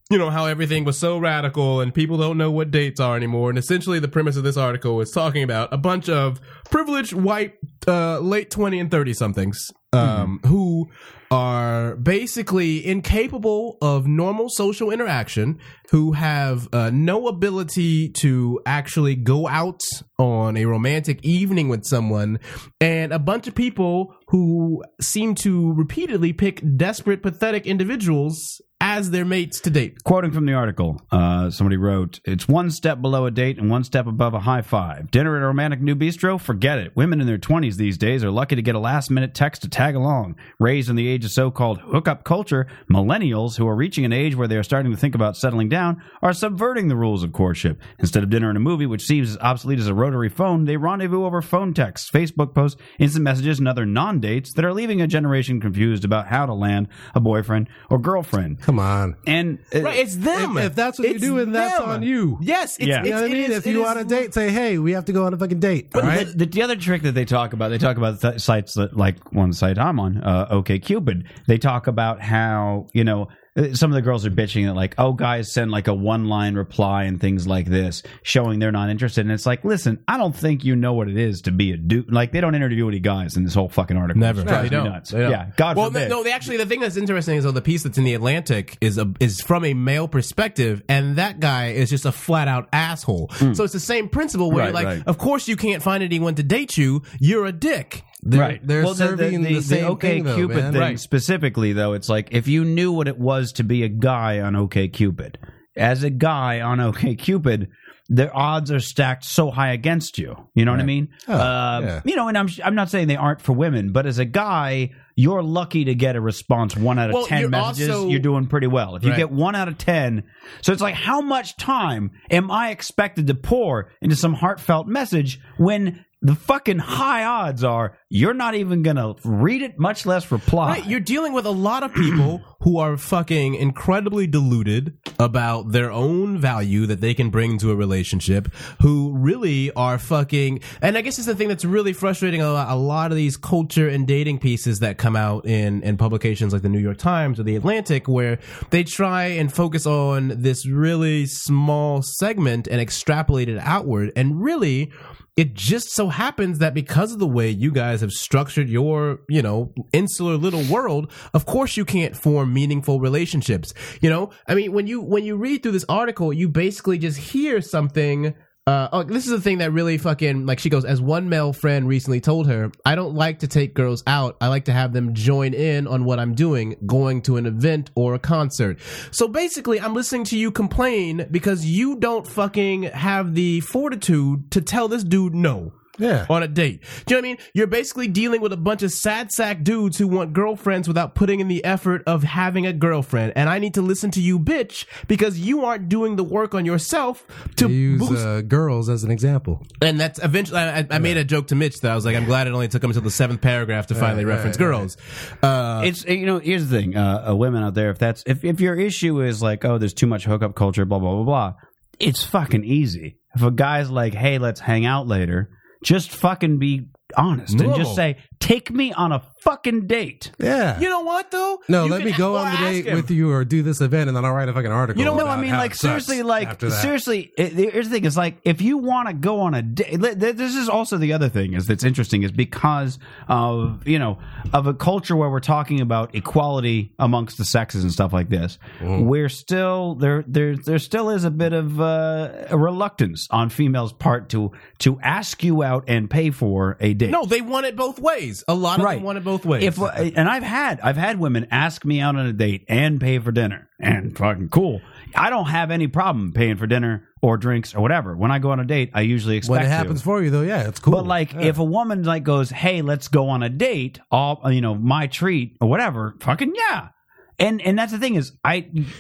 you know how everything was so radical and people don't know what dates are anymore and essentially the premise of this article is talking about a bunch of privileged white uh, late 20 and 30 somethings um, who are basically incapable of normal social interaction who have uh, no ability to actually go out on a romantic evening with someone and a bunch of people who seem to repeatedly pick desperate pathetic individuals as their mates to date
Quoting from the article, uh, somebody wrote, It's one step below a date and one step above a high five. Dinner at a romantic new bistro? Forget it. Women in their 20s these days are lucky to get a last minute text to tag along. Raised in the age of so called hookup culture, millennials who are reaching an age where they are starting to think about settling down are subverting the rules of courtship. Instead of dinner and a movie, which seems as obsolete as a rotary phone, they rendezvous over phone texts, Facebook posts, instant messages, and other non dates that are leaving a generation confused about how to land a boyfriend or girlfriend.
Come on.
And uh,
Right, it's them.
If- if that's what you
It's
do, then that's
them.
on you.
Yes, it's,
Yeah.
it's
You know what I
it
mean?
is-
if
it
you
is-
want a date, say, hey, we have to go on a fucking date. All right?
The, the other trick that they talk about, they talk about th- sites that, like one site I'm on, uh, OKCupid. They talk about how you know uh, some of the girls are bitching that like, oh, guys send like a one line reply and things like this, showing they're not interested. And it's like, listen, I don't think you know what it is to be a dude. Like they don't interview any guys in this whole fucking article.
Never.
It drives
they
me
don't.
nuts.
They don't.
Yeah, God
well,
forbid.
no, they actually, the thing that's interesting is though the piece that's in the Atlantic is a, is from a male perspective, and that guy is just a flat out asshole. So it's the same principle where,
Hmm. Right,
you're like,
right.
of course you can't find anyone to date you. You're a dick.
They're,
right.
They're serving the, same
OK
thing, though,
Cupid
man.
thing specifically, though, it's like if you knew what it was to be a guy on OK Cupid, as a guy on OK Cupid, the odds are stacked so high against you. You know what I mean? uh,
Oh, yeah.
You know, and I'm I'm not saying they aren't for women, but as a guy, you're lucky to get a response one out of
Well,
ten
you're
messages.
also-
you're doing pretty well. If you
Right.
get one out of ten, so it's like how much time am I expected to pour into some heartfelt message when? The fucking high odds are you're not even gonna read it, much less reply.
Right, you're dealing with a lot of people who are fucking incredibly deluded about their own value that they can bring to a relationship, who really are fucking. And I guess it's the thing that's really frustrating a lot, a lot of these culture and dating pieces that come out in, in publications like the New York Times or the Atlantic, where they try and focus on this really small segment and extrapolate it outward. And really, it just so happens that because of the way you guys have structured your you know insular little world of course you can't form meaningful relationships you know i mean when you when you read through this article you basically just hear something uh, oh, this is the thing that really fucking like she goes as one male friend recently told her i don't like to take girls out i like to have them join in on what i'm doing going to an event or a concert so basically i'm listening to you complain because you don't fucking have the fortitude to tell this dude no
Yeah.
on a date. Do you know what I mean? You're basically dealing with a bunch of sad sack dudes who want girlfriends without putting in the effort of having a girlfriend. And I need to listen to you, bitch, because you aren't doing the work on yourself to
They use
boost
uh, girls as an example.
and that's eventually I, I- I made a joke to mitch that i was like i'm glad it only took him until the seventh paragraph to finally reference girls uh,
it's you know here's the thing uh, uh women out there if that's if, if your issue is like oh there's too much hookup culture blah blah blah blah it's fucking easy if a guy's like hey let's hang out later just fucking be honest and
Normal.
just say take me on a fucking date
Yeah.
you know what though
no,
You
let me
can-
go
well,
on the
ask
date
him.
with you or do this event and then I'll write a fucking article.
you know what
about
I mean?
how
Like
it sucks
seriously, like
after that.
seriously. It, here's the thing: is like if you want to go on a date. li- th- This is also the other thing is that's interesting is because of you know of a culture where we're talking about equality amongst the sexes and stuff like this.
Mm.
We're still there. There there still is a bit of uh, a reluctance on females' part to to ask you out and pay for a date.
no they want it both ways a lot of them want it both ways
If uh, and I've had I've had women ask me out on a date and pay for dinner and fucking cool. I don't have any problem paying for dinner or drinks or whatever. When I go on a date, I usually expect
When it happens
To.
for you, though, yeah, it's cool.
But like, if a woman like goes, "Hey, let's go on a date," all you know, my treat or whatever, fucking yeah. And and that's the thing is, I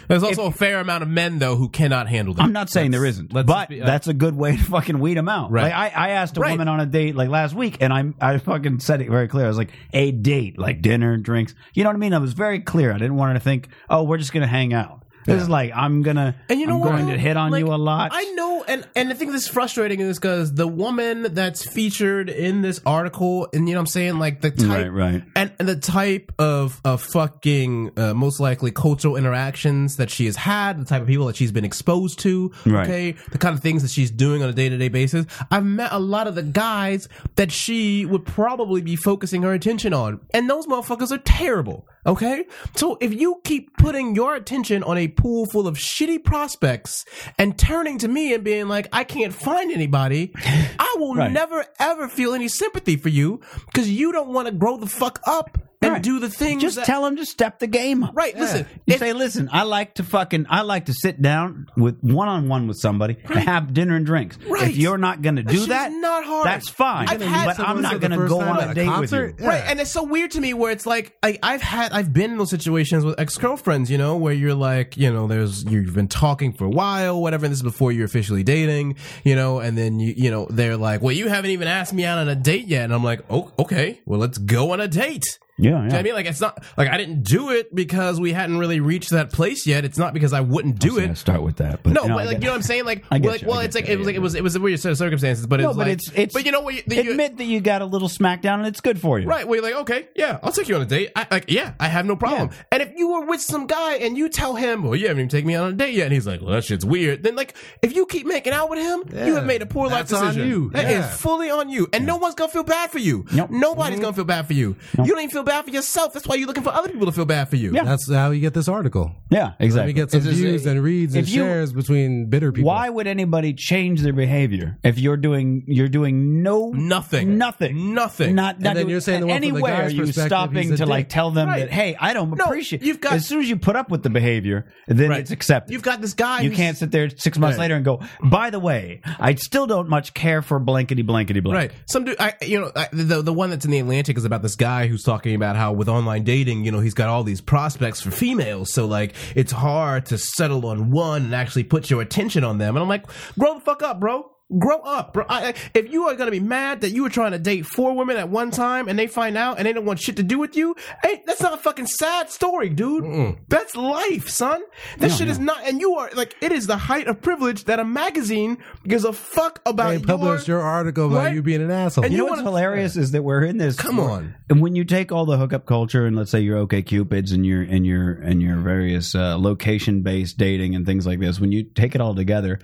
there's also a fair amount of men though who cannot handle that
I'm not saying there isn't,
let's
but
just be-
that's a good way to fucking weed them out.
Right.
Like I, I asked a
Right.
woman on a date like last week, and I'm I fucking said it very clear. I was like a date, like dinner, drinks. You know what I mean? I was very clear. I didn't want her to think, oh, we're just gonna hang out. This is like I'm gonna,
And you know
I'm
what?
going
though?
to hit on
Like,
you a lot.
I know, and and I think this is frustrating is because the woman that's featured in this article, and you know, what I'm saying like the type,
Right, right.
and, and the type of of fucking uh, most likely cultural interactions that she has had, the type of people that she's been exposed to,
Right.
okay, the kind of things that she's doing on a day to day basis. I've met a lot of the guys that she would probably be focusing her attention on, and those motherfuckers are terrible. Okay, so if you keep putting your attention on a pool full of shitty prospects and turning to me and being like, "I can't find anybody," I will
Right.
never ever feel any sympathy for you because you don't want to grow the fuck up and
Right.
do the things.
Just
that-
tell him to step the game up.
Right, listen,
You
if-
say, listen, I like to fucking, I like to sit down with one on one with somebody and have dinner and drinks.
Right.
If you're not going to do
shit's
that,
not hard.
That's fine.
I've had
but I'm
someone
not
for
the
going to
first
go
time
on
at
a
a
date
concert?
with you.
Yeah.
Right, and it's so weird to me where it's like I, I've had I've been in those situations with ex girlfriends, you know, where you're like, you know, there's you've been talking for a while, whatever. And this is before you're officially dating, you know, and then you you know they're like, well, you haven't even asked me out on a date yet, and I'm like, oh, okay, well, let's go on a date. Do
Yeah,
you know what
yeah.
I mean, like it's not like I didn't do it because we hadn't really reached that place yet. It's not because I wouldn't do
I
it.
start with that, but
No,
I
but like
get-
you know what I'm saying. Like,
I get
like
you, I
well,
get
it's like
you,
it was
yeah,
like it was it was a weird set of circumstances, but it's
No, but
like
it's, it's
but you know what? You, you-
admit that you got a little smackdown and it's good for you.
Right, where you're like, okay, yeah, I'll take you on a date. I, like, yeah, I have no problem.
Yeah.
And if you were with some guy and you tell him, well, you haven't even taken me out on a date yet, and he's like, well, that shit's weird, then, like, if you keep making out with him, you have made a poor life
that's on
decision.
you.
That is
Yeah. Mm-hmm.
fully on you. And no one's going to feel bad for you.
Nope.
Nobody's going to feel bad for you. You don't even feel bad for yourself. That's why you're looking for other people to feel bad for you.
Yeah.
That's how you get this article.
Yeah,
Let me
exactly.
get some
It's just-
views and reads and
if you-
shares between bitter people.
Why would anybody change their behavior if you're doing you're doing no
Nothing.
nothing,
Nothing.
Not, not
then
doing-
you're saying the one from the
anywhere
guy's
are you
perspective,
stopping
he's a
to like
dick.
tell them
Right.
that hey, I don't
No,
appreciate.
you've got-
as soon as you put up with the behavior, then
Right.
it's accepted.
You've got this guy
You
who's-
can't sit there six months
Right.
later and go. By the way, I still don't much care for blankety blankety blank.
Right. Some dude, I, you know, I, the the one that's in the Atlantic is about this guy who's talking about how with online dating, you know, he's got all these prospects for females, so like it's hard to settle on one and actually put your attention on them. And I'm like, grow the fuck up, bro. Grow up, bro. I, I- if you are gonna be mad that you were trying to date four women at one time and they find out and they don't want shit to do with you, hey, that's not a fucking sad story, dude. That's life, son. That shit is not. And you are like, it is the height of privilege that a magazine gives a fuck about.
They published your article about
Right.
you being an asshole.
And
You know
You
what's
wanna-
hilarious is that we're in this.
Come on.
And when you take all the hookup culture and let's say your OK Cupids and your and your and your various uh, location based dating and things like this, when you take it all together,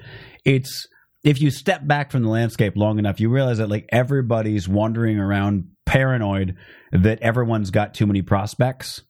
it's if you step back from the landscape long enough, you realize that like everybody's wandering around paranoid that everyone's got too many prospects.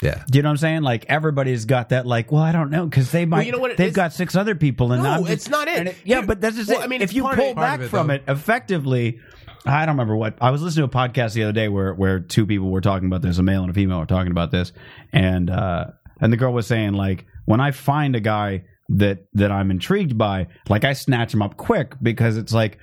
Yeah.
Do you know what I'm saying? Like everybody's got that. Like, well, I don't know because they might.
you know what it
they've
is?
got six other people, and
No,
I'm just-
it's not it.
and yeah,
You-
but that's just
well,
it.
I mean,
if
it's
you
part of
pull
it.
back
Part of it,
from
though.
it effectively, I don't remember what I was listening to a podcast the other day where where two people were talking about this, a male and a female were talking about this, and uh, and the girl was saying like, when I find a guy that that I'm intrigued by, like I snatch him up quick because it's like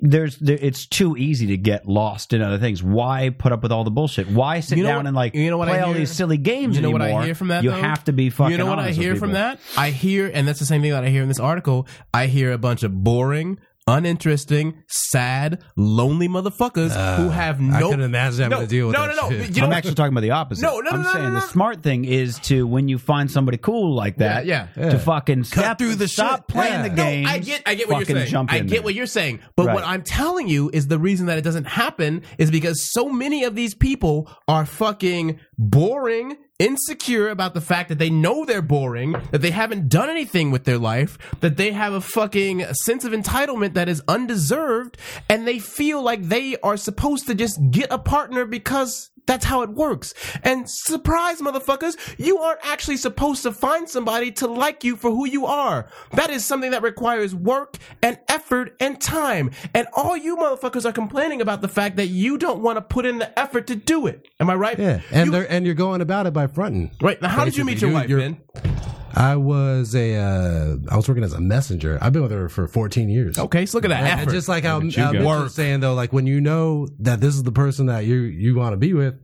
there's there, it's too easy to get lost in other things. Why put up with all the bullshit? Why sit
You know
down
what-
and like
you know what I
play all
hear?
these silly games
You know
anymore?
what I hear from that?
You
though?
have to be fucking.
You know what I
honest with
hear from
people.
that? I hear, and that's the same thing that I hear in this article. I hear a bunch of boring, uninteresting, sad, lonely motherfuckers who have no.
Uh, I couldn't imagine having
no,
to deal with
no,
that
no, no.
shit.
You know
I'm
what-
actually talking about the opposite.
No, no, no,
I'm
no,
saying
no, no.
the smart thing is to when you find somebody cool like that,
Yeah, yeah.
to fucking
Cut
step-
through the
stop
shit.
playing
Yeah.
the
No,
game.
I get, I get what you're
fucking
saying.
jump
I
in
get
there.
what you're saying. But
Right.
what I'm telling you is the reason that it doesn't happen is because so many of these people are fucking boring, insecure about the fact that they know they're boring, that they haven't done anything with their life, that they have a fucking sense of entitlement that is undeserved, and they feel like they are supposed to just get a partner because that's how it works. And surprise, motherfuckers, you aren't actually supposed to find somebody to like you for who you are. That is something that requires work and effort and time. And all you motherfuckers are complaining about the fact that you don't want to put in the effort to do it. Am I right?
Yeah, and
You-
they're and you're going about it by fronting.
right. Now, how did you meet your
Basically,
wife,
you're-
Ben?
I was a uh, I was working as a messenger. I've been with her for 14 years.
Okay, so look at that
And- and
Oh, effort.
just like how
at you
uh,
go.
Mitch
Work.
was saying though, like when you know that this is the person that you you want to be with,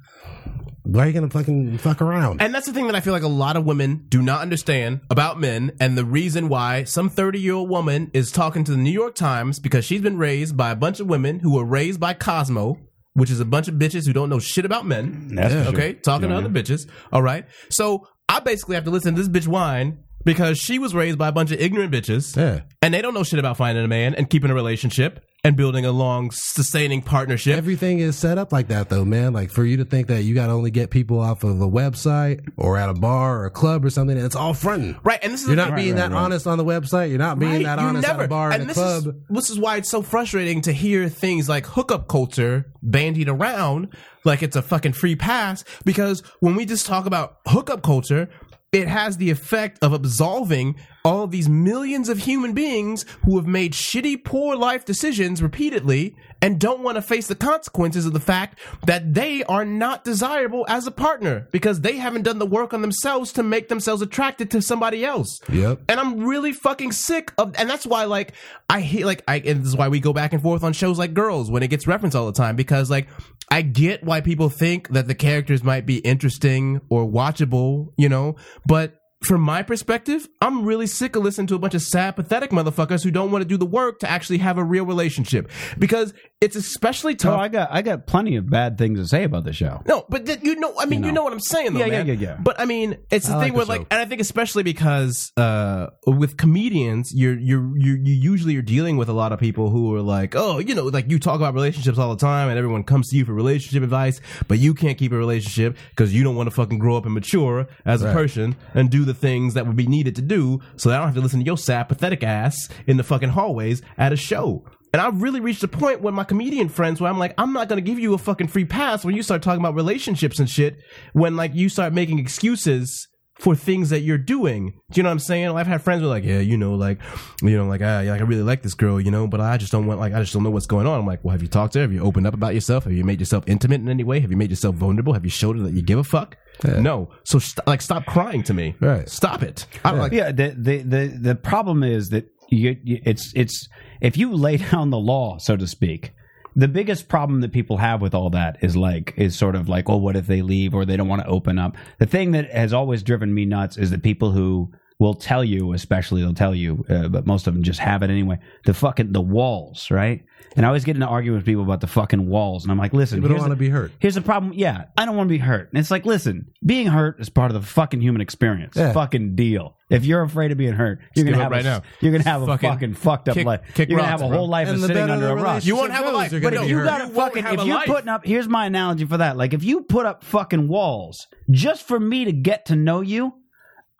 why are you gonna fucking fuck around?
And that's the thing that I feel like a lot of women do not understand about men, and the reason why some 30 year old woman is talking to the New York Times because she's been raised by a bunch of women who were raised by Cosmo, which is a bunch of bitches who don't know shit about men.
That's for sure.
okay, talking to other bitches. All right. So I basically have to listen to this bitch whine because she was raised by a bunch of ignorant bitches
Yeah.
and they don't know shit about finding a man and keeping a relationship and building a long, sustaining partnership.
Everything is set up like that though, man. Like for you to think that you gotta only get people off of a website or at a bar or a club or something, it's all fronting.
right. And this is
You're
the
not
thing-
being that honest on the website. You're not being
Right,
that
you
honest at a bar and, a
this
club.
Is, this is why it's so frustrating to hear things like hookup culture bandied around like it's a fucking free pass. Because when we just talk about hookup culture, it has the effect of absolving all of these millions of human beings who have made shitty, poor life decisions repeatedly and don't want to face the consequences of the fact that they are not desirable as a partner because they haven't done the work on themselves to make themselves attracted to somebody else.
Yep.
And I'm really fucking sick of, and that's why, like, I hate, like, I, and this is why we go back and forth on shows like Girls when it gets referenced all the time because, like, I get why people think that the characters might be interesting or watchable, you know, but from my perspective, I'm really sick of listening to a bunch of sad, pathetic motherfuckers who don't want to do the work to actually have a real relationship because it's especially
So
tough.
I got I got plenty of bad things to say about the show.
No, but th- you know, I mean, you know, what I'm saying, though,
Yeah, yeah,
man.
yeah, yeah.
But I mean, it's the
I
thing
like
where,
the
like,
show.
and I think especially because uh, with comedians, you're you're you you usually are dealing with a lot of people who are like, oh, you know, like you talk about relationships all the time, and everyone comes to you for relationship advice, but you can't keep a relationship because you don't want to fucking grow up and mature as a person and do the things that would be needed to do, so that I don't have to listen to your sad, pathetic ass in the fucking hallways at a show. And I've really reached a point with my comedian friends where I'm like, I'm not gonna give you a fucking free pass when you start talking about relationships and shit. When like you start making excuses for things that you're doing. Do you know what I'm saying? I've had friends who are like, yeah, you know, like, you know, like, ah, yeah, like I really like this girl, you know, but I just don't want, like, I just don't know what's going on. I'm like, well, have you talked to her? Have you opened up about yourself? Have you made yourself intimate in any way? Have you made yourself vulnerable? Have you showed her that you give a fuck? No. So st- like, stop crying to me.
Right.
Stop it. I don't like.
Yeah, the the the, the problem is that you, you it's it's if you lay down the law, so to speak. The biggest problem that people have with all that is like is sort of like, well, what if they leave or they don't want to open up? The thing that has always driven me nuts is the people who will tell you, especially they'll tell you, uh, but most of them just have it anyway. The fucking the walls, right? And I always get into arguments with people about the fucking walls, and I'm like, listen,
People don't
here's
want to
the-
be hurt.
Here's the problem. Yeah, I don't want to be hurt. And it's like, listen, being hurt is part of the fucking human experience.
Yeah.
Fucking deal. If you're afraid of being hurt, you're
give
gonna
up
have
right
a,
now.
You're gonna have
Fucking
a fucking fucked up
kick-
life.
kick
you're gonna
rocks,
have a
bro.
whole life of
And the
sitting
better
under
the
a rock.
relationship
You won't have a
goes,
life,
you're
but
gonna
if
be
you
hurt.
got-
gotta
won't
fucking
have
if
a
you
life.
putting up here's my analogy for that. Like if you put up fucking walls just for me to get to know you,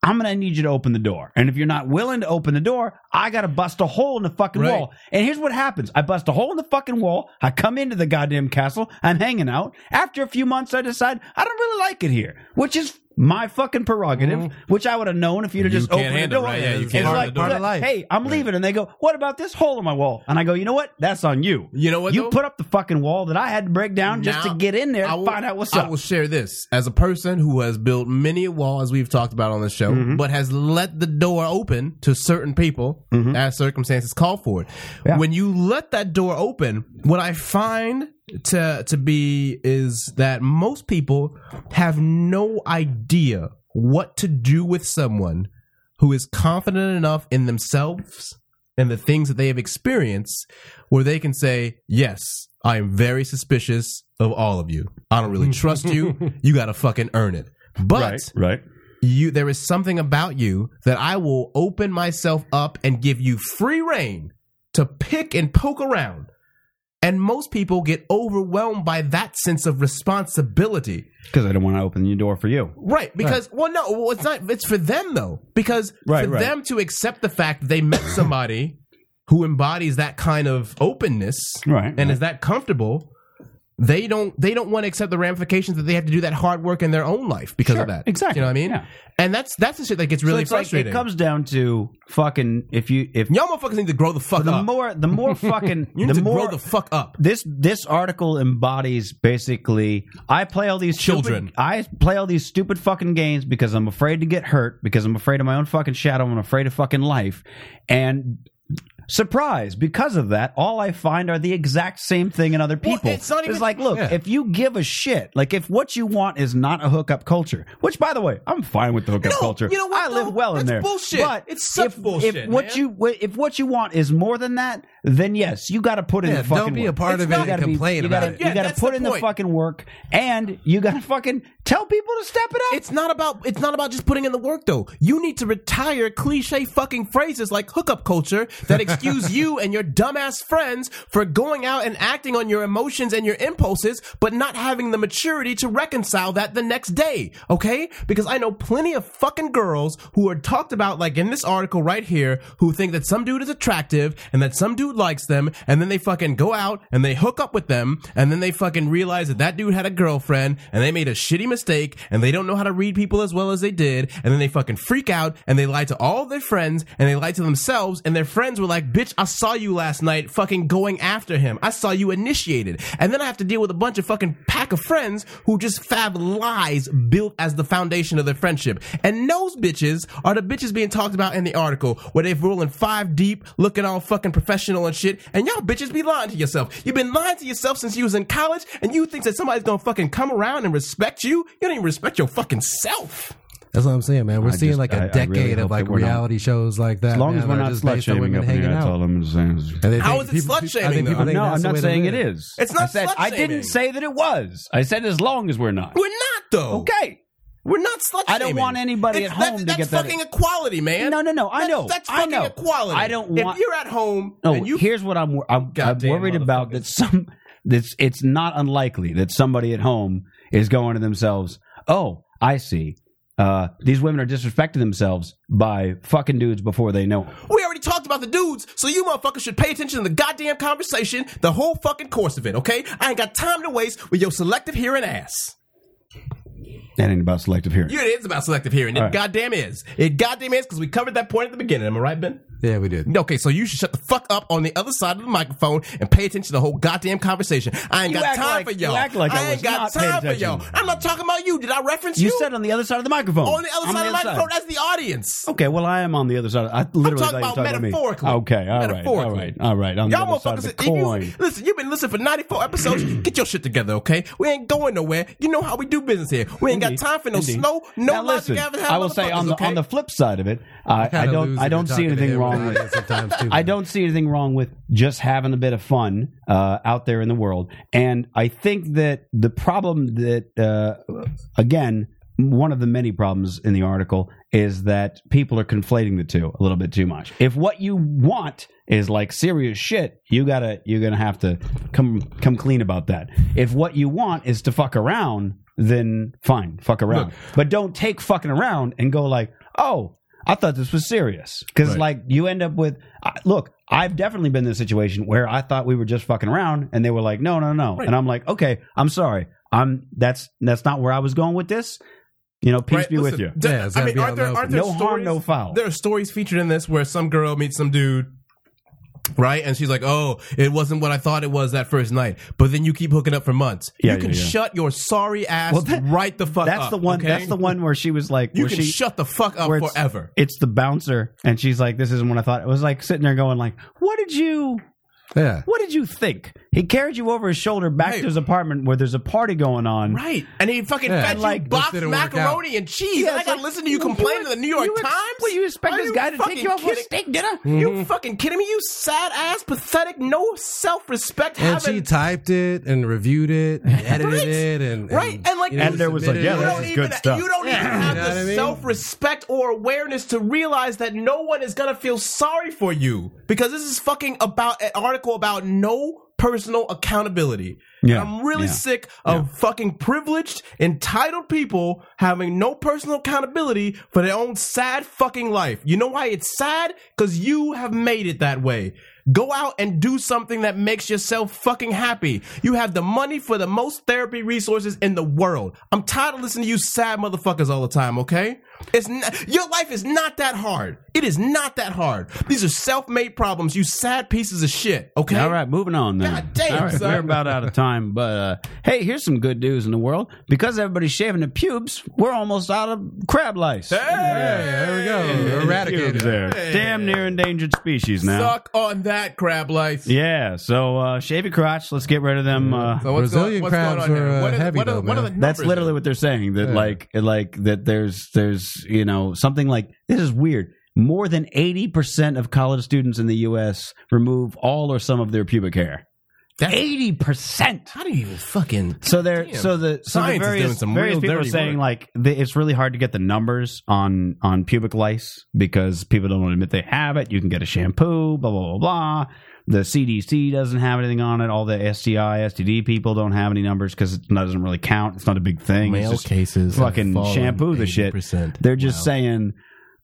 I'm gonna need you to open the door. And if you're not willing to open the door, I gotta bust a hole in the fucking
Right.
wall. And here's what happens: I bust a hole in the fucking wall. I come into the goddamn castle. I'm hanging out. After a few months, I decide I don't really like it here, which is my fucking prerogative. Which I would have known if you'd have
Mm-hmm. You
just
can't
opened the
handle it,
door.
right? Yeah, you
It's
can't
like,
handle the door.
it's like,
Part of life.
Hey, I'm leaving, and they go, "What about this hole in my wall?" And I go, "You know what? That's on you.
You know what,
You
though?
put up the fucking wall that I had to break down just
Now,
to get in there
I
and
will-
find out what's
I
up."
will share this as a person who has built many a wall, as we've talked about on the show, but has let the door open to certain people as circumstances call for it.
Yeah.
When you let that door open, what I find to to be is that most people have no idea what to do with someone who is confident enough in themselves and the things that they have experienced where they can say, Yes, I am very suspicious of all of you. I don't really trust you. You got to fucking earn it. But
right.
you there is something about you that I will open myself up and give you free reign to pick and poke around. And most people get overwhelmed by that sense of responsibility.
Because I don't want to open the door for you.
Right, because well, no, well, it's not. It's for them though, because
Right,
for
right.
them to accept the fact that they met somebody who embodies that kind of openness,
Right,
and
right.
is that comfortable, they don't they don't want to accept the ramifications that they have to do that hard work in their own life because
Sure,
of that.
exactly,
you know what I mean?
yeah.
And that's that's the shit that gets
So
really
it's like it
frustrating.
comes down to fucking if you if
Y'all motherfuckers need to grow the fuck
the
up.
more the more fucking
you need
the
to
more
grow the fuck up.
this this article embodies basically I play all these stupid-
Children.
I play all these stupid fucking games because I'm afraid to get hurt because I'm afraid of my own fucking shadow I'm afraid of fucking life and surprise because of that all I find are the exact same thing in other
Well,
people
it's not even-
like look if you give a shit like if what you want is not a hookup culture which by the way I'm fine with the hookup
No,
culture
you know what,
I live
though?
well in
That's
there
bullshit.
but
It's such
if, if
bullshit,
what
man.
you wh- if what you want is more than that then yes you got to put in
Yeah,
the fucking
don't be
work.
a part
It's
of it
not-
and
you gotta be-
complain
you
about
gotta-
it.
You
Yeah,
got to
that's
put
the
in the
point.
fucking work, and you got to fucking tell people to step it up.
It's not about it's not about just putting in the work though. You need to retire cliche fucking phrases like hookup culture that excuse you and your dumbass friends for going out and acting on your emotions and your impulses, but not having the maturity to reconcile that the next day. Okay? Because I know plenty of fucking girls who are talked about like in this article right here who think that some dude is attractive and that some dude likes them and then they fucking go out and they hook up with them and then they fucking realize that that dude had a girlfriend and they made a shitty mistake and they don't know how to read people as well as they did and then they fucking freak out and they lie to all their friends and they lie to themselves and their friends were like bitch I saw you last night fucking going after him I saw you initiated and then I have to deal with a bunch of fucking pack of friends who just fab lies built as the foundation of their friendship and those bitches are the bitches being talked about in the article where they've rolling five deep looking all fucking professional and shit and y'all bitches be lying to yourself you've been lying to yourself since you was in college and you think that somebody's gonna fucking come around and respect you you don't even respect your fucking self
That's what I'm saying, man. We're
I
seeing
just-
like
I- I really
a decade
hope
of like
that we're not-
reality shows like that.
As long
man,
as we're
that are
not
just
slut
based on
shaming
women
up here,
hanging
that's
out.
all I'm saying.
And they
How
think
is it
people-
slut
I think
shaming,
people
though?
think
No,
that's
I'm
the
not
way to
saying it
live.
is.
It's not
I said,
slut
I didn't
shaming.
say that it was. I said as long as we're not.
We're not though.
Okay.
We're not slut.
I don't want anybody at home to
that's
get that-
fucking equality, man.
No, no, no. I
That's-
know.
That's
I
fucking
know.
equality.
I don't want-
If you're at home
No,
and you
Oh, here's what I'm I'm, I'm
Goddamn
worried about that
motherfuckers.
some that's it's not unlikely that somebody at home is going to themselves, "Oh, I see. Uh, these women are disrespecting themselves by fucking dudes before they know 'em."
We already talked about the dudes, so you motherfuckers should pay attention to the goddamn conversation, the whole fucking course of it, okay? I ain't got time to waste with your selective hearing ass.
That ain't about selective hearing.
You it is about selective hearing. It
All right.
goddamn is. It goddamn is because we covered that point at the beginning. Am I right, Ben?
Yeah, we did.
Okay, so you should shut the fuck up on the other side of the microphone and pay attention to the whole goddamn conversation. I ain't
You
got
act
time
like-
for y'all.
you act like I
I
was
ain't got
not paying
time for
attention.
y'all. I'm not talking about you. Did I reference you?
You said on the other side of the microphone.
on the other
I'm
side of the
other
microphone as the audience.
Okay, well, I am on the other side. I literally
I'm talking
thought you were
about
talking
metaphorically.
About me. Okay, all right,
metaphorically.
all right, all right. On
Y'all
the other side of the
motherfuckers,
coin.
if you, listen, you've been listening for 94 episodes. Get your shit together, okay? We ain't going nowhere. You know how we do business here. We ain't
Indeed.
got time for no
Indeed.
slow, no
Now
logic.
listen, I will say on the
okay?
on the flip side of it, I, I
kinda
don't
lose
I
if
don't
you're
see
talking to
anything
him
wrong
about it
with
sometimes too.
I
man.
don't see anything wrong with just having a bit of fun uh, out there in the world, and I think that the problem that uh, again one of the many problems in the article is that people are conflating the two a little bit too much. If what you want is like serious shit, you gotta you're gonna have to come come clean about that. If what you want is to fuck around, then fine, fuck around. But don't take fucking around and go like, oh, I thought this was serious because like you end up with I look. I've definitely been in a situation where I thought we were just fucking around, and they were like, "No, no, no," and I'm like, "Okay, I'm sorry. I'm that's that's not where I was going with this. You know, peace
Right,
be with
listen,
you.
d-
Yeah, it's
I
gotta
mean,
be
aren't
out
there,
loud.
aren't there
No
stories,
harm, no foul.
There are stories featured in this where some girl meets some dude. Right, and she's like, "Oh, it wasn't what I thought it was that first night." But then you keep hooking up for months.
Yeah,
you can
yeah, yeah.
shut your sorry ass
Well, that-
right the fuck
That's
up.
the one.
okay?
That's the one where she was like,
You
where
can
she,
shut the fuck up
where it's-
forever.
It's the bouncer, and she's like, "This isn't what I thought." It was like sitting there going, "Like, what did you?"
Yeah.
What did you think? He carried you over his shoulder back
Right.
to his apartment where there's a party going on.
Right. And he fucking
Yeah.
fed
And,
you
like,
like,
this
boxed
didn't work
macaroni and cheese.
Yeah,
and I
it's
gotta
like,
listen to you
you
complain
ex-
to the New York
you ex-
Times.
what, you expect
Are
this
you
guy to take
fucking
you off on a
kidding-
steak dinner?
You fucking kidding me? You sad ass, pathetic, no self respect.
And she typed it and reviewed it and edited
Right?
it and, and
Right, and, like,
you know,
Editor was like, yeah,
submitted it.
this
you don't
is
even,
good stuff.
You don't even have
You know
the
what I mean?
self respect or awareness to realize that no one is gonna feel sorry for you because this is fucking about an article about no personal accountability.
Yeah,
And I'm really
yeah,
sick of fucking privileged, entitled people having no personal accountability for their own sad fucking life. You know why it's sad? Because you have made it that way. Go out and do something that makes yourself fucking happy. You have the money for the most therapy resources in the world. I'm tired of listening to you sad motherfuckers all the time, okay? It's not, your life is not that hard. It is not that hard. These are self-made problems, you sad pieces of shit, okay?
All right, moving on then.
God damn,
All right,
son.
we're about out of time, but uh, hey, here's some good news in the world. Because everybody's shaving their pubes, we're almost out of crab lice.
Yeah, there we go. Eradicated.
They're damn near endangered species now.
Suck on that crab lice.
Yeah, so uh, shave your crotch. Let's get rid of them. Uh,
So what's
Brazilian
what's
crabs
on there?
are, uh,
What are the-
heavy
what are-
though,
what are
man.
the
That's
numbers?
literally what they're saying. That like like that there's there's you know something like this is weird. More than eighty percent of college students in the U.S. remove all or some of their pubic hair. Eighty percent.
How do you even fucking?
So there,
Damn.
so the so the
Science is
various,
doing some
various
real
people are
dirty
saying
work.
like the, it's really hard to get the numbers on on pubic lice because people don't want to admit they have it. You can get a shampoo, blah blah blah blah. The CDC doesn't have anything on it. All the STI, STD people don't have any numbers because it doesn't really count. It's not a big thing. it's just
cases
fucking shampoo the shit. They're just saying.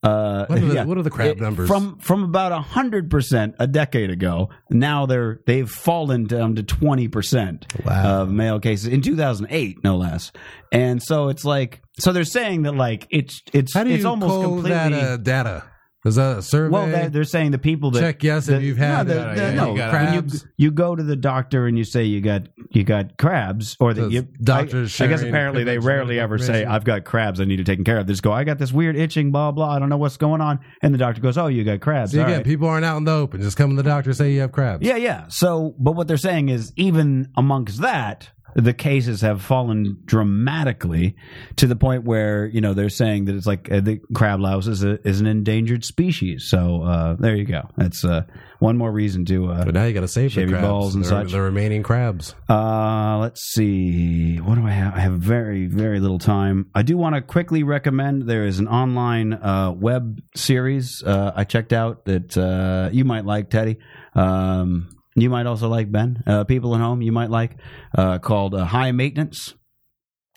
Uh,
What are the-
yeah.
what are the crab numbers?
from from about hundred percent a decade ago? Now they're they've fallen down to twenty percent
Wow.
of male cases in two thousand eight, no less. And so it's like so they're saying that like it's it's
How do you
it's almost
call
completely
that uh, data? Is that a survey?
well they're, they're saying the people that
Check yes if
that-
you've had
no, the-
it. Yeah,
the-
yeah,
no,
you got
when
crabs.
You, you go to the doctor and you say you got you got crabs or that
Does
you
doctors
I, I guess
sharing
apparently they
prevention
rarely ever say
information?
I've got crabs I need to take care of. They just go I got this weird itching blah blah I don't know what's going on and the doctor goes oh you got crabs
See,
All
again,
right.
people aren't out in the open. Just come to the doctor, say you have crabs.
yeah yeah so but what they're saying is even amongst that the cases have fallen dramatically to the point where you know they're saying that it's like uh, the crab louse is a, is an endangered species. So uh, there you go. That's uh, one more reason to. Uh,
But now you got to save
Shaving
the crabs,
balls and
the,
such.
the remaining crabs.
uh, let's see. What do I have? I have very very little time. I do want to quickly recommend. There is an online uh, web series uh, I checked out that uh, you might like, Teddy. Um, you might also like Ben. Uh, people at home, you might like uh, called uh, High Maintenance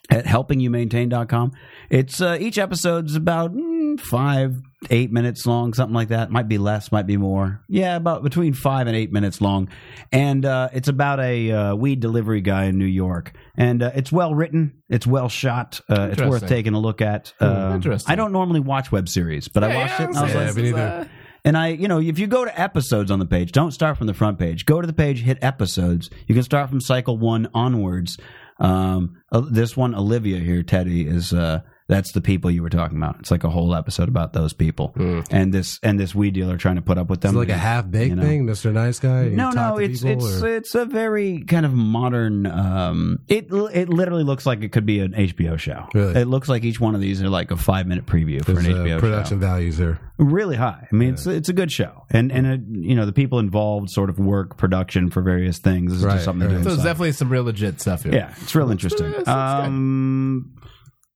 at helpingyoumaintain.com. It's uh, each episode's about mm, five, eight minutes long, something like that. Might be less, might be more. Yeah, about between five and eight minutes long. And uh, it's about a uh, weed delivery guy in New York. And uh, it's well written, it's well shot. Uh, it's worth
Interesting.
taking a look at. Um,
Interesting.
I don't normally watch web series, but I watched it and I was
yeah,
like,
me neither.
and I, you know, if you go to episodes on the page, don't start from the front page. Go to the page, hit episodes. You can start from cycle one onwards. Um, uh, this one, Olivia here, Teddy is. Uh, that's the people you were talking about. It's like a whole episode about those people and this and this weed dealer trying to put up with them.
It's Hmm. like a half baked
you know.
thing, Mister Nice Guy. You
No,
talk
no,
to
it's
people,
it's
or-
it's a very kind of modern. Um, it it literally looks like it could be an HBO show.
Really?
It looks like each one of these are like a five minute preview for an
there's, uh,
HBO show
production values there.
really high. I mean, it's it's a good show, and and uh you know the people involved sort of work production for various things. This is
Right,
just something
right.
to do.
So it's
inside.
definitely some real legit stuff here.
yeah, it's real interesting.
it's good.
um,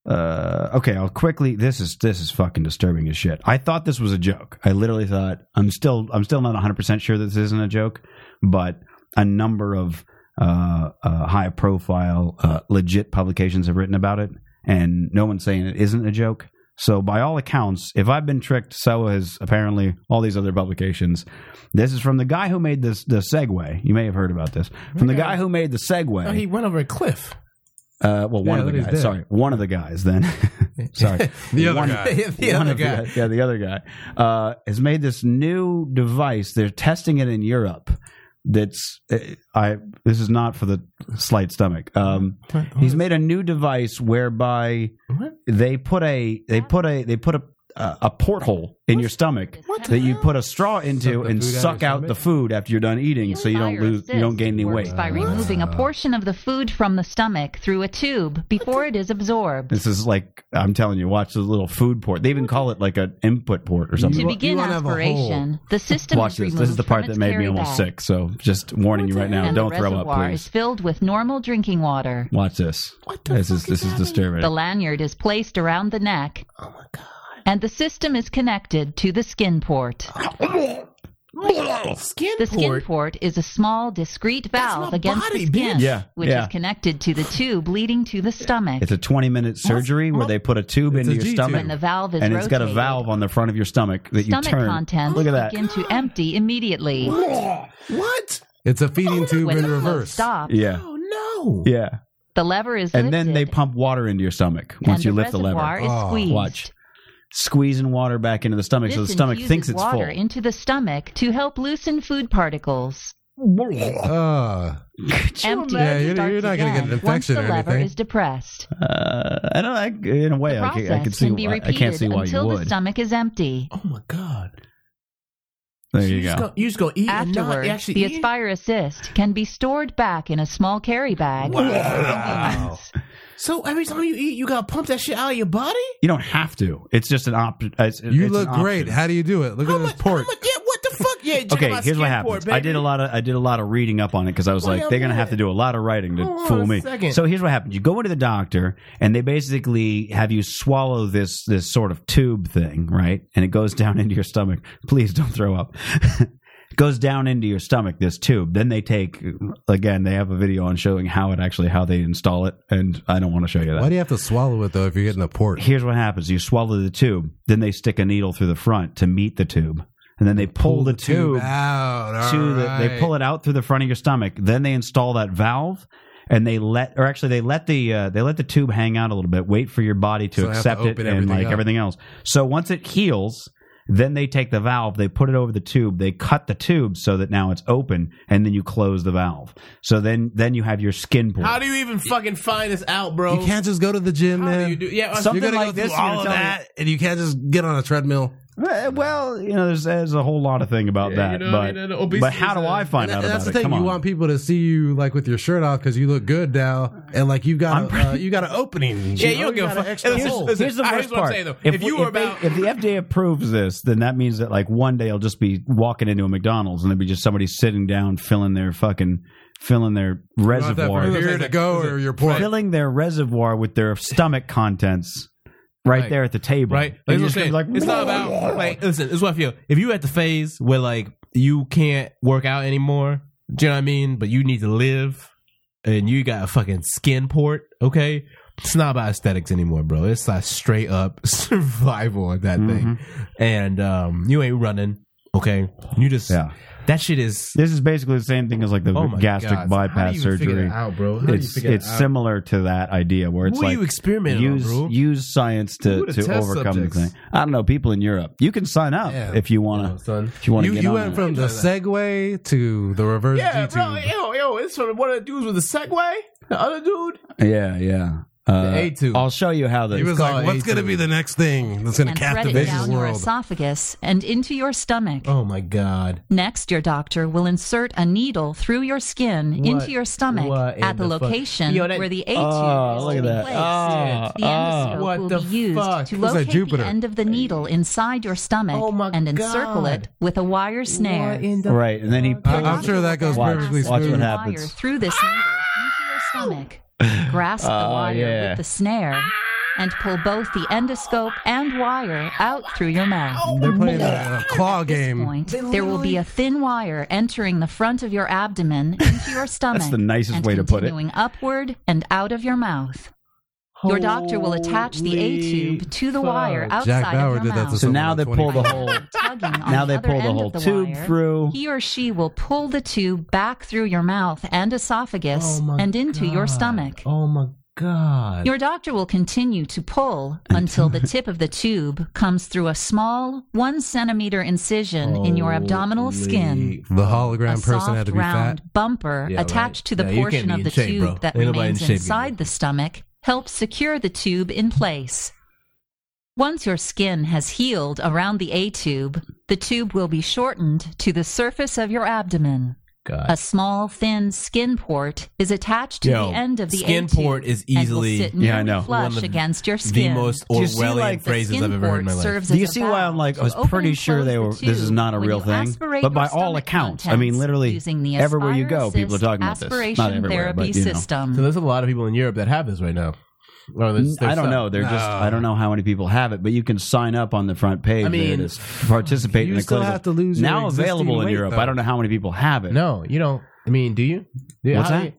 uh, okay, I'll quickly. This is this is fucking disturbing as shit. I thought this was a joke. I literally thought I'm still I'm still not 100 percent sure this isn't a joke, but a number of uh, uh, high profile uh, legit publications have written about it, and no one's saying it isn't a joke. So by all accounts, if I've been tricked, so has apparently all these other publications. This is from the guy who made this the Segway. You may have heard about this from the guy who made the Segway.
Oh, he went over a cliff.
Uh, well, one
Yeah,
of the
that is
guys.
dead.
Sorry, one of the guys. Then, sorry,
The other
one,
guy.
The
one
other
of
guy.
yeah, the other guy uh, has made this new device. They're testing it in Europe. That's uh, I. This is not for the slight stomach. Um, he's made a new device whereby
What?
they put a they put a they put a a a porthole in your stomach that you put a straw into
the
and
food out of
suck
your
out
stomach?
the food after you're done eating, so you don't lose you don't gain any weight. Uh.
By removing a portion of the food from the stomach through a tube before it is absorbed.
This is like I'm telling you, watch the little food port. They even call it like an input port or
To
something.
wa- you
begin
wanna have a
aspiration, the system
Watch
is
this.
removed
This is the
from
part that
its
made me
carry
almost
bag,
sick. So just warning you right now,
and
don't
the
throw up,
reservoir
please.
is filled with normal drinking water.
Watch this. this is this is disturbing.
The lanyard is placed around the neck. And the system is connected to the skin port.
Skin
The skin port is a small, discrete valve
my
against
body,
the skin,
bitch. Yeah,
which
yeah.
is connected to the tube leading to the stomach.
It's a 20 minute surgery where they put a tube
It's
into
a
your
G tube.
stomach,
when the valve is
and it's
rotated,
got a valve on the front of your stomach that
stomach
you turn.
contents
Look at that.
begin to empty immediately.
What?
It's a feeding tube
When
in
the flow
reverse.
stops,
Yeah,
Oh no.
yeah.
the lever is
And
lifted,
then they pump water into your stomach
and
once you lift the
reservoir
lever.
is
Oh,
squeezed.
watch. Squeezing water back into the stomach,
This
so the stomach
infuses
thinks it's
water
full.
into the stomach to help loosen food particles.
Uh,
Empty
Yeah, you're-
starts
you're not gonna get an
again
infection
once
or
the lever
anything.
is depressed.
Uh, I don't. I, in a way,
the
I
process
can, I can see.
be
why- I
repeated
can't see why
until
you
the
would.
stomach is empty.
Oh my god.
There you
just
go.
gonna- you just gonna eat and not
Afterwards,
actually
the
eat?
Aspire Assist can be stored back in a small carry bag.
Wow. So every time you eat, you gotta pump that shit out of your body.
You don't have to. It's just an option.
you look great. How do you do it? Look
How
at this
much?
port.
how much- yeah. What the fuck? Yeah. check
Okay,
out my
here's what
skin
happens.
port,
I did a
baby.
lot of I did a lot of reading up on it because I was
Wait
like,
a
they're gonna have to
minute.
do a lot of writing to
Hold on
fool
a
me.
second.
So here's what happens: you go into the doctor, and they basically have you swallow this this sort of tube thing, right? And it goes down into your stomach. Please don't throw up. It goes down into your stomach this tube then they take again they have a video on showing how it actually how they install it and i don't want to show you that
Why do you have to swallow it though if you're getting a port?
here's what happens you swallow the tube then they stick a needle through the front to meet the tube and then they pull, the, tube,
out.
to the, they pull it out through the front of your stomach then they install that valve and they let or actually they let the uh, they let the tube hang out a little bit wait for your body to
So they have to
accept it
open
and
everything
like
up.
everything else so once it heals then they take the valve they put it over the tube they cut the tube so that now it's open and then you close the valve so then then you have your skin port
How do you even fucking find this out, bro?
You can't just go to the gym,
How
man.
do you do? Yeah.
Something
you're gonna
like
go through
this, you're
all of
telling me-
that, and you can't just get on a treadmill.
Well, well, you know, there's, there's a whole lot of thing about
Yeah, you
that,
know,
but
you know, the obesity
but how
is
do
a-
I find out
And
about
that's the
it?
thing.
Come
You
on.
want people to see you like with your shirt off because you look good now, and like you've got a, uh, you got an opening.
Yeah, you
know?
don't give a
got an
fuck.
extra
Here's-
hole.
listen,
Here's the
I-
worst
here's what I'm
part.
saying, though.
If,
If
we-
you were
if they-
about-
if the FDA approves this, then that means that like one day I'll just be walking into a McDonald's and there'll be just somebody sitting down filling their fucking filling their
that
reservoir,
for
You're here to go or your point.
filling their reservoir with their stomach contents right,
Right.
there at the table.
right?
And
That's
you're
what I'm
just
saying.
like,
it's not about like listen. It's what I feel. If you at the phase where like you can't work out anymore, do you know what I mean? But you need to live, and you got a fucking skin port. Okay, it's not about aesthetics anymore, bro. It's like straight up survival of that thing,
Mm-hmm.
and um, you ain't running. Okay, you just
Yeah.
that shit is.
This is basically the same thing as like the
Oh my
gastric
God. How do
bypass
you figure
surgery.
that out, bro? How do you
It's
figure that
it's
out?
similar to that idea where it's
What are
like
you experimenting on,
use
bro?
use science
Who
to,
are the
to
test
overcome
subjects?
the thing. I don't know. People in Europe, you can sign up
Yeah.
if you want to.
Oh, son.
if you want to
You,
get
you
on
went
it.
from the Segway to the reverse
Yeah,
G-tube.
bro. Yo, yo, it's from one of the dudes with the Segway. The other dude,
yeah, yeah. Uh,
The A2.
I'll show you how
He
the
was
called
like, "What's going to
A2.
be the next thing that's going to
and thread it
captivate
down
the
your
world?"
esophagus and into your stomach.
Oh my god.
Next, your doctor will insert a needle through your skin
What-
into your stomach
what in
at the,
the fuck?
location
Yo, that-
where the A tube
Oh,
is
look
to
at
be
that.
placed.
Oh,
the endoscope
oh. What
will
the
be used
fuck?
to
Looks like
locate
Jupiter.
the end of the needle inside your stomach
Oh my
and encircle
God.
it with a wire snare.
right, and then he
I-
pulls.
I'm sure that goes
Watch-
perfectly
watch what
smooth.
happens.
wire through
Ah!
this needle into your stomach. Grasp the
Oh,
wire
yeah.
with the snare and pull both the endoscope and wire out through your
Oh
mouth.
They're playing a, a claw
At this
game.
point, there will be a thin wire entering the front of your abdomen into your stomach.
the nicest
and
way to put it.
Continuing upward and out of your mouth. Your doctor will attach the A tube to the wire outside
Jack Bauer
of
did
your
that
mouth.
to
So
someone
now
on
they pull the
25.
whole.
Tugging on
Now
the
they
other
pull the
end
whole
of the
tube
wire,
through.
He or she will pull the tube back through your mouth and esophagus
Oh my
and into your
God.
stomach.
Oh my god.
Your doctor will continue to pull until the tip of the tube comes through a small one centimeter incision in your abdominmal skin.
The
A
hologram person
soft,
had to be fat.
round bumper
Yeah,
attached
right.
to the
No, you can't
portion
be
of
in
the
shape,
tube
bro.
that
Ain't nobody in
remains
shape
inside
anymore.
the stomach helps secure the tube in place. Once your skin has healed around the A tube, the tube will be shortened to the surface of your abdomen.
God.
A small, thin skin port is attached to
Yo,
the end of the
skin
A-tube
port is
and will
easily-
sit
Yeah, I
nearly
know.
Flush
One of
against your skin.
the most
Do you see,
Orwellian
like, the
phrases
skin
I've ever heard in my
port
life.
serves
Do you
as a
see why I'm
valve
like?
to
I was
open
pretty
and
sure they were.
close the
This is
tube
not a
when
real
you
thing,
aspirate
but by
your
all
stomach
accoents, I
contents
mean literally
using the
everywhere you go, people are
Aspire-Assist
talking about this. Not
aspiration
everywhere,
therapy
but you know.
system.
So there's a lot of people in Europe that have this right now. Or there's- there's
I don't
some.
know. They're just. I don't know how many people have it, but you can sign up on the front page.
I mean,
there it is. participate
you
in a
still
clinical.
have to lose your
now
existing
available in
weight,
Europe.
though.
I don't know how many people have it.
No, you don't. I mean, do you? Yeah,
What's
how
that?
do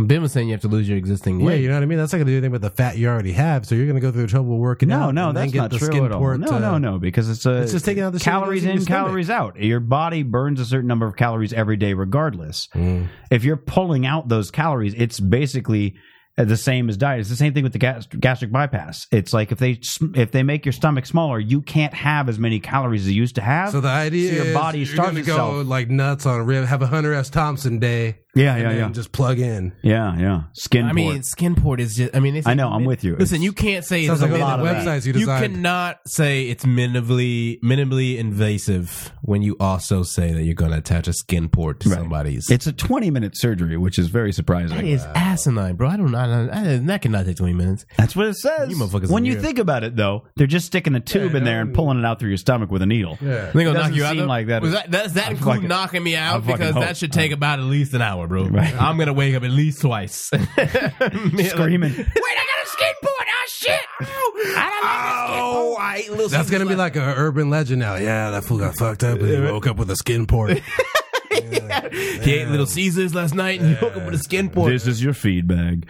you- Ben was saying you have to lose your existing
Yeah,
weight.
you know what I mean. That's not going to do anything with the fat you already have. So you're going to go through the trouble working
No,
out.
no,
and then
that's
get
not
the
true
skin
at all.
port
No,
to-
no, no, because it's a
It's just taking out the shit that
calories
goes in
in,
your stomach.
calories out. Your body burns a certain number of calories every day, regardless.
Mm.
If you're pulling out those calories, it's basically uh, the same as diet. It's the same thing with the gas- gastric bypass. It's like if they sm- if they make your stomach smaller, you can't have as many calories as you used to have.
So the idea
So your
is
body
you're
starves
gonna go
itself.
like nuts on a rib. Have a Hunter S. Thompson day.
yeah,
and
yeah,
then
yeah,
Just plug in.
yeah, yeah. Skin.
I mean,
port.
skin port is just. I mean, it's,
I know, I'm with you.
Listen,
It's-
you can't say
Sounds
it's
like
a
one
lot
of the
of that.
websites you designed.
cannot say it's minimally minimally invasive when you also say that you're going to attach a skin port to
Right.
somebody's. uh,
it's a 20 minute surgery, which is very surprising.
that is asinine, bro. I don't know. I- I- That cannot take twenty minutes.
That's what it says.
You motherfuckers
when
are
you
weird.
think about it, though, they're just sticking the tube in there and pulling it out through your stomach with a needle.
Yeah.
They gonna
Doesn't
knock you out.
seem
though?
like that
Was
is-
that does that
I
include
fucking-
knocking me
I
out?
fucking
Because
hope.
that should take about at least an hour, bro.
Right.
I'm gonna wake up at least twice,
Screaming.
Wait, I got a skateboard. Oh shit! I don't like this skateboard.
That's gonna be like an urban legend now. Yeah, that fool got fucked up and he woke up with a skin port.
He ate Little Caesars last night and you woke up with a skin port.
This is your feed bag.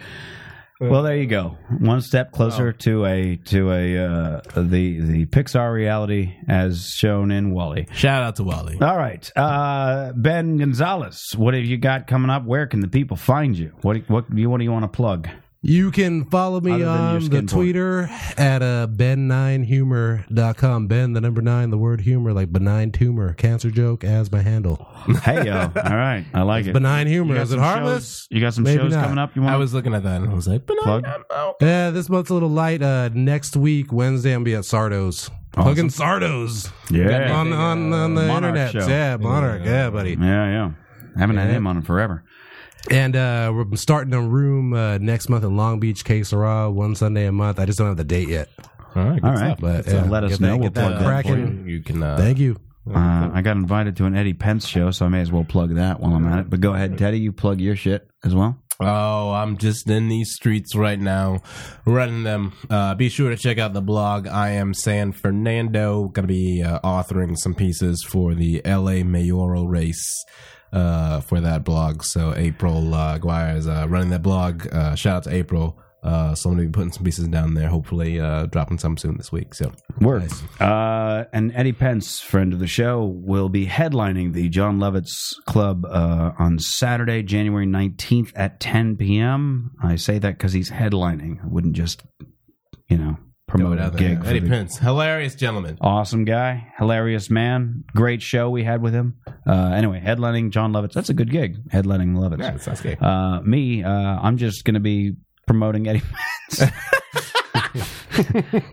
Well, there you go. One step closer to a to a uh, the the Pixar reality as shown in Wally.
Shout out to Wally.
All right, uh, Ben Gonzalez, what have you got coming up? Where can the people find you? What what do you what do you want to plug?
You can follow me
Other than your
on the
skin port.
Twitter at uh, ben9humor.com. Ben, the number nine, the word humor, like benign tumor, cancer joke as my handle.
Hey yo, all right, I like it.
Benign
You
humor.
got
Is it
some
harmless?
shows- you got some
Maybe
shows
not.
coming up. You want
I was looking at that and I was like, but
Plug?
I, I'm out.
Eh, Yeah, this month's a little light. Uh, next week, Wednesday, I'm gonna be at Sardo's. Hugging Sardos
Yeah.
on, on, on the
Monarch
internet.
show.
Yeah, Monarch. Yeah, buddy.
Yeah, yeah. Haven't had him on in forever.
And uh, we're starting a room uh, next month in Long Beach, K Sarah, one Sunday a month. I just don't have the date yet.
All right.
All right.
But,
So
yeah,
let us
get
know.
that-
We'll
get that
plug that for
cracking.
you.
You can. Uh,
Thank you.
Uh, I got invited to an Eddie Pence show, so I may as well plug that while I'm at it. But go ahead, Teddy. You plug your shit as well.
Oh, I'm just in these streets right now, running them. Uh, be sure to check out the blog. I am San Fernando. Gonna be uh, authoring some pieces for the LA mayoral race uh, for that blog. So April uh, Guire is uh, running that blog. Uh, shout out to April. Uh, so I'm gonna be putting some pieces down there. Hopefully, uh, dropping some soon this week. So
Word. Uh, and Eddie Pence, friend of the show, will be headlining the John Lovitz Club uh, on Saturday, January 19th at 10 p.m. I say that because he's headlining. I wouldn't just, you know, promote a gig. for
Eddie
the-
Pence, hilarious gentleman.
Awesome guy, hilarious man. Great show we had with him. Uh, anyway, headlining John Lovitz. That's a good gig. Headlining Lovitz.
Yeah, it sounds good.
Uh, me, uh, I'm just going to be promoting Eddie Pence.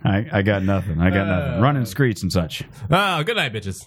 I, I got nothing. I got nothing. Running streets and such.
Oh, good night, bitches.